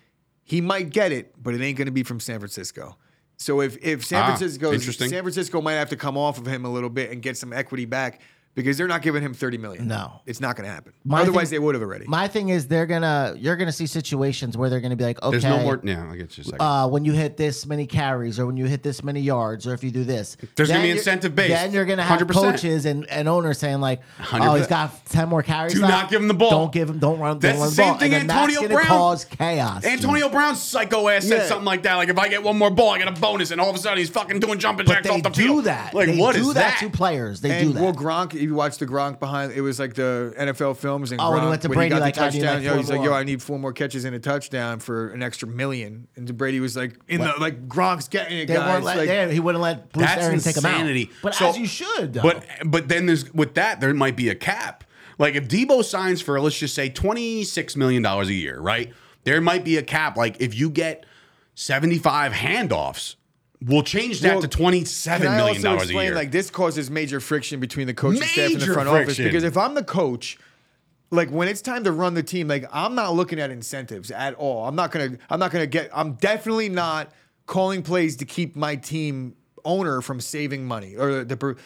[SPEAKER 2] He might get it, but it ain't going to be from San Francisco. So if if San
[SPEAKER 1] Ah,
[SPEAKER 2] Francisco
[SPEAKER 1] interesting.
[SPEAKER 2] San Francisco might have to come off of him a little bit and get some equity back because they're not giving him thirty million.
[SPEAKER 3] No.
[SPEAKER 2] it's not going to happen.
[SPEAKER 3] My
[SPEAKER 2] Otherwise,
[SPEAKER 3] thing-
[SPEAKER 2] they would have already.
[SPEAKER 3] My thing is they're gonna you're gonna see situations where they're gonna be like, okay,
[SPEAKER 1] There's no more. Yeah, I get you. a second.
[SPEAKER 3] uh, when you hit this many carries or when you hit this many yards or if you do this.
[SPEAKER 1] There's gonna
[SPEAKER 3] Then
[SPEAKER 1] be
[SPEAKER 3] you're-
[SPEAKER 1] incentive-based.
[SPEAKER 3] Then you're going to have
[SPEAKER 1] 100%.
[SPEAKER 3] coaches and, and owners saying like, oh,
[SPEAKER 1] 100%.
[SPEAKER 3] he's got 10 more carries.
[SPEAKER 1] Do
[SPEAKER 3] now.
[SPEAKER 1] not give him the ball.
[SPEAKER 3] Don't give him, don't run,
[SPEAKER 1] That's
[SPEAKER 3] don't run
[SPEAKER 1] the
[SPEAKER 3] the
[SPEAKER 1] same
[SPEAKER 3] ball.
[SPEAKER 1] thing
[SPEAKER 3] and then
[SPEAKER 1] Antonio
[SPEAKER 3] that's
[SPEAKER 1] Brown-
[SPEAKER 3] to cause chaos.
[SPEAKER 1] Antonio Brown's psycho ass said
[SPEAKER 3] Yeah.
[SPEAKER 1] something like that. Like, if I get one more ball, I get a bonus, and all of a sudden he's fucking doing jumping
[SPEAKER 3] but
[SPEAKER 1] jacks
[SPEAKER 3] they
[SPEAKER 1] off the
[SPEAKER 3] do
[SPEAKER 1] field.
[SPEAKER 3] that.
[SPEAKER 1] Like,
[SPEAKER 3] they
[SPEAKER 1] what
[SPEAKER 3] do
[SPEAKER 1] is that?
[SPEAKER 3] that, to players. They
[SPEAKER 2] and
[SPEAKER 3] do that.
[SPEAKER 2] well, Gronk, if you watch the Gronk behind, it was like the NFL films and
[SPEAKER 3] Oh,
[SPEAKER 2] Gronk
[SPEAKER 3] and he went to
[SPEAKER 2] when he
[SPEAKER 3] Brady,
[SPEAKER 2] got
[SPEAKER 3] like,
[SPEAKER 2] the
[SPEAKER 3] I need,
[SPEAKER 2] touchdown.
[SPEAKER 3] like,
[SPEAKER 2] yo,
[SPEAKER 3] four
[SPEAKER 2] he's like,
[SPEAKER 3] more.
[SPEAKER 2] yo, I need four more catches and a touchdown for an extra million. And Brady was like, in the like Gronk's getting it,
[SPEAKER 3] they
[SPEAKER 2] guys.
[SPEAKER 3] weren't let,
[SPEAKER 2] like,
[SPEAKER 3] they- he wouldn't let Bruce
[SPEAKER 1] That's
[SPEAKER 3] Aaron
[SPEAKER 1] insanity.
[SPEAKER 3] take him out. But
[SPEAKER 1] So-
[SPEAKER 3] as you should, though.
[SPEAKER 1] But but then there's with that there might be a cap. Like if Debo signs for let's just say twenty six million dollars a year, right? There might be a cap. Like if you get seventy five handoffs, we'll change that
[SPEAKER 2] Well,
[SPEAKER 1] to twenty
[SPEAKER 2] Can
[SPEAKER 1] seven
[SPEAKER 2] I
[SPEAKER 1] million
[SPEAKER 2] also
[SPEAKER 1] dollars a
[SPEAKER 2] explain,
[SPEAKER 1] year.
[SPEAKER 2] Like this causes major friction between the coaching staff and the
[SPEAKER 1] Major
[SPEAKER 2] front office
[SPEAKER 1] friction.
[SPEAKER 2] because if I'm the coach, like when it's time to run the team, like I'm not looking at incentives at all. I'm not gonna. I'm not gonna get. I'm definitely not calling plays to keep my team owner from saving money or the. per-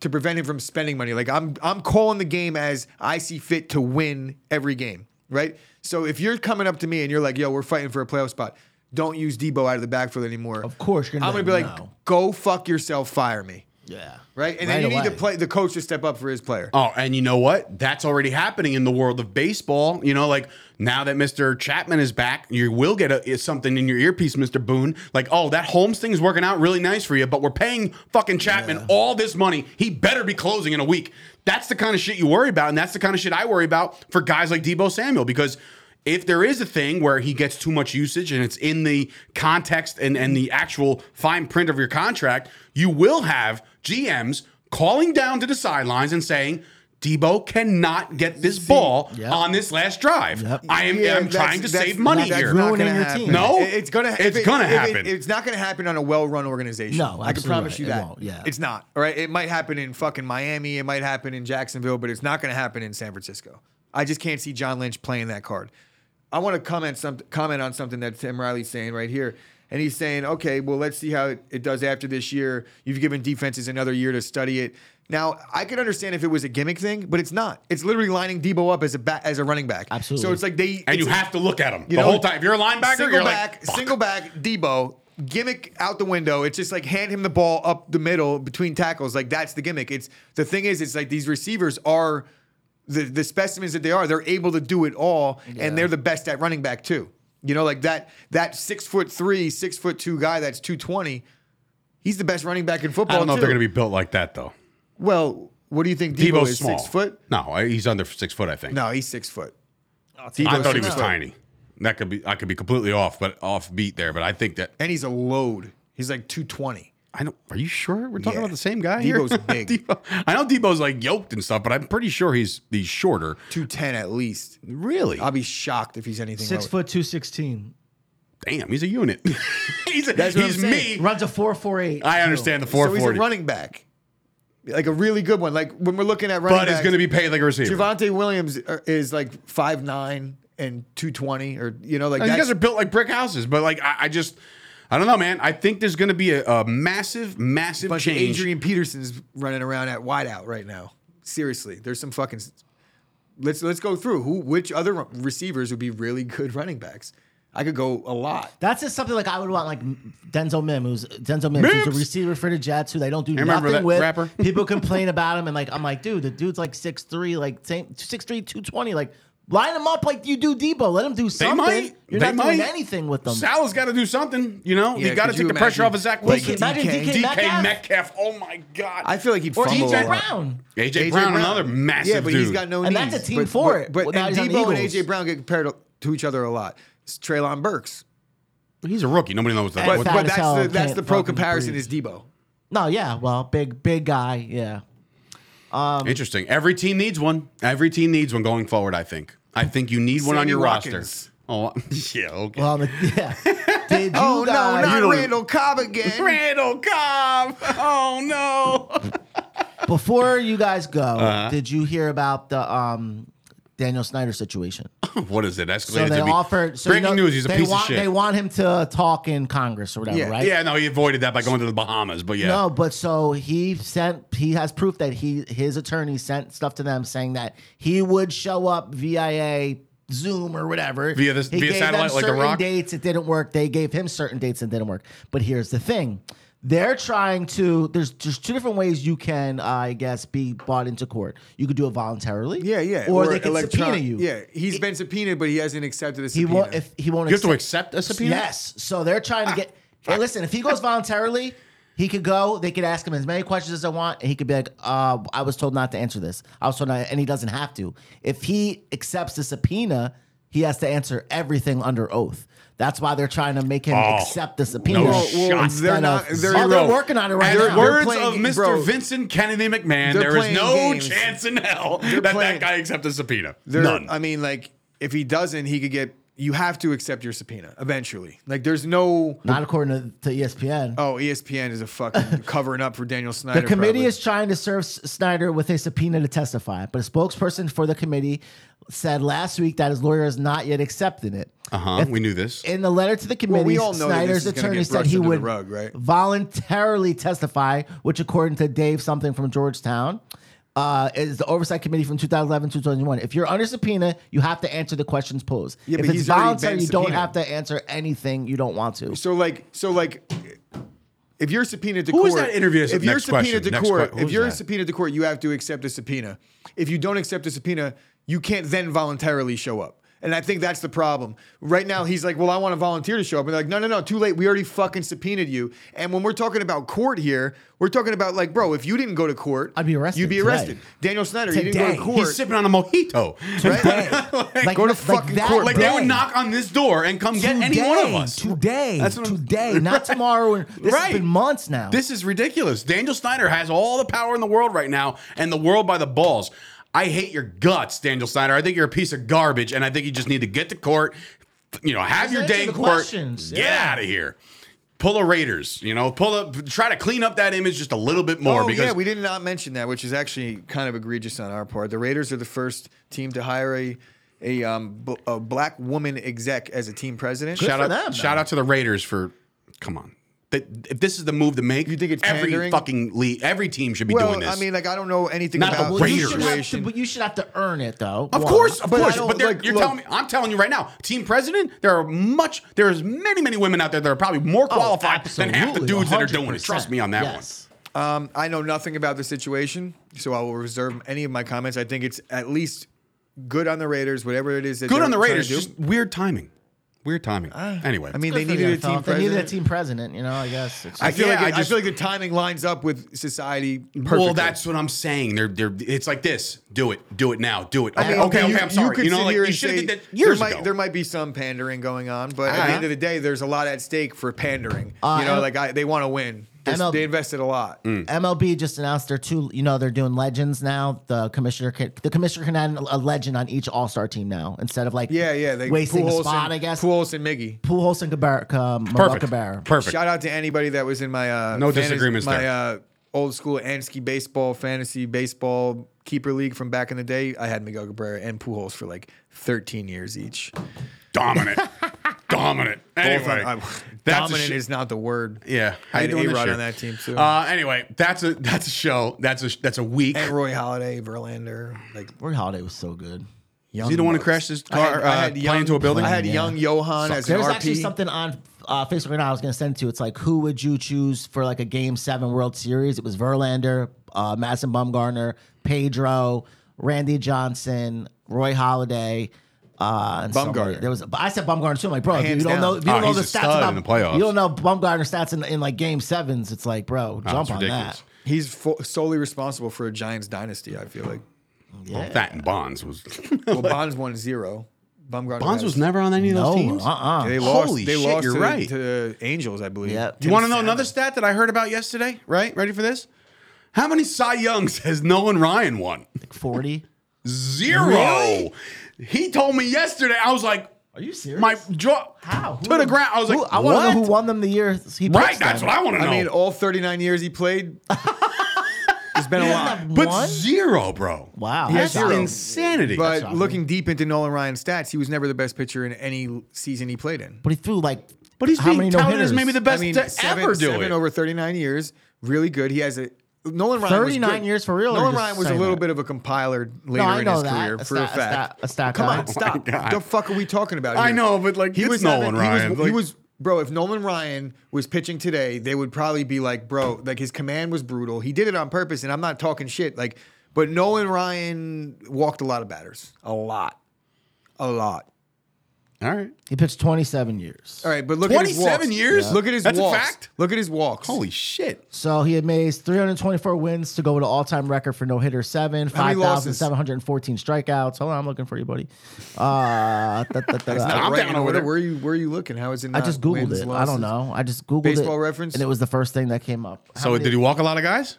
[SPEAKER 2] To prevent him from spending money, like I'm, I'm calling the game as I see fit to win every game, right? So if you're coming up to me and you're like, "Yo, we're fighting for a playoff spot," don't use Debo out of the backfield anymore.
[SPEAKER 3] Of course you're
[SPEAKER 2] I'm
[SPEAKER 3] gonna
[SPEAKER 2] gonna
[SPEAKER 3] be
[SPEAKER 2] be
[SPEAKER 3] like,
[SPEAKER 2] like,
[SPEAKER 3] "No."
[SPEAKER 2] go fuck yourself, fire me.
[SPEAKER 3] yeah.
[SPEAKER 2] Right? And then you
[SPEAKER 3] Right
[SPEAKER 2] need to
[SPEAKER 3] away.
[SPEAKER 2] play the coach to step up for his player.
[SPEAKER 1] Oh, and you know what? That's already happening in the world of baseball. You know, like now that Mr. Chapman is back, you will get a, is something in your earpiece, Mr. Boone. Like, oh, that Holmes thing's working out really nice for you, but we're paying fucking Chapman all this money. He better be closing in a week. That's the kind of shit you worry about, and that's the kind of shit I worry about for guys like Debo Samuel because. If there is a thing where he gets too much usage and it's in the context and, and the actual fine print of your contract, you will have GMs calling down to the sidelines and saying, Debo cannot get this ball
[SPEAKER 3] yep.
[SPEAKER 1] on this last drive. I am
[SPEAKER 2] Yeah,
[SPEAKER 1] I'm
[SPEAKER 2] that's-
[SPEAKER 1] trying to
[SPEAKER 2] that's-
[SPEAKER 1] save money
[SPEAKER 2] that's
[SPEAKER 1] here.
[SPEAKER 2] not
[SPEAKER 3] Ruining
[SPEAKER 2] gonna
[SPEAKER 3] your
[SPEAKER 2] happen.
[SPEAKER 3] team.
[SPEAKER 1] No,
[SPEAKER 2] It- it's gonna. if
[SPEAKER 1] it's
[SPEAKER 2] it-
[SPEAKER 1] gonna
[SPEAKER 2] if it-
[SPEAKER 1] happen.
[SPEAKER 2] it's not gonna happen on a well-run organization.
[SPEAKER 3] No,
[SPEAKER 2] I can
[SPEAKER 3] absolutely
[SPEAKER 2] promise
[SPEAKER 3] right.
[SPEAKER 2] you
[SPEAKER 3] It
[SPEAKER 2] that.
[SPEAKER 3] won't, yeah.
[SPEAKER 2] it's not. All right, it might happen in fucking Miami. It might happen in Jacksonville, but it's not gonna happen in San Francisco. I just can't see John Lynch playing that card. I want to comment some comment on something that Tim Riley's saying right here. And he's saying, okay, well, let's see how it, it does after this year. You've given defenses another year to study it. Now, I could understand if it was a gimmick thing, but it's not. It's literally lining Debo up as a ba- as a running back. So
[SPEAKER 3] Absolutely.
[SPEAKER 2] it's like they
[SPEAKER 1] and you
[SPEAKER 2] it's-
[SPEAKER 1] have to look at him
[SPEAKER 2] you
[SPEAKER 1] the
[SPEAKER 2] know,
[SPEAKER 1] whole time. If you're a linebacker,
[SPEAKER 2] single
[SPEAKER 1] you're
[SPEAKER 2] back,
[SPEAKER 1] like, "Fuck."
[SPEAKER 2] single back, Debo, gimmick out the window. It's just like hand him the ball up the middle between tackles. Like that's the gimmick. It's the thing is, it's like these receivers are the the specimens that they are. They're able to do it all, and they're the best at running back too. You know, like that that six foot three, six foot two guy that's two twenty. He's the best running back in football.
[SPEAKER 1] I don't know if they're
[SPEAKER 2] too.
[SPEAKER 1] going to be built like that though.
[SPEAKER 2] Well, what do you think? Debo
[SPEAKER 1] Debo's
[SPEAKER 2] is
[SPEAKER 1] small.
[SPEAKER 2] six foot.
[SPEAKER 1] No, I- he's under six foot. I think.
[SPEAKER 2] No, he's six foot.
[SPEAKER 1] I
[SPEAKER 2] Debo's
[SPEAKER 1] thought he
[SPEAKER 2] six
[SPEAKER 1] was
[SPEAKER 2] foot.
[SPEAKER 1] tiny. That could be. I could be completely off, but off beat there. But I think that
[SPEAKER 2] and he's a load. He's like two twenty.
[SPEAKER 1] I don't. Are you sure we're talking
[SPEAKER 2] Yeah.
[SPEAKER 1] about the same guy here?
[SPEAKER 2] Debo's big.
[SPEAKER 1] Debo- I know Debo's like yoked and stuff, but I'm pretty sure he's he's shorter.
[SPEAKER 2] 210 at least.
[SPEAKER 1] Really?
[SPEAKER 2] I'll be shocked if he's anything
[SPEAKER 4] Six
[SPEAKER 2] lower.
[SPEAKER 4] foot two sixteen.
[SPEAKER 1] Damn, he's a unit. he's a,
[SPEAKER 2] That's what I'm
[SPEAKER 1] he's
[SPEAKER 2] saying.
[SPEAKER 1] me.
[SPEAKER 4] Runs a four four eight.
[SPEAKER 1] I understand the
[SPEAKER 2] So
[SPEAKER 1] 440.
[SPEAKER 2] he's a running back. Like a really good one. Like when we're looking at running
[SPEAKER 1] but
[SPEAKER 2] backs,
[SPEAKER 1] it's going to be paid like a receiver.
[SPEAKER 2] Javante Williams uh, is like 5'9 and 220 or Oh, you know like
[SPEAKER 1] These
[SPEAKER 2] that's,
[SPEAKER 1] guys are built like brick houses, but like I, I just, I don't know, man. I think there's going to be a, a massive, massive
[SPEAKER 2] bunch of
[SPEAKER 1] change.
[SPEAKER 2] Adrian Peterson's running around at wideout right now. Seriously, there's some fucking s- Let's let's go through who which other ru- receivers would be really good running backs. I could go a lot.
[SPEAKER 3] That's just something like I would want, like Denzel Mims, who's Denzel Mims, who's
[SPEAKER 1] Mims!
[SPEAKER 3] a receiver for the Jets, who they don't do
[SPEAKER 1] remember
[SPEAKER 3] nothing
[SPEAKER 1] that
[SPEAKER 3] with.
[SPEAKER 1] rapper?
[SPEAKER 3] People complain about him, and like I'm like, dude, the dude's like 6'3", like same 6'3", 220, like line him up like you do Debo, let him do something.
[SPEAKER 1] might.
[SPEAKER 3] You're
[SPEAKER 1] They
[SPEAKER 3] not doing
[SPEAKER 1] might.
[SPEAKER 3] anything with them.
[SPEAKER 1] Salah's got to do something, you know.
[SPEAKER 2] Yeah,
[SPEAKER 1] you got to
[SPEAKER 2] could
[SPEAKER 1] take the
[SPEAKER 2] you
[SPEAKER 1] pressure off
[SPEAKER 2] imagine
[SPEAKER 1] of Zach
[SPEAKER 2] Like
[SPEAKER 1] Wilson,
[SPEAKER 3] imagine DK Metcalf.
[SPEAKER 1] Metcalf. Oh my god!
[SPEAKER 2] I feel like he'd
[SPEAKER 3] or
[SPEAKER 2] fumble a lot.
[SPEAKER 3] AJ Brown.
[SPEAKER 1] AJ, Brown, another massive
[SPEAKER 2] Yeah, but
[SPEAKER 1] dude.
[SPEAKER 2] he's got no
[SPEAKER 3] And
[SPEAKER 2] knees.
[SPEAKER 3] that's a team
[SPEAKER 2] but,
[SPEAKER 3] for
[SPEAKER 2] but-
[SPEAKER 3] it.
[SPEAKER 2] But,
[SPEAKER 3] Well, now
[SPEAKER 2] and
[SPEAKER 3] he's on the
[SPEAKER 2] Debo and
[SPEAKER 3] Eagles.
[SPEAKER 2] AJ Brown get compared to, to each other a lot. It's Traylon Burks.
[SPEAKER 1] he's a rookie. Nobody knows that.
[SPEAKER 3] But-
[SPEAKER 1] What-
[SPEAKER 3] Fat
[SPEAKER 2] But
[SPEAKER 3] as
[SPEAKER 2] that's
[SPEAKER 3] hell,
[SPEAKER 2] the, that's
[SPEAKER 3] can't
[SPEAKER 2] the pro
[SPEAKER 3] fucking
[SPEAKER 2] comparison
[SPEAKER 3] breathe.
[SPEAKER 2] is Debo.
[SPEAKER 3] No, yeah, well, big big guy, yeah.
[SPEAKER 1] Interesting. Every team needs one. Every team needs one going forward. I think. I think you need one on
[SPEAKER 2] Sammy
[SPEAKER 1] your
[SPEAKER 2] Watkins.
[SPEAKER 1] roster. Oh yeah. Okay.
[SPEAKER 3] Well, the- yeah. Did you
[SPEAKER 2] Oh no,
[SPEAKER 3] guys?
[SPEAKER 2] not Randall Cobb again.
[SPEAKER 1] Randall Cobb. Oh no.
[SPEAKER 3] Before you guys go,
[SPEAKER 1] Uh-huh.
[SPEAKER 3] did you hear about the um, Daniel Snyder situation?
[SPEAKER 1] what is it? Escalated
[SPEAKER 3] So they
[SPEAKER 1] to be
[SPEAKER 3] offered so you
[SPEAKER 1] breaking
[SPEAKER 3] know,
[SPEAKER 1] news. He's a
[SPEAKER 3] they
[SPEAKER 1] piece
[SPEAKER 3] want,
[SPEAKER 1] of shit.
[SPEAKER 3] They want him to talk in Congress or whatever,
[SPEAKER 2] Yeah,
[SPEAKER 3] right?
[SPEAKER 1] yeah. No, he avoided that by going to the Bahamas. But yeah.
[SPEAKER 3] No, but so he sent. He has proof that he his attorney sent stuff to them saying that he would show up via Zoom or whatever
[SPEAKER 1] Via this-
[SPEAKER 3] He
[SPEAKER 1] via
[SPEAKER 3] gave them
[SPEAKER 1] satellite like The
[SPEAKER 3] certain
[SPEAKER 1] Rock?
[SPEAKER 3] Dates it didn't work. They gave him certain dates that didn't work. But here's the thing. They're trying to. There's there's two different ways you can, I guess, be brought into court. You could do it voluntarily.
[SPEAKER 2] Yeah, yeah.
[SPEAKER 3] Or, they can
[SPEAKER 2] electron-
[SPEAKER 3] subpoena you.
[SPEAKER 2] Yeah, he's been subpoenaed, but he hasn't accepted the
[SPEAKER 3] He
[SPEAKER 2] subpoena.
[SPEAKER 3] won't. If he won't.
[SPEAKER 1] You have to
[SPEAKER 3] accept-
[SPEAKER 1] accept a subpoena. Ah,
[SPEAKER 3] Yes. So they're trying to get. Hey, listen, if he goes voluntarily, he could go. They could ask him as many questions as they want, and he could be like, uh, "I was told not to answer this. I was told," not, and he doesn't have to. If he accepts the subpoena, he has to answer everything under oath. That's why they're trying to make him
[SPEAKER 1] Oh,
[SPEAKER 3] accept the subpoena.
[SPEAKER 1] no shot.
[SPEAKER 3] instead
[SPEAKER 2] They're not-
[SPEAKER 3] of-
[SPEAKER 2] they're-
[SPEAKER 3] oh, they're
[SPEAKER 1] Zero.
[SPEAKER 3] working on it right
[SPEAKER 1] As
[SPEAKER 3] now.
[SPEAKER 1] the words
[SPEAKER 2] playing-
[SPEAKER 1] of Mr.
[SPEAKER 2] bro.
[SPEAKER 1] Vincent Kennedy McMahon,
[SPEAKER 2] They're
[SPEAKER 1] there is
[SPEAKER 2] playing
[SPEAKER 1] no
[SPEAKER 2] games.
[SPEAKER 1] chance in hell that that
[SPEAKER 2] playing-
[SPEAKER 1] guy accepts a subpoena.
[SPEAKER 2] There-
[SPEAKER 1] None.
[SPEAKER 2] I mean, like, if he doesn't, he could get. You have to accept your subpoena eventually. Like, there's no.
[SPEAKER 3] not according to, E to ESPN.
[SPEAKER 2] Oh, ESPN is a fucking covering up for Daniel Snyder.
[SPEAKER 3] The committee
[SPEAKER 2] probably.
[SPEAKER 3] is trying to serve S- Snyder with a subpoena to testify, but a spokesperson for the committee said last week that his lawyer has not yet accepted it.
[SPEAKER 1] uh huh. We knew this.
[SPEAKER 3] In the letter to the committee,
[SPEAKER 2] Uh-huh. Well, we all know that
[SPEAKER 3] Snyder's
[SPEAKER 2] this is gonna
[SPEAKER 3] attorney
[SPEAKER 2] get
[SPEAKER 3] said he
[SPEAKER 2] brushed under the
[SPEAKER 3] would
[SPEAKER 2] rug, right?
[SPEAKER 3] voluntarily testify, which, according to Dave something from Georgetown, uh, is the oversight committee from 2011 to 2021. If you're under subpoena, you have to answer the questions posed.
[SPEAKER 2] Yeah,
[SPEAKER 3] if
[SPEAKER 2] but
[SPEAKER 3] it's
[SPEAKER 2] he's already
[SPEAKER 3] voluntary,
[SPEAKER 2] been
[SPEAKER 3] you don't
[SPEAKER 2] subpoenaed.
[SPEAKER 3] have to answer anything you don't want to.
[SPEAKER 2] So like, so like, if you're subpoenaed to
[SPEAKER 1] Who
[SPEAKER 2] court,
[SPEAKER 1] is that interview?
[SPEAKER 2] If you're
[SPEAKER 1] Next question,
[SPEAKER 2] subpoenaed to
[SPEAKER 1] next
[SPEAKER 2] court,
[SPEAKER 1] que- who's
[SPEAKER 2] if you're
[SPEAKER 1] that?
[SPEAKER 2] subpoenaed to court, you have to accept a subpoena. If you don't accept a subpoena, you can't then voluntarily show up. And I think that's the problem. Right now, he's like, "Well, I want to volunteer to show up," and they're like, "No, no, no, too late. We already fucking subpoenaed you." And when we're talking about court here, we're talking about like, bro, if you didn't go to court,
[SPEAKER 3] I'd be arrested
[SPEAKER 2] You'd be
[SPEAKER 3] today.
[SPEAKER 2] arrested. Daniel Snyder, you
[SPEAKER 3] Today.
[SPEAKER 2] didn't go to
[SPEAKER 3] He's
[SPEAKER 2] court.
[SPEAKER 1] He's sipping on a mojito.
[SPEAKER 3] Today.
[SPEAKER 2] go to
[SPEAKER 3] like
[SPEAKER 2] fucking
[SPEAKER 3] that
[SPEAKER 2] court,
[SPEAKER 1] Like
[SPEAKER 3] day.
[SPEAKER 1] they would knock on this door and come get any one of us.
[SPEAKER 3] Today,
[SPEAKER 1] That's what I'm-
[SPEAKER 3] today, not tomorrow. This
[SPEAKER 1] Right.
[SPEAKER 3] has been months now.
[SPEAKER 1] This is ridiculous. Daniel Snyder has all the power in the world right now, and the world by the balls. I hate your guts, Daniel Snyder. I think you're a piece of garbage, and I think you just need to get to court. You know, have
[SPEAKER 3] Just
[SPEAKER 1] your
[SPEAKER 3] answer
[SPEAKER 1] day in
[SPEAKER 3] the
[SPEAKER 1] court.
[SPEAKER 3] questions.
[SPEAKER 1] Get
[SPEAKER 3] Yeah.
[SPEAKER 1] out of here. Pull a Raiders. You know, pull up. Try to clean up that image just a little bit more
[SPEAKER 2] oh,
[SPEAKER 1] because
[SPEAKER 2] yeah, we did not mention that, which is actually kind of egregious on our part. The Raiders are the first team to hire a a, um, b- a black woman exec as a team president.
[SPEAKER 1] shout
[SPEAKER 3] for
[SPEAKER 1] out,
[SPEAKER 3] them,
[SPEAKER 1] shout out to the Raiders for. Come on. That- If this is the move to make, you
[SPEAKER 2] think it's
[SPEAKER 1] every
[SPEAKER 2] pandering?
[SPEAKER 1] fucking league, every team should be
[SPEAKER 2] well,
[SPEAKER 1] doing this.
[SPEAKER 2] I mean, like I don't know anything
[SPEAKER 1] Not the
[SPEAKER 2] about
[SPEAKER 3] Well,
[SPEAKER 1] Raiders.
[SPEAKER 3] you
[SPEAKER 1] Greater
[SPEAKER 3] should have to,
[SPEAKER 2] situation.
[SPEAKER 3] but you should have to earn it, though.
[SPEAKER 1] Of
[SPEAKER 3] One.
[SPEAKER 1] course, of
[SPEAKER 2] But I
[SPEAKER 1] course.
[SPEAKER 2] don't,
[SPEAKER 1] But they're-
[SPEAKER 2] like,
[SPEAKER 1] you're
[SPEAKER 2] look-
[SPEAKER 1] telling me, I'm telling you right now, team president, there are much, there's many, many women out there that are probably more
[SPEAKER 2] Oh,
[SPEAKER 1] qualified than half the
[SPEAKER 3] Oh, absolutely,
[SPEAKER 1] dudes that are doing it.
[SPEAKER 3] 100%.
[SPEAKER 1] Trust me on that
[SPEAKER 3] Yes.
[SPEAKER 2] Um, I know nothing about the situation, so I will reserve any of my comments. I think it's at least good on the Raiders, whatever it is. That
[SPEAKER 1] one. Good
[SPEAKER 2] they're
[SPEAKER 1] on the
[SPEAKER 2] trying to
[SPEAKER 1] Raiders,
[SPEAKER 2] do.
[SPEAKER 1] just weird timing. Weird timing. anyway,
[SPEAKER 2] Uh, I mean,
[SPEAKER 3] Good
[SPEAKER 2] they
[SPEAKER 3] for the
[SPEAKER 2] needed a
[SPEAKER 3] NFL.
[SPEAKER 2] team
[SPEAKER 3] If They needed a
[SPEAKER 2] president.
[SPEAKER 3] team president, you know, I guess.
[SPEAKER 1] Hmm.
[SPEAKER 3] It's
[SPEAKER 2] I feel
[SPEAKER 1] Yeah,
[SPEAKER 2] like
[SPEAKER 1] I
[SPEAKER 2] it, I,
[SPEAKER 1] just-
[SPEAKER 2] feel like the timing lines up with society. Perfectly.
[SPEAKER 1] well, that's what I'm saying. They're, they're, it's like this. Do it. Do it now. Do it. Okay,
[SPEAKER 3] mean,
[SPEAKER 1] okay,
[SPEAKER 2] you-
[SPEAKER 1] okay. I'm sorry. You,
[SPEAKER 2] could
[SPEAKER 1] know,
[SPEAKER 2] sit
[SPEAKER 1] like
[SPEAKER 2] here
[SPEAKER 1] you
[SPEAKER 2] and
[SPEAKER 1] should have
[SPEAKER 2] say
[SPEAKER 1] did that years
[SPEAKER 2] there might,
[SPEAKER 1] ago.
[SPEAKER 2] There might be some pandering going on, but at
[SPEAKER 1] Uh-huh.
[SPEAKER 2] the end of the day, there's a lot at stake for pandering.
[SPEAKER 3] Uh,
[SPEAKER 2] you know,
[SPEAKER 3] and-
[SPEAKER 2] like I, they want to win. This-
[SPEAKER 3] MLB
[SPEAKER 2] they invested a lot.
[SPEAKER 1] Mm.
[SPEAKER 3] MLB just announced their two. You know, they're doing legends now. The commissioner, can, the commissioner can add a legend on each All Star team now instead of like
[SPEAKER 2] Yeah, yeah. They
[SPEAKER 3] wasting
[SPEAKER 2] Pujols
[SPEAKER 3] a spot.
[SPEAKER 2] and,
[SPEAKER 3] I guess
[SPEAKER 2] Pujols and Miggy.
[SPEAKER 3] Pujols and Cabrera, um,
[SPEAKER 1] Perfect.
[SPEAKER 3] Cabrera.
[SPEAKER 1] Perfect.
[SPEAKER 2] Shout out to anybody that was in my uh,
[SPEAKER 1] No disagreements
[SPEAKER 2] My
[SPEAKER 1] there.
[SPEAKER 2] uh, old school Ansky baseball fantasy baseball keeper league from back in the day. I had Miguel Cabrera and Pujols for like 13 years each.
[SPEAKER 1] Dominant. Dominant.
[SPEAKER 2] Both on-
[SPEAKER 1] Anyway,
[SPEAKER 2] I-
[SPEAKER 1] that's a
[SPEAKER 2] dominant
[SPEAKER 1] shi-
[SPEAKER 2] is not the word.
[SPEAKER 1] Yeah,
[SPEAKER 2] I had
[SPEAKER 1] you doing this
[SPEAKER 2] A-Rod
[SPEAKER 1] year?
[SPEAKER 2] on that team too.
[SPEAKER 1] Uh, anyway, that's a that's a show. That's a that's a week.
[SPEAKER 2] and Roy Holiday, Verlander, like
[SPEAKER 3] Roy Holiday was so good.
[SPEAKER 2] Young
[SPEAKER 1] You don't want to
[SPEAKER 2] Bucks.
[SPEAKER 1] crash this
[SPEAKER 2] I had-
[SPEAKER 1] car,
[SPEAKER 2] I
[SPEAKER 1] uh,
[SPEAKER 2] had
[SPEAKER 1] plane
[SPEAKER 2] young-
[SPEAKER 1] into a building.
[SPEAKER 2] I had young Johan as an
[SPEAKER 3] There's
[SPEAKER 2] RP.
[SPEAKER 3] actually something on uh, Facebook right now I was going to send it to. It's like, who would you choose for like a Game 7 World Series? It was Verlander, uh, Madison Bumgarner, Pedro, Randy Johnson, Roy Holiday. Uh, and somebody-
[SPEAKER 2] Bumgarner.
[SPEAKER 3] There was, but I said Bumgarner too. I'm like, bro, if you
[SPEAKER 2] Hands
[SPEAKER 3] don't
[SPEAKER 2] down.
[SPEAKER 3] know, if you don't
[SPEAKER 1] Oh,
[SPEAKER 3] know the
[SPEAKER 1] he's a
[SPEAKER 3] stats
[SPEAKER 1] stud
[SPEAKER 3] about
[SPEAKER 1] in the playoffs.
[SPEAKER 3] You don't know Bumgarner stats in, in like Game Sevens. It's like, bro,
[SPEAKER 1] Oh,
[SPEAKER 3] jump
[SPEAKER 1] it's
[SPEAKER 3] on
[SPEAKER 1] ridiculous.
[SPEAKER 3] that.
[SPEAKER 2] He's fo- solely responsible for a Giants dynasty. I feel like.
[SPEAKER 1] Well, that and Bonds was
[SPEAKER 2] Well, Bonds won zero. Bumgarner
[SPEAKER 1] Bonds
[SPEAKER 2] has-
[SPEAKER 1] was never on any of those
[SPEAKER 3] No,
[SPEAKER 1] teams.
[SPEAKER 3] uh-uh.
[SPEAKER 2] They lost.
[SPEAKER 1] Holy
[SPEAKER 2] they
[SPEAKER 1] shit,
[SPEAKER 2] lost
[SPEAKER 1] you're
[SPEAKER 2] to,
[SPEAKER 1] right.
[SPEAKER 2] to the Angels, I believe.
[SPEAKER 3] Yep.
[SPEAKER 1] You want to know another stat that I heard about yesterday? Right? Ready for this? How many Cy Youngs has Nolan Ryan won?
[SPEAKER 3] Like 40.
[SPEAKER 1] Zero.
[SPEAKER 3] Really?
[SPEAKER 1] He told me yesterday. I was like,
[SPEAKER 3] Are you serious?
[SPEAKER 1] my jaw
[SPEAKER 3] How?
[SPEAKER 1] to
[SPEAKER 3] Who-
[SPEAKER 1] the ground. I was like,
[SPEAKER 3] who- I want to know
[SPEAKER 1] what?
[SPEAKER 3] who won them the year he
[SPEAKER 1] Right,
[SPEAKER 3] pitched
[SPEAKER 1] that's
[SPEAKER 3] them.
[SPEAKER 1] what I want to know.
[SPEAKER 2] I mean, all 39 years he played, it's been a lot.
[SPEAKER 1] but
[SPEAKER 3] One?
[SPEAKER 1] zero, bro.
[SPEAKER 3] Wow.
[SPEAKER 1] that's
[SPEAKER 3] that's shocking.
[SPEAKER 1] insanity.
[SPEAKER 2] But looking deep into Nolan Ryan's stats, he was never the best pitcher in any season he played in.
[SPEAKER 3] But he threw like.
[SPEAKER 1] But he's
[SPEAKER 3] how
[SPEAKER 1] being
[SPEAKER 3] many
[SPEAKER 1] touted as
[SPEAKER 3] no-hitters?
[SPEAKER 1] maybe the best to
[SPEAKER 2] seven,
[SPEAKER 1] ever do
[SPEAKER 2] seven
[SPEAKER 1] it.
[SPEAKER 2] over 39 years, really good. He has a Nolan Ryan. was
[SPEAKER 3] 39
[SPEAKER 2] good.
[SPEAKER 3] years for real, or
[SPEAKER 2] Nolan
[SPEAKER 3] just
[SPEAKER 2] Ryan was a
[SPEAKER 3] saying
[SPEAKER 2] little
[SPEAKER 3] that?
[SPEAKER 2] bit of a compiler later
[SPEAKER 3] I
[SPEAKER 2] in
[SPEAKER 3] know
[SPEAKER 2] his
[SPEAKER 3] that.
[SPEAKER 2] career
[SPEAKER 3] A
[SPEAKER 2] for
[SPEAKER 3] stat-
[SPEAKER 2] a
[SPEAKER 3] a
[SPEAKER 2] fact.
[SPEAKER 3] stat- a stat
[SPEAKER 2] Come
[SPEAKER 3] guy.
[SPEAKER 2] on,
[SPEAKER 3] Oh my
[SPEAKER 2] stop.
[SPEAKER 1] God.
[SPEAKER 2] the fuck are we talking about?
[SPEAKER 1] I
[SPEAKER 2] here?
[SPEAKER 1] know, but, like, it's
[SPEAKER 2] having-
[SPEAKER 1] Nolan
[SPEAKER 2] he was-
[SPEAKER 1] Ryan,
[SPEAKER 2] He was,
[SPEAKER 1] like-
[SPEAKER 2] Bro, if Nolan Ryan was pitching today, they would probably be like, bro, like his command was brutal. He did it on purpose, and I'm not talking shit. Like, but Nolan Ryan walked a lot of batters, a lot, a lot.
[SPEAKER 1] All right.
[SPEAKER 3] He pitched 27 years.
[SPEAKER 2] All right, but look at his
[SPEAKER 1] 27
[SPEAKER 2] walks.
[SPEAKER 1] years?
[SPEAKER 2] Look at his
[SPEAKER 1] That's a
[SPEAKER 2] walks.
[SPEAKER 1] fact?
[SPEAKER 2] Look at his walks.
[SPEAKER 1] Holy shit.
[SPEAKER 3] So he amazed 324 wins to go with an all-time record for no hitter seven,
[SPEAKER 2] How many losses?
[SPEAKER 3] 5,714 strikeouts. Hold on, I'm looking for you, buddy. Uh, da, da, da, da.
[SPEAKER 2] It's not
[SPEAKER 1] I'm
[SPEAKER 2] writing
[SPEAKER 1] down over
[SPEAKER 2] order.
[SPEAKER 1] there.
[SPEAKER 2] Where are you where are you looking? How is it?
[SPEAKER 3] I
[SPEAKER 2] Not
[SPEAKER 3] just googled
[SPEAKER 2] wins,
[SPEAKER 3] it. I
[SPEAKER 2] losses?
[SPEAKER 3] don't know. I just googled it.
[SPEAKER 2] Baseball reference?
[SPEAKER 3] and it was the first thing that came up. How
[SPEAKER 1] So
[SPEAKER 3] many-
[SPEAKER 1] did he walk a lot of guys?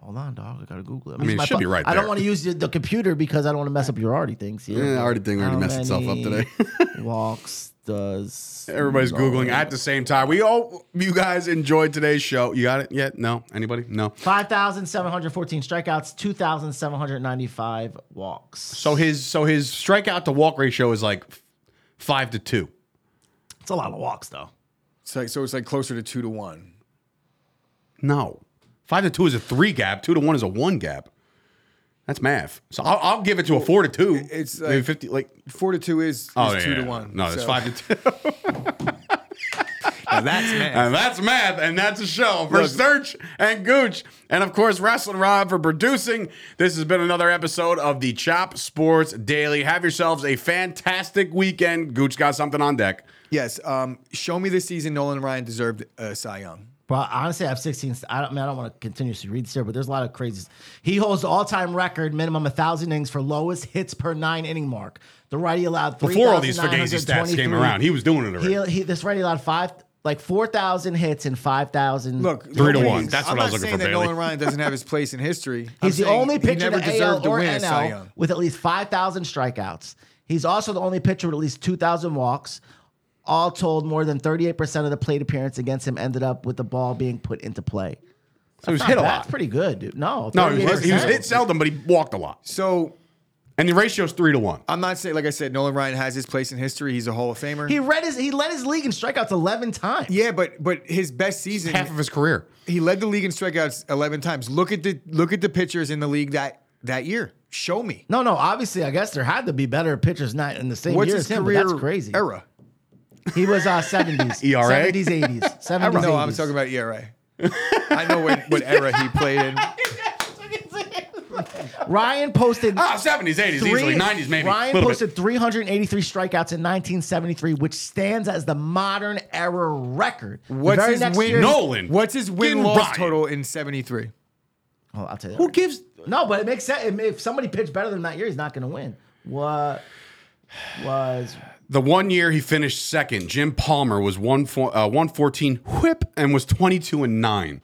[SPEAKER 3] Hold on, dog. I gotta Google it. I
[SPEAKER 1] mean, it should be right
[SPEAKER 3] I don't
[SPEAKER 1] there.
[SPEAKER 3] want to use the, the computer because I don't want to mess up your already things here.
[SPEAKER 1] Yeah, already thing already
[SPEAKER 3] How
[SPEAKER 1] messed itself up
[SPEAKER 3] many
[SPEAKER 1] today.
[SPEAKER 3] walks does
[SPEAKER 1] Everybody's Googling at the same time. We all, you guys enjoyed today's show. You got it yet? No? Anybody? No.
[SPEAKER 3] five thousand seven hundred fourteen strikeouts, two thousand seven hundred ninety-five walks.
[SPEAKER 1] So his so his strikeout to walk ratio is like f- five to two.
[SPEAKER 3] it's a lot of walks though.
[SPEAKER 2] It's like, so it's like closer to two to one.
[SPEAKER 1] No, five to two is a three gap. Two to one is a one gap. That's math. So I'll, I'll give it to a four to two.
[SPEAKER 2] it's
[SPEAKER 1] Maybe
[SPEAKER 2] like-
[SPEAKER 1] fifty. Like
[SPEAKER 2] Four to two is, is
[SPEAKER 1] oh yeah,
[SPEAKER 2] two to
[SPEAKER 1] yeah.
[SPEAKER 2] one.
[SPEAKER 1] No, it's
[SPEAKER 2] So-
[SPEAKER 1] five to two.
[SPEAKER 2] Now that's man.
[SPEAKER 1] and that's math, and that's a show for
[SPEAKER 2] Look.
[SPEAKER 1] Search and Gooch, and of course Wrestling Rob for producing. This has been another episode of the Chop Sports Daily. Have yourselves a fantastic weekend. Gooch got something on deck.
[SPEAKER 2] yes. Um, show me this season Nolan Ryan deserved a Cy Young.
[SPEAKER 3] Bro, honestly, I have 16. I don't, I mean, I don't want to continuously read this here, but there's a lot of crazies. He holds the all-time record, minimum 1,000 innings for lowest hits per nine inning mark. The righty allowed
[SPEAKER 1] Before all these Figazi stats
[SPEAKER 3] 3,923.
[SPEAKER 1] came around, he was doing it already.
[SPEAKER 3] He, he, this righty allowed five, like 4,000 hits and 5,000.
[SPEAKER 2] Look,
[SPEAKER 1] Three to
[SPEAKER 2] nobody's-
[SPEAKER 1] one. That's
[SPEAKER 2] I'm
[SPEAKER 1] what I was looking
[SPEAKER 2] not saying
[SPEAKER 1] for,
[SPEAKER 2] that
[SPEAKER 1] Bailey.
[SPEAKER 2] Nolan Ryan doesn't have his place in history. I'm
[SPEAKER 3] he's the
[SPEAKER 2] saying
[SPEAKER 3] only
[SPEAKER 2] he
[SPEAKER 3] pitcher
[SPEAKER 2] never
[SPEAKER 3] to
[SPEAKER 2] deserved
[SPEAKER 3] AL
[SPEAKER 2] to
[SPEAKER 3] or
[SPEAKER 2] win a Cy Young.
[SPEAKER 3] NL with at least 5,000 strikeouts. He's also the only pitcher with at least 2,000 walks. All told, more than 38% of the plate appearance against him ended up with the ball being put into play.
[SPEAKER 1] So he was hit a
[SPEAKER 3] That's
[SPEAKER 1] lot.
[SPEAKER 3] pretty good, dude. No,
[SPEAKER 1] No, he was, hit, he was
[SPEAKER 3] 38%.
[SPEAKER 1] hit seldom, but he walked a lot.
[SPEAKER 2] So
[SPEAKER 1] And the ratio's three to one.
[SPEAKER 2] I'm not saying, like I said, Nolan Ryan has his place in history. He's a Hall of Famer.
[SPEAKER 3] He read his he led his league in strikeouts eleven times.
[SPEAKER 2] yeah, but but his best season,
[SPEAKER 1] Half of his career.
[SPEAKER 2] he led the league in strikeouts 11 times. Look at the look at the pitchers in the league that that year. Show me.
[SPEAKER 3] No, no. Obviously, I guess there had to be better pitchers not in the same
[SPEAKER 2] What's
[SPEAKER 3] year
[SPEAKER 2] his
[SPEAKER 3] as him.
[SPEAKER 2] career
[SPEAKER 3] but that's crazy.
[SPEAKER 2] era?
[SPEAKER 3] He was uh seventies,
[SPEAKER 1] ERA?
[SPEAKER 3] seventies, eighties, seventies.
[SPEAKER 2] No, I was talking about ERA. I know what, what era he played in.
[SPEAKER 3] Ryan posted
[SPEAKER 1] Ah, 70s, 80s,
[SPEAKER 3] three-
[SPEAKER 1] easily. 90s, maybe.
[SPEAKER 3] Ryan
[SPEAKER 1] Little bit.
[SPEAKER 3] posted 383 strikeouts in 1973, which stands as the modern era record. The
[SPEAKER 2] What's
[SPEAKER 3] very
[SPEAKER 2] his
[SPEAKER 3] next
[SPEAKER 2] win?
[SPEAKER 3] year-
[SPEAKER 1] Nolan.
[SPEAKER 2] What's his win
[SPEAKER 1] Fucking
[SPEAKER 2] loss
[SPEAKER 1] Ryan.
[SPEAKER 2] total in '73?
[SPEAKER 3] Oh, I'll tell you.
[SPEAKER 1] Who
[SPEAKER 3] That.
[SPEAKER 1] gives?
[SPEAKER 3] No, but it makes sense. It- If somebody pitched better than that year, he's not going to win. What was
[SPEAKER 1] The one year he finished second, Jim Palmer was one four, uh, 114 whip and was 22 and 9.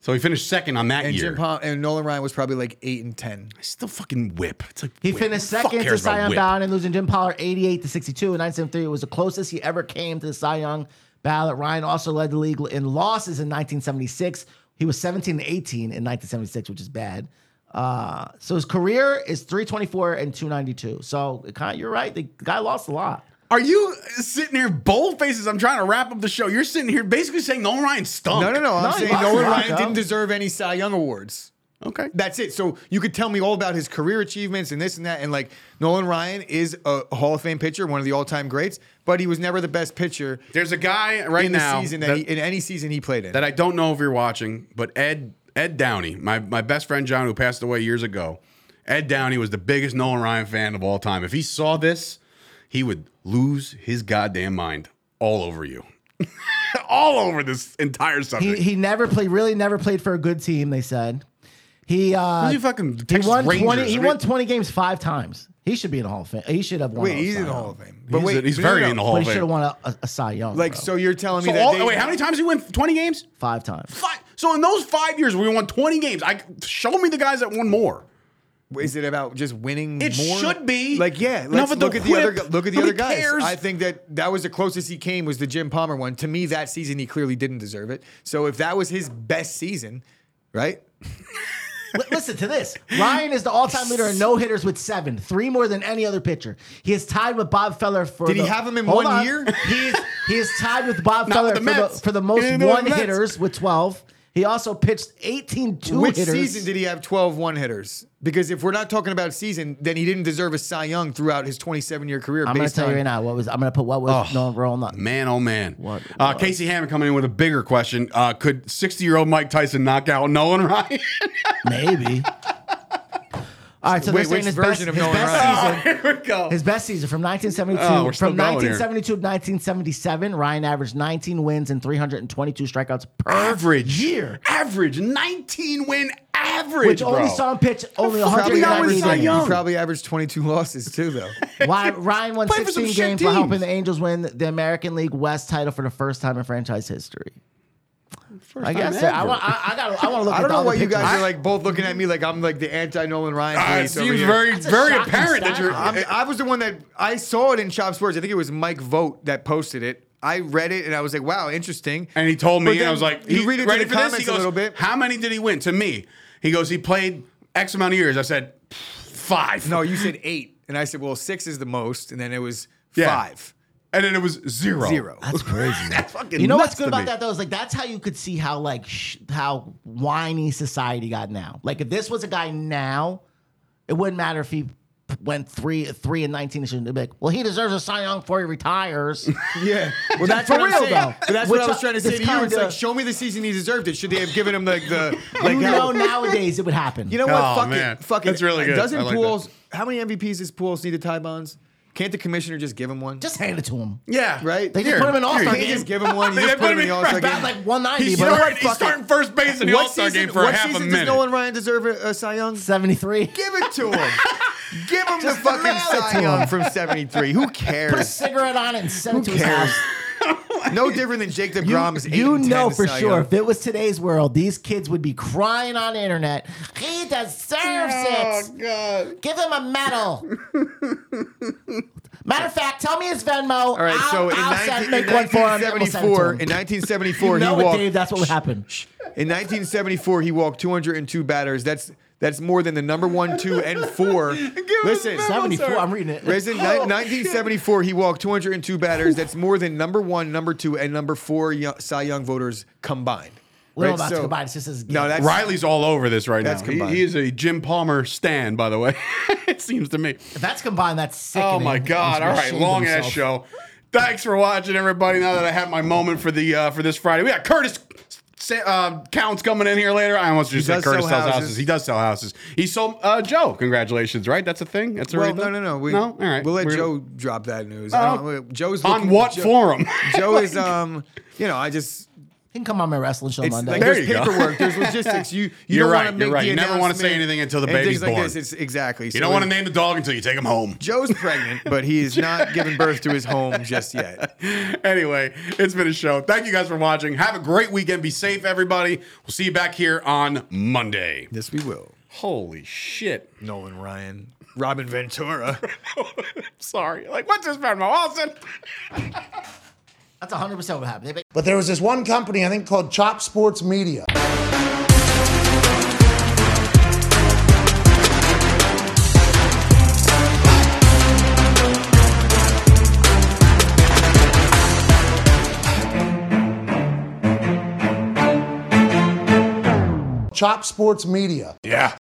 [SPEAKER 1] So he finished second on that
[SPEAKER 2] And
[SPEAKER 1] year.
[SPEAKER 2] Jim Palm and Nolan Ryan was probably like eight and ten.
[SPEAKER 1] Still fucking whip. It's like
[SPEAKER 3] He
[SPEAKER 1] whip.
[SPEAKER 3] finished
[SPEAKER 1] Who the fuck
[SPEAKER 3] second to
[SPEAKER 1] cares
[SPEAKER 3] Cy
[SPEAKER 1] about
[SPEAKER 3] Young
[SPEAKER 1] whip?
[SPEAKER 3] Ballot and losing Jim Pollard 88 to 62 in 1973. It was the closest he ever came to the Cy Young ballot. Ryan also led the league in losses in 1976. He was 17 to 18 in 1976, which is bad. Uh, so his career is 324 and 292. So it kind of, you're right. The guy lost a lot.
[SPEAKER 1] Are you sitting here bold faces? I'm trying to wrap up the show. You're sitting here basically saying Nolan Ryan stunk.
[SPEAKER 2] No, no, no. I'm
[SPEAKER 3] No, he
[SPEAKER 2] saying
[SPEAKER 3] lost
[SPEAKER 2] Nolan
[SPEAKER 3] a lot,
[SPEAKER 2] Ryan
[SPEAKER 3] though.
[SPEAKER 2] didn't deserve any Cy Young awards.
[SPEAKER 1] Okay.
[SPEAKER 2] That's it. So you could tell me all about his career achievements and this and that. And like Nolan Ryan is a Hall of Fame pitcher, one of the all-time greats, but he was never the best pitcher
[SPEAKER 1] There's a guy right
[SPEAKER 2] in the
[SPEAKER 1] now
[SPEAKER 2] season that, he, in any season he played in.
[SPEAKER 1] that I don't know if you're watching, but Ed Ed Downey, my, my best friend John, who passed away years ago, Ed Downey was the biggest Nolan Ryan fan of all time. If he saw this, he would lose his goddamn mind all over you, all over this entire
[SPEAKER 3] He,
[SPEAKER 1] subject.
[SPEAKER 3] he never played, really never played for a good team, they said. He uh,
[SPEAKER 1] Who's he fucking
[SPEAKER 3] he
[SPEAKER 1] Texas
[SPEAKER 3] won
[SPEAKER 1] Rangers?
[SPEAKER 3] twenty. He
[SPEAKER 1] I
[SPEAKER 3] won
[SPEAKER 1] mean-
[SPEAKER 3] twenty games five times. He should be in the Hall of Fame. He should have won.
[SPEAKER 2] Wait,
[SPEAKER 3] a
[SPEAKER 2] he's in
[SPEAKER 3] Cy
[SPEAKER 2] the Hall
[SPEAKER 3] Young.
[SPEAKER 2] of Fame.
[SPEAKER 1] He's,
[SPEAKER 2] wait,
[SPEAKER 1] he's
[SPEAKER 2] no, no,
[SPEAKER 1] very
[SPEAKER 2] no.
[SPEAKER 1] in the Hall
[SPEAKER 3] But
[SPEAKER 1] of
[SPEAKER 3] he should have
[SPEAKER 1] Fame.
[SPEAKER 3] won a, a, a Cy Young.
[SPEAKER 2] Like,
[SPEAKER 3] bro.
[SPEAKER 2] so you're telling me
[SPEAKER 1] So
[SPEAKER 2] that
[SPEAKER 1] all-
[SPEAKER 2] they,
[SPEAKER 1] wait, how many times he win? Twenty games?
[SPEAKER 3] five times.
[SPEAKER 1] Five. So in those five years, we won twenty games. I show me the guys that won more.
[SPEAKER 2] is it about just winning?
[SPEAKER 1] It
[SPEAKER 2] more?
[SPEAKER 1] should be.
[SPEAKER 2] Like, yeah,
[SPEAKER 1] Enough
[SPEAKER 2] let's
[SPEAKER 1] with the
[SPEAKER 2] look at the other
[SPEAKER 1] whip.
[SPEAKER 2] look at the
[SPEAKER 1] Nobody
[SPEAKER 2] other guys.
[SPEAKER 1] cares.
[SPEAKER 2] I think that that was the closest he came was the Jim Palmer one. To me, that season he clearly didn't deserve it. So if that was his best season, right?
[SPEAKER 3] Li- Listen to this. Ryan is the all-time leader in no hitters with seven, three more than any other pitcher. He is tied with Bob Feller for.
[SPEAKER 2] Did he
[SPEAKER 3] the-
[SPEAKER 2] have him in
[SPEAKER 3] Hold
[SPEAKER 2] one
[SPEAKER 3] on.
[SPEAKER 2] year?
[SPEAKER 3] He is he is tied with Bob
[SPEAKER 1] Not
[SPEAKER 3] Feller
[SPEAKER 1] with the
[SPEAKER 3] for,
[SPEAKER 1] Mets.
[SPEAKER 3] the, for the
[SPEAKER 1] He
[SPEAKER 3] most
[SPEAKER 1] didn't do it with
[SPEAKER 3] one
[SPEAKER 1] the Mets.
[SPEAKER 3] hitters with twelve. He also pitched 18 two
[SPEAKER 2] Which
[SPEAKER 3] hitters.
[SPEAKER 2] season did he have 12 one hitters? Because if we're not talking about season, then he didn't deserve a Cy Young throughout his 27 year career.
[SPEAKER 3] I'm going to
[SPEAKER 2] based Oh.
[SPEAKER 3] tell
[SPEAKER 2] on,
[SPEAKER 3] you right now what was. I'm going to put what was no roll not.
[SPEAKER 1] Man, oh man.
[SPEAKER 3] What-
[SPEAKER 1] Uh, Casey Hammond coming in with a bigger question. Uh, could 60 year old Mike Tyson knock out Nolan Ryan?
[SPEAKER 3] Maybe. All right, so
[SPEAKER 2] Wait,
[SPEAKER 3] they're
[SPEAKER 2] which
[SPEAKER 3] saying his best,
[SPEAKER 2] version
[SPEAKER 3] his
[SPEAKER 2] of Nolan
[SPEAKER 3] best
[SPEAKER 2] Ryan?
[SPEAKER 3] season.
[SPEAKER 1] Here we go.
[SPEAKER 3] His best season from 1972
[SPEAKER 1] Oh, we're still
[SPEAKER 3] from
[SPEAKER 1] going
[SPEAKER 3] 1972 to 1977, Ryan averaged 19 wins and 322 strikeouts per
[SPEAKER 1] average.
[SPEAKER 3] year,
[SPEAKER 1] Average. 19 win average.
[SPEAKER 3] which
[SPEAKER 1] bro.
[SPEAKER 3] only saw him pitch only
[SPEAKER 2] Probably
[SPEAKER 1] always
[SPEAKER 3] 190
[SPEAKER 1] Cy
[SPEAKER 2] averaged,
[SPEAKER 1] Young.
[SPEAKER 3] games.
[SPEAKER 2] he probably averaged 22 losses too, though.
[SPEAKER 3] Why Ryan won
[SPEAKER 1] Played for some
[SPEAKER 3] 16
[SPEAKER 1] shit
[SPEAKER 3] games while
[SPEAKER 1] teams.
[SPEAKER 3] helping the Angels win the American League West title for the first time in franchise history. I
[SPEAKER 1] time
[SPEAKER 3] guess that- I
[SPEAKER 1] ever.
[SPEAKER 3] want. I, got. I want to look.
[SPEAKER 2] I
[SPEAKER 3] at
[SPEAKER 2] don't
[SPEAKER 3] the
[SPEAKER 2] know
[SPEAKER 3] other
[SPEAKER 2] why you
[SPEAKER 3] pictures.
[SPEAKER 2] guys are like both looking at me like I'm like the anti Nolan Ryan.
[SPEAKER 1] Uh, it
[SPEAKER 2] police over
[SPEAKER 1] seems
[SPEAKER 2] here.
[SPEAKER 1] very,
[SPEAKER 3] That's a
[SPEAKER 1] very
[SPEAKER 3] shocking
[SPEAKER 1] apparent that
[SPEAKER 3] stat.
[SPEAKER 1] you're.
[SPEAKER 2] I'm, I was the one that I saw it in Chop Sports. I think it was Mike Vote that posted it. I read it and I was like, wow, interesting.
[SPEAKER 1] and he told me,
[SPEAKER 2] But
[SPEAKER 1] and I
[SPEAKER 2] then
[SPEAKER 1] was like,
[SPEAKER 2] you
[SPEAKER 1] he-
[SPEAKER 2] read it
[SPEAKER 1] ready
[SPEAKER 2] in the
[SPEAKER 1] for this? He
[SPEAKER 2] comments a
[SPEAKER 1] goes,
[SPEAKER 2] little bit.
[SPEAKER 1] How many did he win? To me, he goes, he played X amount of years. I said, five.
[SPEAKER 2] No, you said eight. And I said, well, six is the most. And then it was
[SPEAKER 1] Yeah.
[SPEAKER 2] five,
[SPEAKER 1] And then it was zero.
[SPEAKER 2] zero.
[SPEAKER 3] That's crazy.
[SPEAKER 1] That's fucking
[SPEAKER 3] You know
[SPEAKER 1] nuts
[SPEAKER 3] what's good
[SPEAKER 1] to
[SPEAKER 3] about
[SPEAKER 1] me.
[SPEAKER 3] that though is like that's how you could see how like sh- how whiny society got now. Like if this was a guy now, it wouldn't matter if he p- went three three and nineteen. It shouldn't be like, well, he deserves a Cy Young before he retires.
[SPEAKER 2] Yeah. Well, that's
[SPEAKER 3] For
[SPEAKER 2] what I'm
[SPEAKER 3] real,
[SPEAKER 2] saying.
[SPEAKER 3] though.
[SPEAKER 2] But that's
[SPEAKER 3] Which
[SPEAKER 2] what I was
[SPEAKER 3] I-
[SPEAKER 2] trying to say
[SPEAKER 3] it's
[SPEAKER 2] to you. It's
[SPEAKER 3] kinda-
[SPEAKER 2] like, show me the season he deserved it. Should they have given him like the like
[SPEAKER 3] you know,
[SPEAKER 2] how-
[SPEAKER 3] nowadays it would happen.
[SPEAKER 2] You know what?
[SPEAKER 1] Oh,
[SPEAKER 2] fuck
[SPEAKER 1] man.
[SPEAKER 2] it. Fuck it.
[SPEAKER 1] That's really good. I
[SPEAKER 2] Doesn't
[SPEAKER 1] like that.
[SPEAKER 2] Pools? How many MVPs does Pools need to tie bonds? Can't the commissioner just give him one?
[SPEAKER 3] just hand it to him.
[SPEAKER 1] Yeah.
[SPEAKER 2] Right? They
[SPEAKER 3] just put him in All-Star
[SPEAKER 1] here.
[SPEAKER 2] Can't you
[SPEAKER 3] game.
[SPEAKER 2] just give him one. You
[SPEAKER 1] They
[SPEAKER 2] just
[SPEAKER 1] put
[SPEAKER 2] put
[SPEAKER 1] him
[SPEAKER 2] him in
[SPEAKER 1] in
[SPEAKER 2] the All-Star
[SPEAKER 1] back
[SPEAKER 2] game.
[SPEAKER 3] like 190,
[SPEAKER 1] He's
[SPEAKER 3] but
[SPEAKER 1] starting,
[SPEAKER 2] Fuck
[SPEAKER 1] he's
[SPEAKER 2] it.
[SPEAKER 1] starting first base in the
[SPEAKER 2] what
[SPEAKER 1] All Star
[SPEAKER 2] season,
[SPEAKER 1] game for
[SPEAKER 2] what
[SPEAKER 1] half a
[SPEAKER 2] season
[SPEAKER 1] minute.
[SPEAKER 2] does Nolan Ryan deserve a, a Cy Young?
[SPEAKER 3] Seventy three.
[SPEAKER 2] Give it to him. give him the
[SPEAKER 3] Just
[SPEAKER 2] fucking
[SPEAKER 3] mail it to
[SPEAKER 2] Cy Young
[SPEAKER 3] him.
[SPEAKER 2] from '73. Who
[SPEAKER 3] Put a
[SPEAKER 2] cares?
[SPEAKER 3] cigarette on it and send it to his
[SPEAKER 2] cares?
[SPEAKER 3] house.
[SPEAKER 2] No different than Jake DeGrom's. eight
[SPEAKER 3] You
[SPEAKER 2] and 10
[SPEAKER 3] know for
[SPEAKER 2] Cy
[SPEAKER 3] sure,
[SPEAKER 2] Young.
[SPEAKER 3] if it was today's world, these kids would be crying on the internet. He deserves it.
[SPEAKER 1] God.
[SPEAKER 3] Give him a medal. Matter of fact, tell me his Venmo.
[SPEAKER 2] All right,
[SPEAKER 3] I'll,
[SPEAKER 2] so in,
[SPEAKER 3] I'll
[SPEAKER 2] 19-
[SPEAKER 3] send, make one for him. and we'll send it to
[SPEAKER 2] 1974,
[SPEAKER 3] him.
[SPEAKER 2] in 1974,
[SPEAKER 3] You know
[SPEAKER 2] he
[SPEAKER 3] it,
[SPEAKER 2] walked.
[SPEAKER 3] Dave. That's what would happen.
[SPEAKER 2] In 1974, he walked 202 batters. That's that's more than the number one, two, and four. Listen,
[SPEAKER 1] medal.
[SPEAKER 3] Seventy four. I'm reading it.
[SPEAKER 2] Resident, ni- 1974, he walked 202 batters. That's more than number one, number two, and number four Yo- Cy Young voters combined.
[SPEAKER 3] we don't
[SPEAKER 2] Right,
[SPEAKER 3] about
[SPEAKER 2] so-
[SPEAKER 3] to combine. It's just as
[SPEAKER 2] No, that's
[SPEAKER 1] Riley's all over this right
[SPEAKER 2] That's
[SPEAKER 1] now. He-
[SPEAKER 2] combined.
[SPEAKER 1] He, is a Jim Palmer stan, by the way. it seems to me.
[SPEAKER 3] if that's combined. That's sick.
[SPEAKER 1] Oh my God! All right, long ass show. Thanks for watching, everybody. Now that I have my moment for the uh, for this Friday, we got Curtis Sa- uh, Counts coming in here later. I almost just said
[SPEAKER 2] does
[SPEAKER 1] Curtis
[SPEAKER 2] sell
[SPEAKER 1] sells houses.
[SPEAKER 2] houses.
[SPEAKER 1] He does sell houses. He sold uh, Joe. Congratulations, right? That's a thing. That's a
[SPEAKER 2] Well,
[SPEAKER 1] real
[SPEAKER 2] no,
[SPEAKER 1] thing?
[SPEAKER 2] no, no. We,
[SPEAKER 1] no. All right.
[SPEAKER 2] We'll let
[SPEAKER 1] We're-
[SPEAKER 2] Joe drop that news. I
[SPEAKER 1] Oh.
[SPEAKER 2] don't- Joe's
[SPEAKER 1] On
[SPEAKER 2] looking-
[SPEAKER 1] what
[SPEAKER 2] Joe-
[SPEAKER 1] forum?
[SPEAKER 2] Joe is um. You know, I just
[SPEAKER 3] He can come on my wrestling show
[SPEAKER 2] It's
[SPEAKER 3] Monday.
[SPEAKER 2] like
[SPEAKER 1] There
[SPEAKER 2] there's
[SPEAKER 1] you go.
[SPEAKER 2] paperwork, there's logistics. You, you
[SPEAKER 1] You're
[SPEAKER 2] don't
[SPEAKER 1] right,
[SPEAKER 2] want to
[SPEAKER 1] you're
[SPEAKER 2] make
[SPEAKER 1] right.
[SPEAKER 2] the
[SPEAKER 1] You never wanna
[SPEAKER 2] announcement
[SPEAKER 1] say anything until the
[SPEAKER 2] and things
[SPEAKER 1] baby's
[SPEAKER 2] like
[SPEAKER 1] born.
[SPEAKER 2] This. It's exactly.
[SPEAKER 1] You don't want to name the dog until you take him home.
[SPEAKER 2] Joe's pregnant, but he's not giving birth to his home just yet.
[SPEAKER 1] anyway, it's been a show. Thank you guys for watching. Have a great weekend. Be safe, everybody. We'll see you back here on Monday.
[SPEAKER 2] Yes, we will.
[SPEAKER 1] Holy shit.
[SPEAKER 2] Nolan Ryan, Robin Ventura.
[SPEAKER 1] Sorry. Like, what's this, Venmo Olsen?
[SPEAKER 3] That's 100 percent what happened. They-
[SPEAKER 5] But there was this one company, I think called Chop Sports Media. Chop Sports Media.
[SPEAKER 1] Yeah.